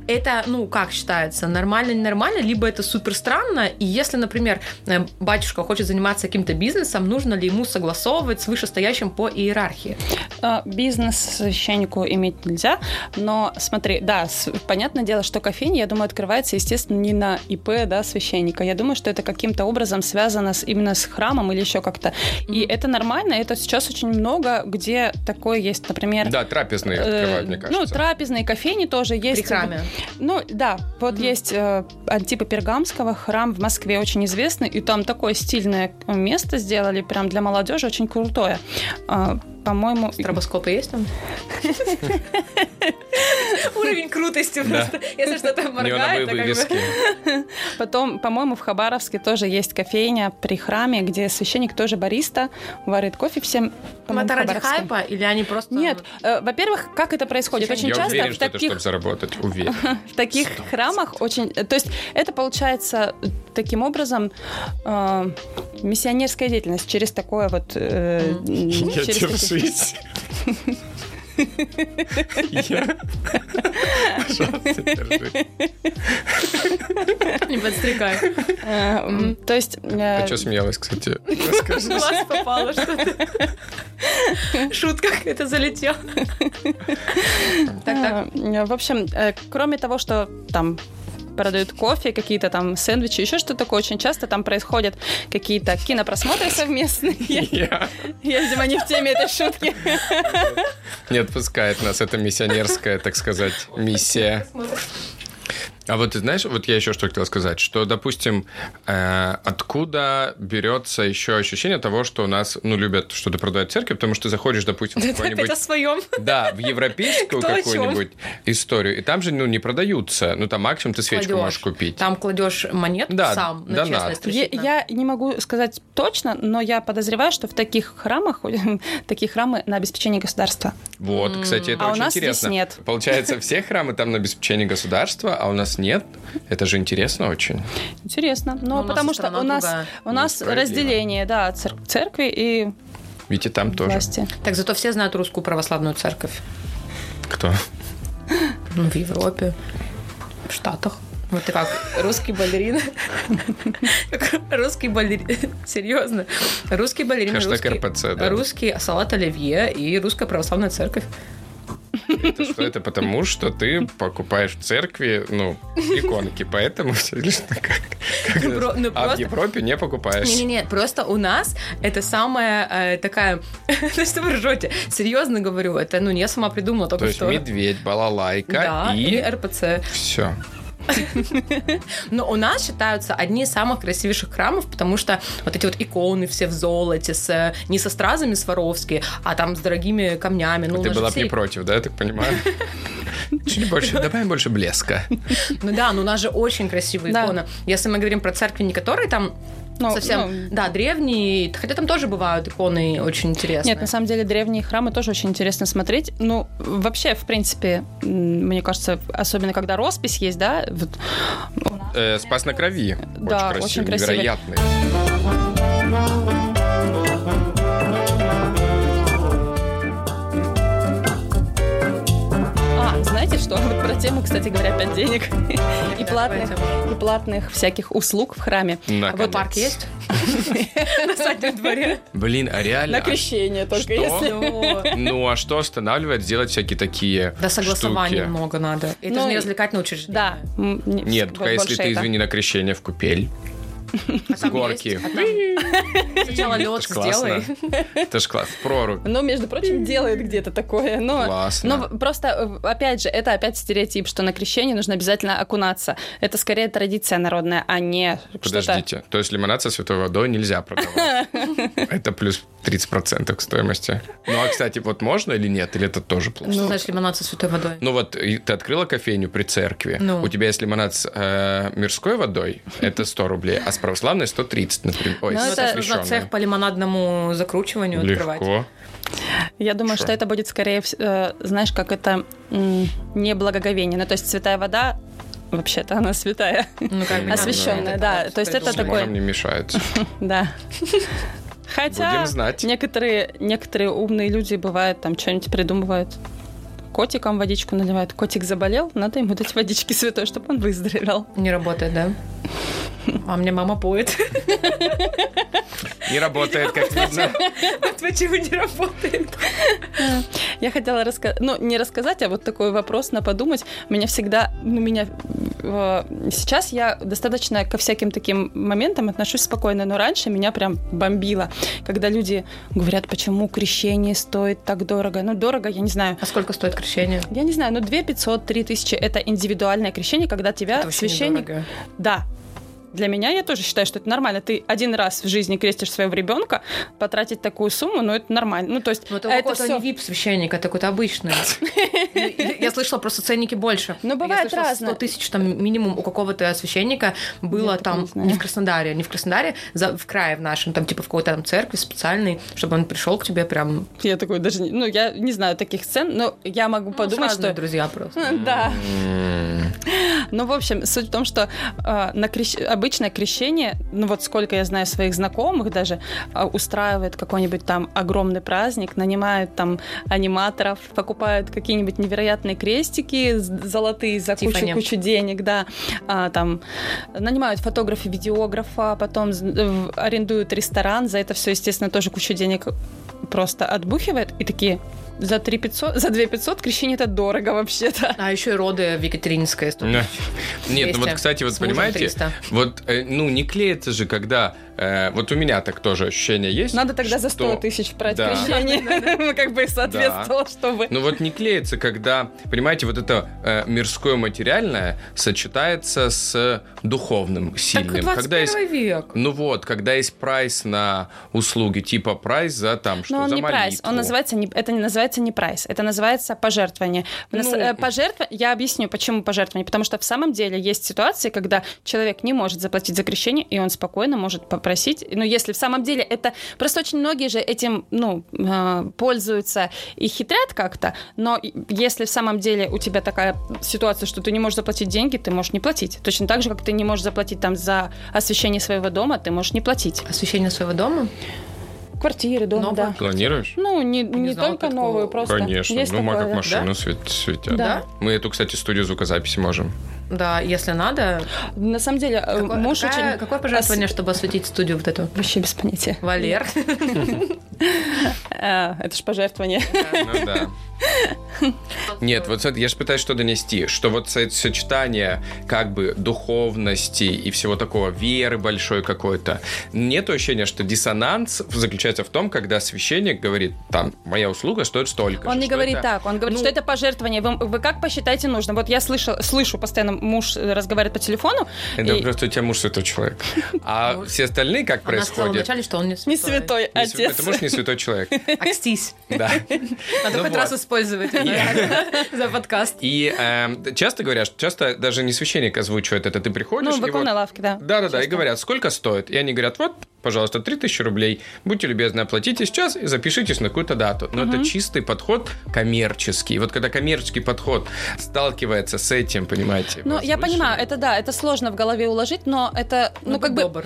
S4: это, ну, как считается, нормально, ненормально, либо это супер странно, и если, например, э, батюшка хочет заниматься каким-то бизнесом, нужно ли ему согласовывать с вышестоящим по иерархии?
S3: А, Бизнес священнику иметь нельзя, но смотри, да, с- понятное дело, что кофейня, я думаю, открывается, естественно, не на ИП, да, священника. Я думаю, что это каким-то образом связано с, именно с храмом или еще как-то. И
S4: Мгм.
S3: это нормально, это сейчас очень много, где такое есть, например...
S2: Да, трапезные
S3: э,
S2: открывают, мне
S3: ну,
S2: кажется.
S3: трапезные кофейни тоже есть.
S4: При храме.
S3: Ну, да, вот
S4: Мгм.
S3: есть э, Антипа Пергамского, храм в Москве очень известный, и там такое стильное место сделали прям для молодежи, очень крутое. А, по-моему...
S4: Стробоскопы есть там? Уровень крутости просто. Если что-то
S2: Неоновые
S4: моргает, то как бы...
S2: вывески.
S3: Потом, по-моему, в Хабаровске тоже есть кофейня при храме, где священник тоже бариста, варит кофе всем. по-моему,
S4: Это
S3: в
S4: ради
S3: Хабаровске.
S4: хайпа или они просто...
S3: Нет, э, во-первых, как это происходит? Очень
S2: Я
S3: часто
S2: уверен,
S3: в
S2: что это
S3: таких
S2: чтобы заработать. Уверен.
S3: в таких храмах очень... э, То есть это получается э, таким образом э, миссионерская деятельность через такое вот... э, м,
S2: Я
S3: через
S2: тебя в
S3: такие-
S2: жизнь. Я... Пожалуйста, держи.
S4: Не подстрекай.
S3: Э, м, То есть... э,
S2: А что смеялась, кстати?
S4: Глаз попало что-то. Шутка это залетела. Так,
S3: Э, В общем, э, кроме того, что там продают кофе, какие-то там сэндвичи, еще что-то такое. Очень часто там происходят какие-то кинопросмотры совместные. Я,
S2: Я-
S3: я, видимо, не в теме этой шутки.
S2: Не отпускает нас эта миссионерская, так сказать, миссия.
S4: так.
S2: А вот ты знаешь, вот я еще что хотел сказать, что, допустим, э, откуда берется еще ощущение того, что у нас, ну, любят что-то продавать в церкви, потому что ты заходишь, допустим, в
S4: Это опять о
S2: какой-нибудь...
S4: своем.
S2: Да, в европейскую
S4: Кто о чем?
S2: какую-нибудь историю, и там же, ну, не продаются, ну, там максимум ты свечку
S4: Кладёшь.
S2: можешь купить.
S4: Там кладешь монетку
S2: Да,
S4: сам на
S2: донат.
S4: честное
S3: Я,
S4: исключительно.
S3: я не могу сказать точно, но я подозреваю, что в таких храмах, такие храмы на обеспечение государства.
S2: Вот, кстати, это
S3: А у
S2: очень
S3: нас здесь
S2: интересно.
S3: нет.
S2: Получается, все храмы там на обеспечение государства, а у нас нет. Это же интересно очень.
S3: Интересно.
S4: Но Ну, у
S3: Но
S4: нас
S3: потому
S4: и
S3: что
S4: страна
S3: у нас,
S4: другая.
S3: у нас
S2: Несправедливо.
S3: разделение, да, цер- церкви и
S2: Ведь и там тоже.
S3: власти.
S4: Так, зато все знают русскую православную церковь.
S2: Кто?
S4: Ну, в Европе, в Штатах. Вот ты как, русский балерин. Русский балерин. Серьезно. Русский балерин.
S2: Хэштег
S4: русский-
S2: РПЦ, да.
S4: Русский салат оливье и русская православная церковь.
S2: Это что? Это потому, что ты покупаешь в церкви, ну, иконки, поэтому всё лишь так, как- как
S4: Ну, про- ну,
S2: А в
S4: просто-
S2: Европе не покупаешь.
S4: Не-не-не, просто у нас это самая э, такая... Ну что вы ржете? Серьезно говорю, это ну не я сама придумала
S2: То
S4: только
S2: есть
S4: что.
S2: медведь, балалайка
S4: Да, и
S2: и...
S4: РПЦ.
S2: Все.
S4: Но у нас считаются одни из самых красивейших храмов, потому что вот эти вот иконы все в золоте, с, э, не со стразами Сваровски, а там с дорогими камнями. Ну, у
S2: А ты
S4: нас же
S2: была бы
S4: все
S2: не против, да, я так понимаю? Чуть больше, добавим больше блеска.
S4: Ну да, но у нас же очень красивые
S3: Да.
S4: иконы. Если мы говорим про церкви, не которые там
S3: Ну,
S4: совсем,
S3: ну,
S4: да, древние, хотя там тоже бывают иконы очень интересные.
S3: Нет, на самом деле древние храмы тоже очень интересно смотреть. Ну, вообще, в принципе, м, мне кажется, особенно когда роспись есть, да, вот,
S2: Э, Спас на крови.
S3: Да, очень красивый.
S2: невероятный.
S4: А
S3: А, знаете что? Вот про тему, кстати говоря, опять денег и,
S4: Да,
S3: платных,
S4: давайте.
S3: и платных всяких услуг в храме.
S4: А вот парк есть? На заднем дворе.
S2: Блин, а реально?
S3: На крещение
S2: что?
S3: только если.
S2: Ну, а что останавливает сделать всякие такие
S4: Да, согласования
S2: штуки?
S4: много надо. Это
S3: Ну,
S4: же не развлекательное учреждение.
S3: Да. м, не-
S2: Нет,
S3: вот
S2: только если
S3: больше
S2: ты,
S3: это.
S2: извини, на крещение в купель.
S4: А там
S2: горки.
S4: есть, а там- Сначала лед
S2: Это ж классно.
S4: сделай.
S2: Это ж класс. Прорубь.
S3: Ну, между прочим, делает где-то такое. Но,
S2: Классно.
S3: но в- просто, э, опять же, это опять стереотип, что на крещение нужно обязательно окунаться. Это скорее традиция народная, а не что-то...
S2: Подождите. То есть лимонад со святой водой нельзя продавать. Это плюс 30% к стоимости. Ну, а, кстати, вот можно или нет? Или это тоже
S3: Ну.
S2: плохо?
S4: Что значит лимонад со святой водой?
S2: Ну вот, и ты открыла кофейню при церкви,
S4: Ну.
S2: у тебя есть лимонад с э, мирской водой, это 100 рублей, а с православной 130, например. Ой,
S3: Ну,
S2: с
S4: Ну, это нужно
S2: освященной.
S4: цех по лимонадному закручиванию открывать. Ну,
S2: Легко.
S3: Я думаю,
S2: Что?
S3: что это будет скорее, вс- э, знаешь, как это м, не благоговение. Ну, то есть святая вода, вообще-то она святая,
S4: Ну, как бы
S2: Именно,
S4: надо
S3: освященная,
S4: вот
S3: да.
S4: вот
S3: То есть это
S4: придумать.
S3: такой...
S2: Нам не мешает.
S3: Да. Хотя
S2: Будем знать.
S3: некоторые, некоторые умные люди бывают, там что-нибудь придумывают. Котикам водичку наливают. Котик заболел, надо ему дать водички святой, чтобы он выздоровел.
S4: Не работает, да? А мне мама поет.
S2: Не работает, как видно.
S4: Почему не работает?
S3: Я хотела рассказать, ну, не рассказать, а вот такой вопрос на подумать. Меня всегда, ну, меня... э, сейчас я достаточно ко всяким таким моментам отношусь спокойно, но раньше меня прям бомбило, когда люди говорят, почему крещение стоит так дорого. Ну, дорого, я не знаю,
S4: А сколько стоит крещение?
S3: Я не знаю, но 2 500, 3 тысячи – это индивидуальное крещение, когда тебя
S4: Это вообще
S3: священник…
S4: недорого.
S3: Да. Для меня я тоже считаю, что это нормально. Ты один раз в жизни крестишь своего ребенка, потратить такую сумму, ну это нормально. Ну то есть
S4: Ну, это,
S3: это
S4: какой-то не
S3: все.
S4: вип-священник, а такой-то обычный. Ну, и Я слышала, просто ценники больше.
S3: Ну, бывает
S4: Я слышала,
S3: разное.
S4: 100 тысяч там минимум у какого-то священника было
S3: Я такого
S4: там
S3: не знаю.
S4: не в Краснодаре, не в Краснодаре, за- в крае в нашем, там типа в какой-то там церкви специальной, чтобы он пришел к тебе прям...
S3: Я такой даже, не- ну я не знаю таких цен, но я могу
S4: Ну,
S3: подумать,
S4: разные
S3: что.
S4: друзья просто.
S3: Да.
S2: М,
S3: Ну, в общем, суть в том, что э, на крещ- обычное крещение, ну вот сколько я знаю своих знакомых даже, э, устраивает какой-нибудь там огромный праздник, нанимают там аниматоров, покупают какие-нибудь невероятные крестики з- золотые за
S4: Тиффани.
S3: кучу-кучу денег, да, А, там нанимают фотографа, видеографа, потом з- э, в- арендуют ресторан, за это все, естественно, тоже кучу денег просто отбухивает, и такие за 3 500, за 2 500 крещение это дорого вообще-то.
S4: А еще и роды в Екатерининской истории.
S2: Да. Нет, ну вот,
S3: э,
S4: 200.
S2: кстати, вот
S4: С мужем
S2: понимаете,
S4: 300.
S2: вот, э, ну, не клеится же, когда... э, вот у меня так тоже ощущение есть.
S3: Надо тогда за 100
S2: что-
S3: тысяч брать
S2: Да.
S3: крещение, Ну, как бы соответствовало, чтобы...
S2: Ну вот не клеится, когда, понимаете, вот это э, мирское материальное сочетается с духовным,
S4: Так
S2: сильным.
S4: 21
S2: когда есть,
S4: век.
S2: ну вот, когда есть прайс на услуги, типа прайс за там, что
S3: Но он
S2: за
S3: не прайс, он
S2: молитву.
S3: называется не, это не называется не прайс, это называется пожертвование. У нас,
S2: Ну.
S3: э, пожертв- я объясню, почему пожертвование, потому что в самом деле есть ситуации, когда человек не может заплатить за крещение, и он спокойно может попросить, ну если в самом деле это просто очень многие же этим ну э, пользуются и хитрят как-то, но и- если в самом деле у тебя такая ситуация, что ты не можешь заплатить деньги, ты можешь не платить, точно так же как ты не можешь заплатить там за освещение своего дома, ты можешь не платить.
S4: Освещение своего дома?
S3: Квартиры, дома,
S4: Нового?
S3: да.
S2: Планируешь?
S3: Ну, не, не,
S4: знала
S3: только
S4: такого.
S3: новую, просто.
S2: Конечно.
S3: Есть
S2: ну, ма-
S3: такое,
S2: как
S3: да.
S2: машину свет- светят.
S4: Да?
S2: Мы эту, кстати, студию звукозаписи можем.
S4: Да, если надо.
S3: На самом деле, э,
S4: Какое,
S3: муж
S4: какая-
S3: очень...
S4: какое пожертвование, чтобы осветить студию вот эту?
S3: Ос- Вообще без понятия.
S4: Валер.
S3: Э, это ж пожертвование.
S2: Ну да. Нет, вот смотри, я же пытаюсь что донести, что вот со- сочетание как бы духовности и всего такого, веры большой какой-то, нет ощущения, что диссонанс заключается в том, когда священник говорит, там, моя услуга стоит столько.
S3: Он
S2: же,
S3: не
S2: что
S3: говорит
S2: это-
S3: так, он говорит,
S2: Ну,
S3: что это пожертвование. Вы, вы как посчитаете нужно? Вот я слышал, слышу постоянно, муж э, разговаривает по телефону.
S2: Это
S3: и-
S2: просто у тебя муж святой человек. А
S4: Ну,
S2: все остальные как
S4: Она сказала
S2: происходит?
S4: вначале, что он не святой.
S3: Не святой
S2: Не свя-
S3: отец.
S2: Это муж не святой человек.
S4: Окстись.
S2: Да.
S4: Надо
S2: Ну
S4: хоть
S2: вот.
S4: раз использовать это за подкаст.
S2: И эм, часто говорят, что часто даже не священник озвучивает это. Ты приходишь
S3: Ну, в
S2: и вот
S3: оконной лавке, да.
S2: Да, да, да. И
S3: Честно.
S2: говорят, сколько стоит. И они говорят, вот, пожалуйста, 3000 рублей. Будьте любезны, оплатите сейчас и запишитесь на какую-то дату. Но это чистый подход коммерческий. И Вот когда коммерческий подход сталкивается с этим, понимаете.
S3: Ну, я
S2: возвышенным,
S3: понимаю, это да, это сложно в голове уложить, но это, ну, как бы...
S4: добр.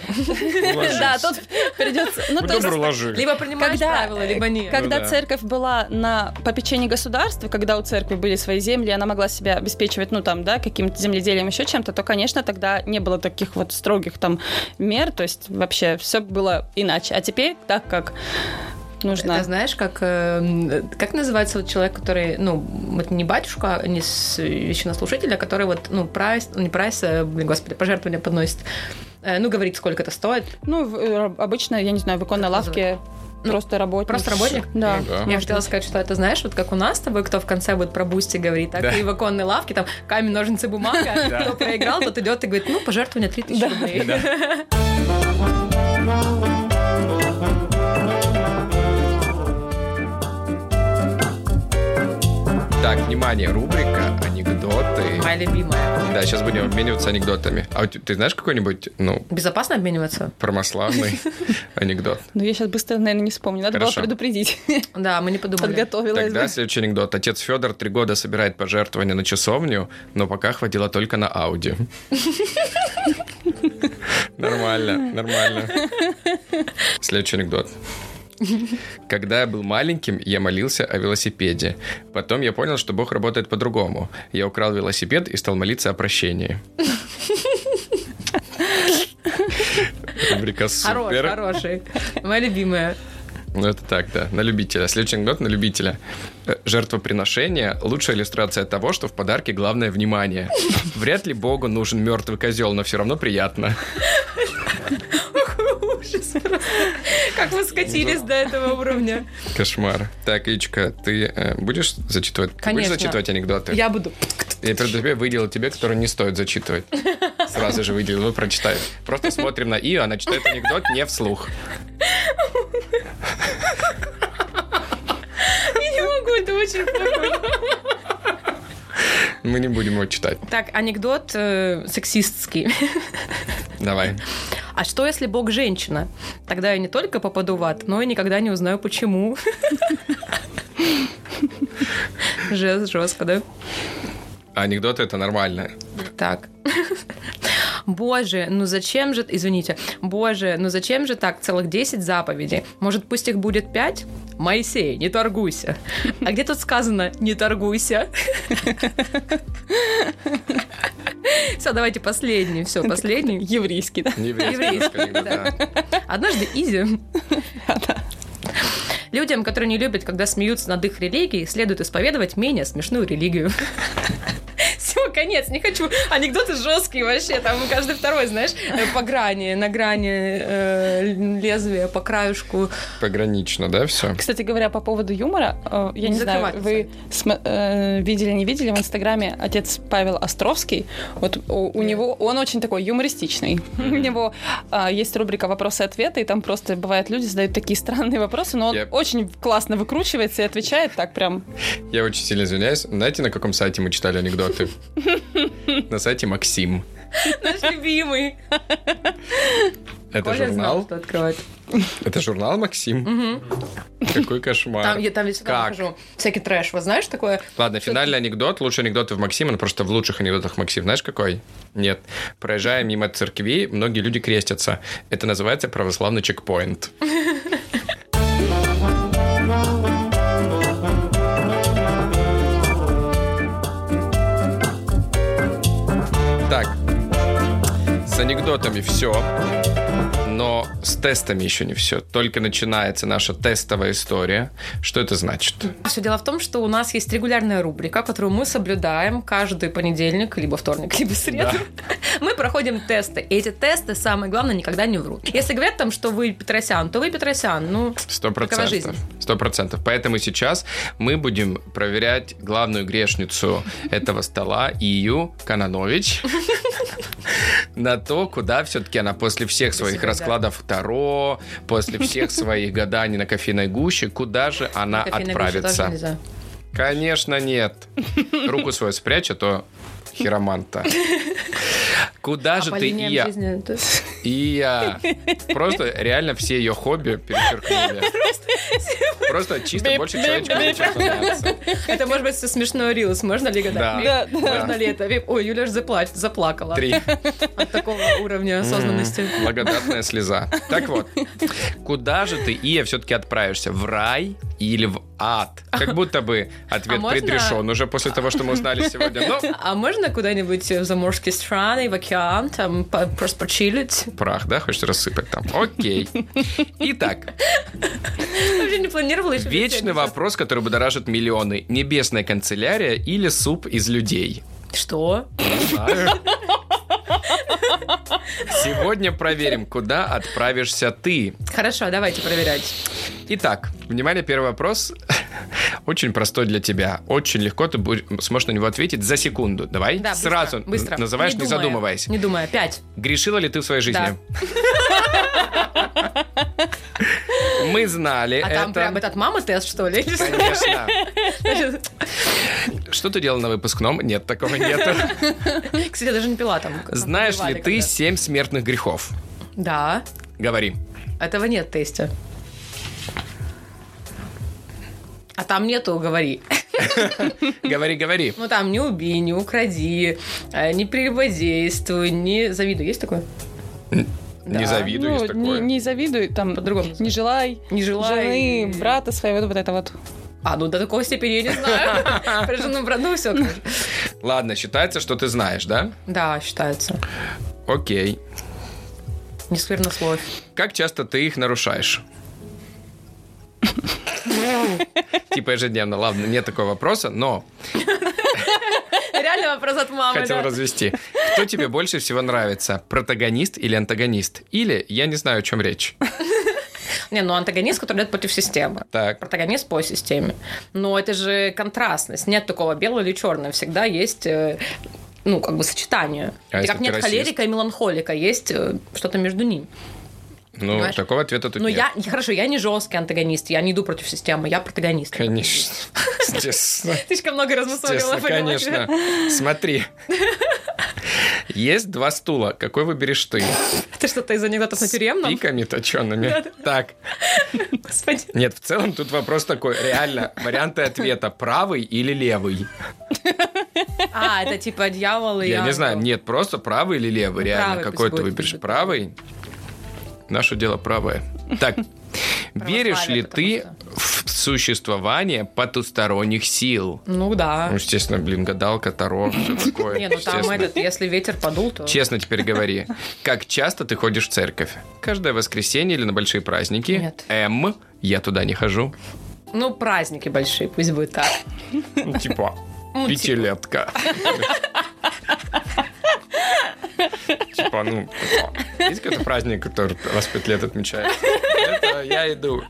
S3: Да, тут придется... Ну, то есть-
S6: Добро ложи.
S4: Либо принимаешь
S3: Когда-
S4: правила, либо нет.
S3: Когда
S2: Ну да.
S3: церковь была на попечении государства, когда у церкви были свои земли, она могла себя обеспечивать, ну там, да, каким-то земледелием, еще чем-то, то, конечно, тогда не было таких вот строгих там мер, то есть вообще все было иначе. А теперь так как нужно.
S4: Это знаешь, как, э, как называется вот человек, который, ну, вот не батюшка, а не священнослушатель, а который вот, ну, прайс, не прайс, э, блин, господи, пожертвования подносит. Э, Ну, говорит, сколько это стоит.
S3: Ну, в- э, обычно, я не знаю, в иконной
S4: Как
S3: лавке
S4: Ну,
S3: просто работник.
S4: просто работник?
S3: Да.
S2: Ну да.
S4: Я хотела сказать, что это, знаешь, вот как у нас с тобой, кто в конце будет про бусти говорить, так
S2: Да.
S4: и в оконной лавке, там, камень, ножницы, бумага, кто проиграл, тот идет и говорит, ну, пожертвование 3000 рублей.
S2: Так, внимание, рубрика анекдоты.
S4: Моя любимая.
S2: Да, сейчас будем обмениваться анекдотами. А у те- ты знаешь какой-нибудь, ну,
S4: Безопасно обмениваться?
S2: промославный анекдот?
S3: Ну, я сейчас быстро, наверное, не вспомню. Надо
S2: Хорошо.
S3: было предупредить.
S4: Да, мы не подумали.
S3: Подготовилась.
S2: Тогда
S3: бы.
S2: следующий анекдот. Отец Федор три года собирает пожертвования на часовню, но пока хватило только на Ауди. Нормально, нормально. Следующий анекдот. Когда я был маленьким, я молился о велосипеде. Потом я понял, что Бог работает по-другому. Я украл велосипед и стал молиться о прощении. Рубрика
S4: Хороший,
S2: супер.
S4: хороший. Моя любимая.
S2: Ну, это так, да. На любителя. Следующий анекдот на любителя. Э, Жертвоприношение – лучшая иллюстрация того, что в подарке главное внимание. Вряд ли Богу нужен мертвый козел, но все равно приятно.
S4: Ужас просто. Как вы скатились до этого уровня.
S2: Кошмар. Так, Ичка, ты э, будешь зачитывать? Ты
S4: Конечно.
S2: будешь зачитывать анекдоты?
S4: Я буду.
S2: Я перед тобой выделил тебе, который не стоит зачитывать. Сразу же выделил, вы прочитаем. Просто смотрим на Ию, она читает анекдот не вслух.
S4: Я не могу, это очень плохо.
S2: Мы не будем его читать.
S4: Так, анекдот э, сексистский.
S2: Давай.
S4: А что, если Бог женщина? Тогда я не только попаду в ад, но и никогда не узнаю, почему. Жест жестко, да?
S2: Анекдоты — это нормально.
S4: так? Боже, ну зачем же, извините, боже, ну зачем же так целых 10 заповедей? Может, пусть их будет 5? Моисей, не торгуйся. А где тут сказано «не торгуйся»? Все, давайте последний, все, последний.
S3: Еврейский, да?
S4: Еврейский,
S2: Еврейский, да.
S4: Однажды изи. Людям, которые не любят, когда смеются над их религией, следует исповедовать менее смешную религию. Все, конец, не хочу. Анекдоты жесткие вообще, там каждый второй, знаешь, э, по грани, на грани э, лезвия, по краюшку.
S2: Погранично, да, все?
S3: Кстати говоря, по поводу юмора, э, я
S4: Не
S3: не, знаю,
S4: закрывать
S3: вы см- э, видели, не видели, в Инстаграме отец Павел Островский, вот у, у него, он очень такой юмористичный. У него а, есть рубрика «Вопросы-ответы», и там просто, бывает, люди задают такие странные вопросы, но он
S2: Я-
S3: очень классно выкручивается и отвечает так прям.
S2: Я очень сильно извиняюсь. Знаете, на каком сайте мы читали анекдоты? На сайте Максим.
S4: Наш любимый.
S2: Это
S4: Коля знал,
S2: журнал?
S4: что открывать.
S2: Это журнал Максим? Какой
S4: Там,
S2: кошмар.
S4: я там всегда
S2: Как?
S4: нахожу всякий трэш. Вот знаешь такое?
S2: Ладно, финальный анекдот. Лучший анекдот в Максима, но просто в лучших анекдотах Максим. Знаешь, какой? Нет. Проезжая мимо церквей, многие люди крестятся. Это называется православный чекпоинт. Так, с анекдотами все, но с тестами еще не все. Только начинается наша тестовая история. Что это значит?
S4: Все дело в том, что у нас есть регулярная рубрика, которую мы соблюдаем каждый понедельник, либо вторник, либо среду. Мы проходим тесты. И эти тесты, самое главное, никогда не врут. Если говорят там, что вы Петросян, то вы Петросян. Ну,
S2: Сто
S4: Такова жизнь.
S2: процентов. Сто процентов. Поэтому сейчас мы будем проверять главную грешницу этого стола, Ию Кананович, на то, куда все-таки она после всех своих
S4: себя, да.
S2: раскладов Таро, после всех своих гаданий на кофейной гуще, куда же
S4: кофейная
S2: она
S4: гуще тоже
S2: отправится.
S4: нельзя.
S2: Конечно, нет. Руку свою спрячь, а то хироманта. Куда же
S4: А По
S2: ты,
S4: линиям
S2: Ия?
S4: жизни, то есть,
S2: Ия. Просто реально все ее хобби перечеркнули. Просто чисто больше человечка нечем заняться.
S4: Это может быть все смешное рилс. Можно ли
S2: Да.
S4: гадать?
S3: Да, да.
S4: Можно ли это? Ой, Юля же запла- заплакала
S2: Три.
S4: от такого уровня осознанности.
S2: Благодатная слеза. Так вот, куда же ты, Ия, все-таки отправишься? В рай или в ад? Как будто бы
S4: А
S2: ответ
S4: можно-
S2: предрешен уже после того, что мы узнали сегодня. Но
S4: А можно куда-нибудь в заморские страны, в океан, там по- просто почилить?
S2: прах, да, хочешь рассыпать там? Окей. Итак,
S4: Я Вообще не планировала еще.
S2: вечный вопрос, который будоражит миллионы. Небесная канцелярия или суп из людей?
S4: Что?
S2: Сегодня проверим, куда отправишься ты.
S4: Хорошо, давайте проверять.
S2: Итак, внимание, первый вопрос. Очень простой для тебя. Очень легко ты будь- сможешь на него ответить за секунду. Давай.
S4: Да, быстро,
S2: Сразу
S4: быстро.
S2: называешь, не,
S4: думая,
S2: задумываясь.
S4: Не думая. Пять.
S2: Грешила ли ты в своей жизни? Мы знали
S4: А там прям
S2: это.
S4: этот мама тест, что ли?
S2: Конечно.
S4: Значит,
S2: Что ты делал на выпускном? Нет, такого нету.
S4: Кстати, я даже не пила там. как
S2: Знаешь
S4: наплевали
S2: ли ты
S4: когда.
S2: семь смертных грехов?
S4: Да.
S2: Говори.
S4: Этого нет в тесте. А там нету «говори».
S2: Говори, говори.
S4: Ну там не убей, не укради, э, не прелюбодействуй, не завидуй. Есть такое?
S2: Не завидуй,
S3: Ну,
S2: есть
S3: не,
S2: такое.
S3: не завидуй, там,
S4: По-другому.
S3: не желай,
S4: Не желай.
S3: жены, брата своего, вот это вот.
S4: А, ну до такой степени я не знаю. Про жену, брат, ну все.
S2: Ладно, считается, что ты знаешь, да?
S4: Да, считается.
S2: Окей.
S4: Не сквернословь.
S2: Как часто ты их нарушаешь? Типа ежедневно, ладно, нет такого вопроса, но
S4: Реально вопрос от мамы.
S2: хотел
S4: А да.
S2: развести. Кто тебе больше всего нравится, протагонист или антагонист? Или я не знаю, о чем речь.
S4: Не, ну антагонист, который идет против системы.
S2: Так,
S4: Протагонист по системе. Но это же контрастность. Нет такого белого или черного. Всегда есть э, ну, как бы сочетание.
S2: А
S4: И
S2: если
S4: как
S2: ты
S4: нет
S2: расист?
S4: холерика и меланхолика, есть э, что-то между ними.
S2: ну
S4: Понимаешь?
S2: такого ответа тут
S4: Но
S2: нет.
S4: я, хорошо, я не жесткий антагонист, я не иду против системы, я протагонист.
S2: Конечно. Естественно.
S4: Слишком много размыслила.
S2: Естественно, конечно. Смотри. Есть два стула. Какой выберешь ты?
S4: Это что-то из анекдотов на тюремном?
S2: Пиками точеными. Так.
S4: Господи.
S2: Нет, в целом тут вопрос такой, реально, варианты ответа, правый или левый?
S4: А, это типа дьявол и
S2: Я не
S4: ангел.
S2: знаю, нет, просто правый или левый,
S4: Ну,
S2: реально,
S4: правый пусть
S2: какой ты
S4: будет,
S2: выберешь.
S4: пусть будет
S2: Правый? Наше дело правое. Так, веришь ли
S4: потому
S2: ты в существование потусторонних сил?
S4: Ну
S2: Ну,
S4: да.
S2: естественно, блин, гадалка, таро, все такое.
S4: Не, ну там
S2: естественно.
S4: этот, если ветер подул, то...
S2: Честно теперь говори, как часто ты ходишь в церковь? Каждое воскресенье или на большие праздники?
S4: Нет.
S2: М, я туда не хожу.
S4: Ну, праздники большие, пусть будет так.
S2: Ну, Типа, пятилетка. Типа, ну, есть какой-то праздник, который раз в пять лет отмечает? Это я иду.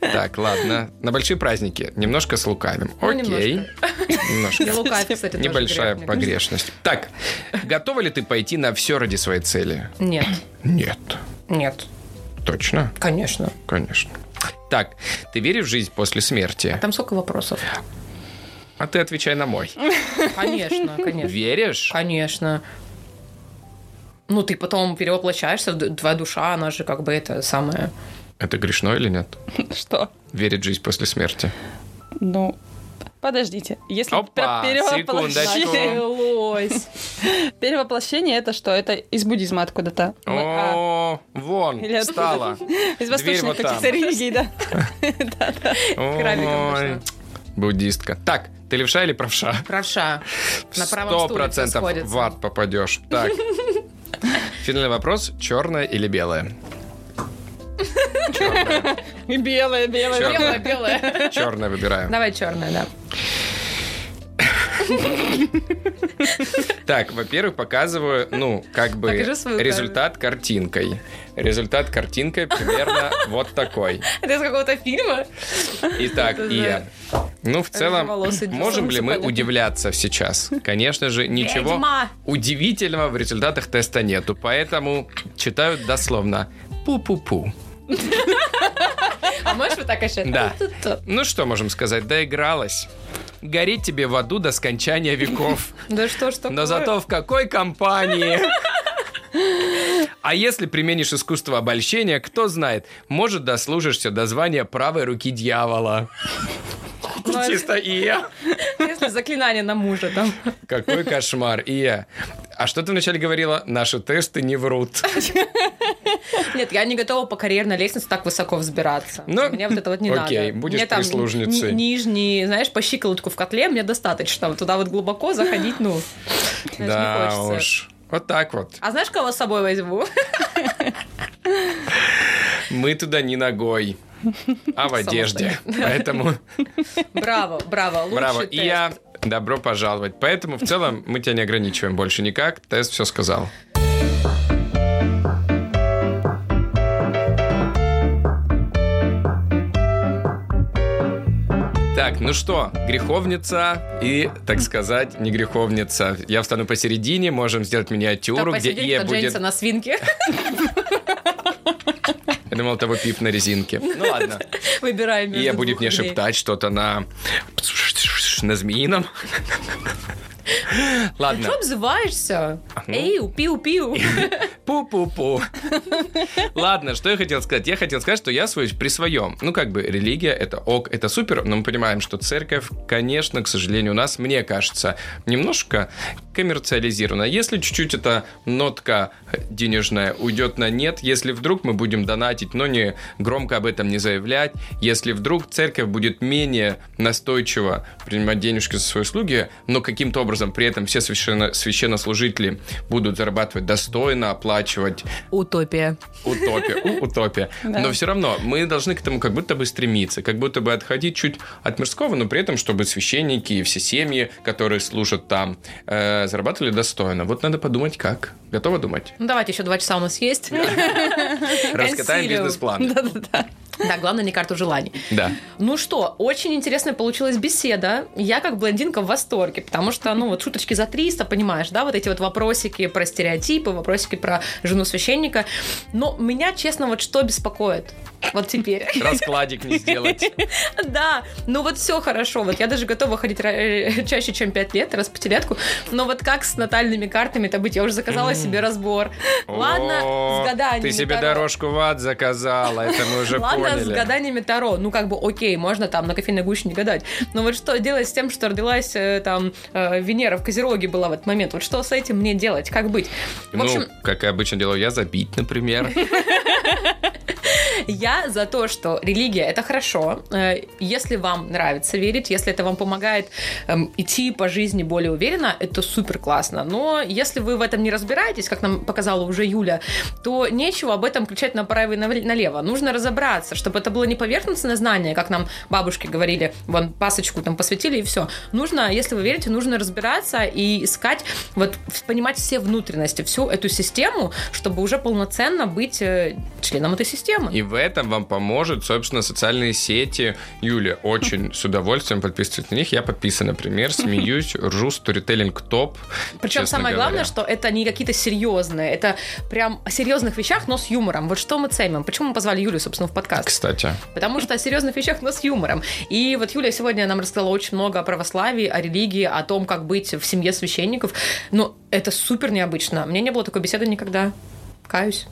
S2: Так, ладно. На большие праздники немножко слукавим.
S4: Ну,
S2: Окей. Немножко.
S4: Не лукавь, кстати, тоже
S2: Небольшая
S4: грех, мне кажется.
S2: погрешность. Так, готова ли ты пойти на все ради своей цели?
S4: Нет,
S2: Нет.
S4: нет,
S2: Точно?
S4: конечно.
S2: Конечно. Так, ты веришь в жизнь после смерти?
S4: Там сколько вопросов?
S2: А ты отвечай на мой.
S4: Конечно, конечно.
S2: Веришь?
S4: Конечно. Ну, ты потом перевоплощаешься, д- твоя душа, она же как бы это самое...
S2: Это грешно или нет?
S3: Что?
S2: Верить в жизнь после смерти.
S3: Ну, подождите. Если
S2: Опа,
S3: про перевоплощение...
S2: секундочку.
S4: Началось.
S3: Перевоплощение это что? Это из буддизма откуда-то. Мы- а,
S2: О, вон,
S3: Или
S2: встала.
S3: Из
S2: Дверь
S3: восточных
S2: вот
S3: каких-то
S2: там.
S3: религий, да.
S4: крабиком
S2: Ой,
S4: пошла.
S2: Буддистка. Так, ты левша или правша?
S4: Правша. На правом
S2: Сто
S4: стуле
S2: процентов
S4: сходится.
S2: в ад попадешь. Так. Финальный вопрос. Черное или белое?
S3: И белое, белое.
S4: Белое, белое.
S2: Черное выбираю.
S4: Давай черное, да.
S2: Так, во-первых, показываю, ну, как бы
S4: Покажи свою
S2: результат картинкой. Результат картинкой примерно вот такой.
S4: Это из какого-то фильма?
S2: Итак,
S4: Это
S2: Ия, ну, в целом,
S4: рыжеволосый
S2: можем ли мы
S4: дюсонс, понятно.
S2: удивляться сейчас? Конечно же, ничего
S4: Ведьма.
S2: удивительного в результатах теста нету, поэтому читают дословно «пу-пу-пу».
S4: А можешь вот так еще?
S2: Да.
S4: Ту-ту-ту.
S2: Ну что можем сказать, доигралась. Гореть тебе в аду до скончания веков.
S4: Да что ж такое?
S2: Но зато в какой компании? А если применишь искусство обольщения, кто знает, может, дослужишься до звания правой руки дьявола.
S4: Ну,
S2: Чисто Ия.
S4: Если заклинание на мужа там.
S2: Какой кошмар, Ия. А что ты вначале говорила? Наши тесты не врут.
S4: Нет, я не готова по карьерной лестнице так высоко взбираться.
S2: Ну,
S4: мне вот это вот не надо.
S2: окей, будешь
S4: мне там
S2: прислужницей.
S4: ни- нижний, знаешь, по щиколотку в котле мне достаточно. Вот Туда вот глубоко заходить, ну, знаешь, не
S2: Да
S4: хочется.
S2: уж. Вот так вот.
S4: А знаешь, кого с собой возьму?
S2: Мы туда не ногой, а в одежде. Поэтому,
S4: Браво, браво, лучший
S2: браво.
S4: тест.
S2: Ия, добро пожаловать. Поэтому, в целом, мы тебя не ограничиваем больше никак. Тест все сказал. Так, ну что, греховница и, так сказать, не греховница. Я встану посередине, можем сделать
S4: Там
S2: миниатюру, где
S4: посидеть,
S2: Ия
S4: как
S2: будет...
S4: Дженниса на свинке
S2: Я думал, того пип на резинке. Ну ладно.
S4: выбираем между
S2: Ия будет
S4: двух
S2: мне
S4: людей.
S2: шептать что-то на... на змеином. Ладно.
S4: Что обзываешься?
S2: Ну.
S4: Эй, пиу-пиу.
S2: Пу-пу-пу. Ладно, что я хотел сказать? Я хотел сказать, что я свой при своем. Ну, как бы, религия, это ок, это супер, но мы понимаем, что церковь, конечно, к сожалению, у нас, мне кажется, немножко коммерциализирована. Если чуть-чуть эта нотка денежная уйдет на нет, если вдруг мы будем донатить, но не громко об этом не заявлять, если вдруг церковь будет менее настойчиво принимать денежки за свои услуги, но каким-то образом при этом все священно- священнослужители будут зарабатывать достойно, оплачивать
S4: Утопия.
S2: утопия, у, утопия.
S3: Да.
S2: Но все равно мы должны к этому как будто бы стремиться, как будто бы отходить чуть от мирского, но при этом, чтобы священники и все семьи, которые служат там, э, зарабатывали достойно. Вот надо подумать, как. Готова думать?
S4: Ну, давайте, еще два часа у нас есть.
S2: Раскатаем
S4: Консилиум.
S2: бизнес-план.
S4: Да, главное, не карту желаний.
S2: Да.
S4: Ну что, очень интересная получилась беседа. Я как блондинка в восторге, потому что, ну, вот шуточки за 300, понимаешь, да, вот эти вот вопросики про стереотипы, вопросики про жену священника. Но меня, честно, вот что беспокоит? Вот теперь.
S2: Раскладик не сделать.
S4: Да, ну вот все хорошо. Вот я даже готова ходить ра- э, чаще, чем 5 лет, раз в пятилетку. Но вот как с натальными картами это быть? Я уже заказала себе разбор. Ладно,
S2: О,
S4: с годаниями.
S2: Ты себе
S4: Таро.
S2: дорожку в ад заказала, это мы уже
S4: Ладно, с
S2: поняли.
S4: гаданиями Таро. Ну, как бы, окей, можно там на кофейной гуще не гадать. Но вот что делать с тем, что родилась э, там э, Венера в Козероге была в этот момент? Вот что с этим мне делать? Как быть? В общем,
S2: Ну, как и обычно делаю я, забить, например.
S4: Я за то, что религия это хорошо. Э, Если вам нравится верить, если это вам помогает эм, идти по жизни более уверенно, это супер классно. Но если вы в этом не разбираетесь, как нам показала уже Юля, то нечего об этом кричать направо и нав- налево. Нужно разобраться, чтобы это было не поверхностное знание, как нам бабушки говорили, вон пасочку там посвятили и все. Нужно, если вы верите, нужно разбираться и искать, вот в- понимать все внутренности, всю эту систему, чтобы уже полноценно быть э, членом этой системы.
S2: И в этом вам поможет, собственно, социальные сети Юля. Очень с удовольствием подписывайтесь на них. Я подписан, например, смеюсь, ржу, сторителлинг топ.
S4: Причем
S2: честно
S4: самое главное,
S2: говоря.
S4: что это не какие-то серьезные, это прям о серьезных вещах, но с юмором. Вот что мы ценим. Почему мы позвали Юлю, собственно, в подкаст?
S2: Кстати,
S4: Потому что о серьезных вещах, но с юмором. И вот Юля сегодня нам рассказала очень много о православии, о религии, о том, как быть в семье священников. Но это супер необычно. Мне не было такой беседы никогда. Каюсь.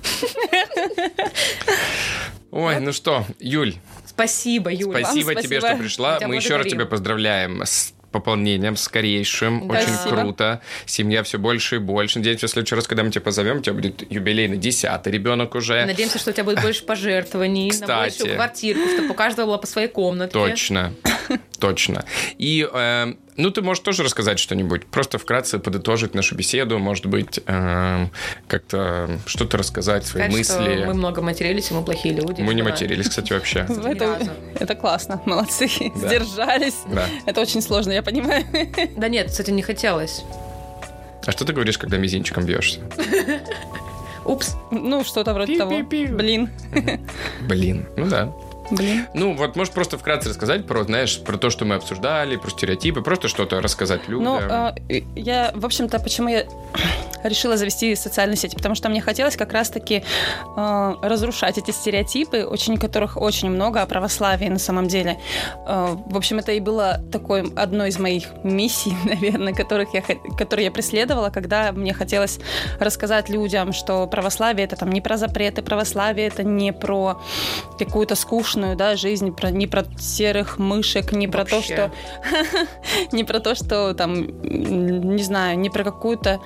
S2: Ой, ну что, Юль,
S4: Спасибо, Юля.
S2: спасибо тебе,
S3: спасибо.
S2: что пришла.
S4: Тебя
S2: Мы еще раз
S4: благодарим.
S2: тебя поздравляем с пополнением скорейшим.
S4: Да.
S2: Очень
S4: Спасибо.
S2: круто. Семья все больше и больше. Надеемся, в следующий раз, когда мы тебя позовем, у тебя будет юбилейный десятый ребенок уже.
S4: Надеемся, что у тебя будет больше пожертвований, на
S2: Кстати.
S4: большую квартирку, чтобы у каждого была по своей комнатке.
S2: Точно, точно. И, эм, ну, ты можешь тоже рассказать что-нибудь, просто вкратце подытожить нашу беседу, может быть, эм, как-то эм, что-то рассказать, свои
S4: Сказать, что
S2: мысли.
S4: мы много матерились, и мы плохие люди.
S2: Мы не
S4: Да.
S2: матерились, кстати, вообще.
S4: Ни разу.
S3: Это, это классно, молодцы,
S2: Да.
S3: сдержались.
S2: Да.
S3: Это очень сложно, я понимаю.
S4: Да нет, кстати, не хотелось.
S2: А что ты говоришь, когда мизинчиком бьешься?
S4: Упс.
S3: Ну, что-то вроде того. Блин,
S2: Блин, ну да.
S3: блин.
S2: Ну, вот можешь просто вкратце рассказать про, знаешь, про то, что мы обсуждали, про стереотипы, просто что-то рассказать людям.
S3: Ну,
S4: э,
S3: а, и- я, в общем-то, почему я решила завести социальные сети, потому что мне хотелось как раз-таки э, разрушать эти стереотипы, очень которых очень много о православии на самом деле. Э, в общем, это и было такой одной из моих миссий, наверное, которых я, хот- которые я преследовала, когда мне хотелось рассказать людям, что православие это там не про запреты, православие это не про какую-то скучную, да, жизнь, про, не про серых мышек, не про то,
S4: Вообще.
S3: что не про то, что там, м, не знаю, не про какую-то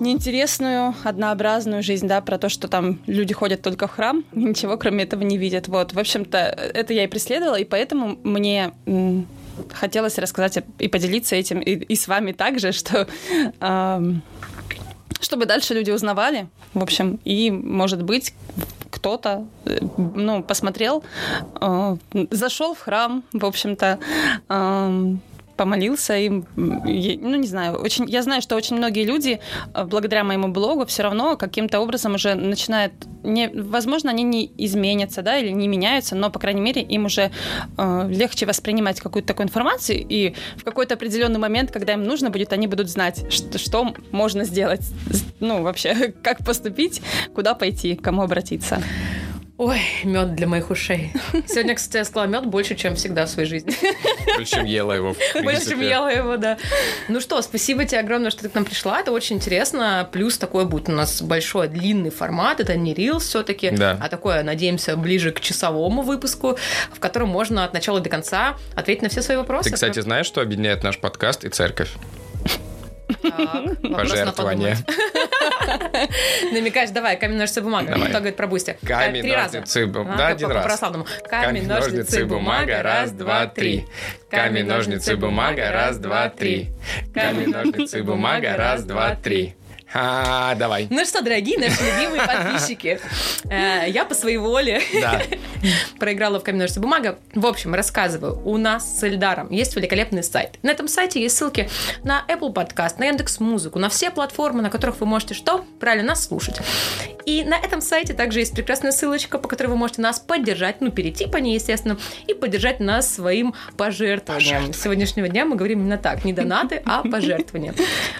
S3: неинтересную, однообразную жизнь, да, про то, что там люди ходят только в храм и ничего кроме этого не видят. Вот, в общем-то, это я и преследовала, и поэтому мне м, хотелось рассказать и поделиться этим и, и с вами также, что ам, чтобы дальше люди узнавали, в общем, и, может быть, кто-то, э, ну, посмотрел, э, зашел в храм, в общем-то, эм, помолился им, м, и, ну, не знаю, очень, я знаю, что очень многие люди, э, благодаря моему блогу, все равно каким-то образом уже начинают, не, возможно, они не изменятся, да, или не меняются, но, по крайней мере, им уже э, легче воспринимать какую-то такую информацию, и в какой-то определенный момент, когда им нужно будет, они будут знать, что, что можно сделать, с- ну, вообще, как поступить, куда пойти, к кому обратиться.
S4: Ой, мед для моих ушей. Сегодня, кстати, я склала мед больше, чем всегда в своей жизни.
S2: Больше, чем ела его, в
S4: Больше, чем
S2: принципе.
S4: ела его, да. Ну что, спасибо тебе огромное, что ты к нам пришла. Это очень интересно. Плюс такой будет у нас большой, длинный формат. Это не рилс все-таки,
S2: Да.
S4: а такое, надеемся, ближе к часовому выпуску, в котором можно от начала до конца ответить на все свои вопросы.
S2: Ты, кстати, знаешь, что объединяет наш подкаст и церковь?
S4: Так, Ну, вопрос на
S2: Пожертвование.
S4: подумать. Намекаешь, давай, камень, ножницы, бумага.
S2: Давай.
S4: Кто говорит про бустер?
S2: Камень,
S4: Три раза.
S2: ножницы, бу-
S4: А, по-
S2: да, один
S4: по-
S2: раз.
S4: По-православному. Камень, ножницы, бумага. Раз, два, три.
S2: Камень, ножницы, бумага. Раз, два, три. Камень, ножницы, бумага. Раз, два, три. А, давай.
S4: Ну что, дорогие наши любимые подписчики, э, я по своей воле
S2: Да.
S4: проиграла в камень, ножницы, бумага. В общем, рассказываю, у нас с Эльдаром есть великолепный сайт. На этом сайте есть ссылки на Apple Podcast, на Яндекс Музыку, на все платформы, на которых вы можете что? Правильно, нас слушать. И на этом сайте также есть прекрасная ссылочка, по которой вы можете нас поддержать, ну, перейти по ней, естественно, и поддержать нас своим пожертвованием. С сегодняшнего дня мы говорим именно так, не донаты, а пожертвования.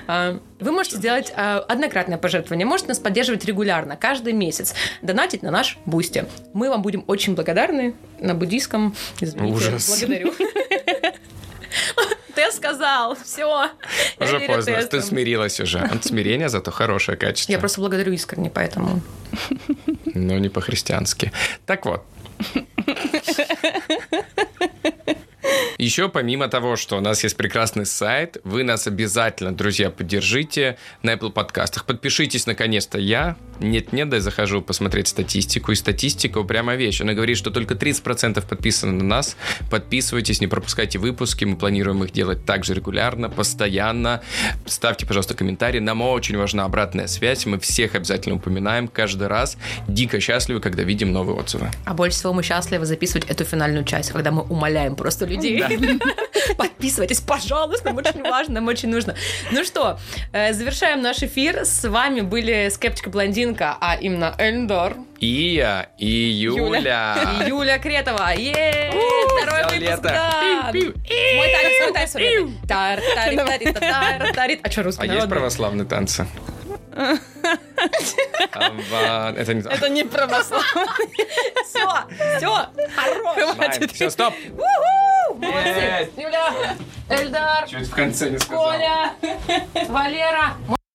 S4: А, Вы можете сделать а, э, однократное пожертвование. Можете нас поддерживать регулярно, каждый месяц. Донатить на наш Бусти. Мы вам будем очень благодарны на буддийском. Извините,
S2: Ужас.
S4: Благодарю. Ты сказал, все.
S2: Уже поздно, ты смирилась уже. От смирения зато хорошее качество.
S4: Я просто благодарю искренне, поэтому...
S2: Но не по-христиански. Так вот. Еще помимо того, что у нас есть прекрасный сайт, вы нас обязательно, друзья, поддержите на Apple подкастах. Подпишитесь, наконец-то, я. Нет-нет, да я захожу посмотреть статистику. И статистика прямо вещь. Она говорит, что только 30% подписаны на нас. Подписывайтесь, не пропускайте выпуски. Мы планируем их делать также регулярно, постоянно. Ставьте, пожалуйста, комментарии. Нам очень важна обратная связь. Мы всех обязательно упоминаем каждый раз. Дико счастливы, когда видим новые отзывы.
S4: А больше всего мы счастливы записывать эту финальную часть, когда мы умоляем просто людей. Подписывайтесь, пожалуйста, нам очень важно, нам очень нужно. Ну что, э, завершаем наш эфир. С вами были Скептика Блондинка, а именно Эльдор
S2: Ия и Юля.
S4: и Юля Кретова. Е! Второй
S2: А. всё
S4: выпуск,
S2: лето.
S4: да! Мой танец, мой танец, мой танец. Тар, тарит, тарит, тар, тарит. А что,
S2: А
S4: русский
S2: есть
S4: народный?
S2: православные танцы? Ава- Это не
S3: Это не православие.
S4: Все, все, хорош.
S3: Хватит.
S2: Все, стоп!
S4: Уху! Молодцы. Юля, Эльдар,
S2: Чуть в конце не сказал.
S4: Коля, Валера.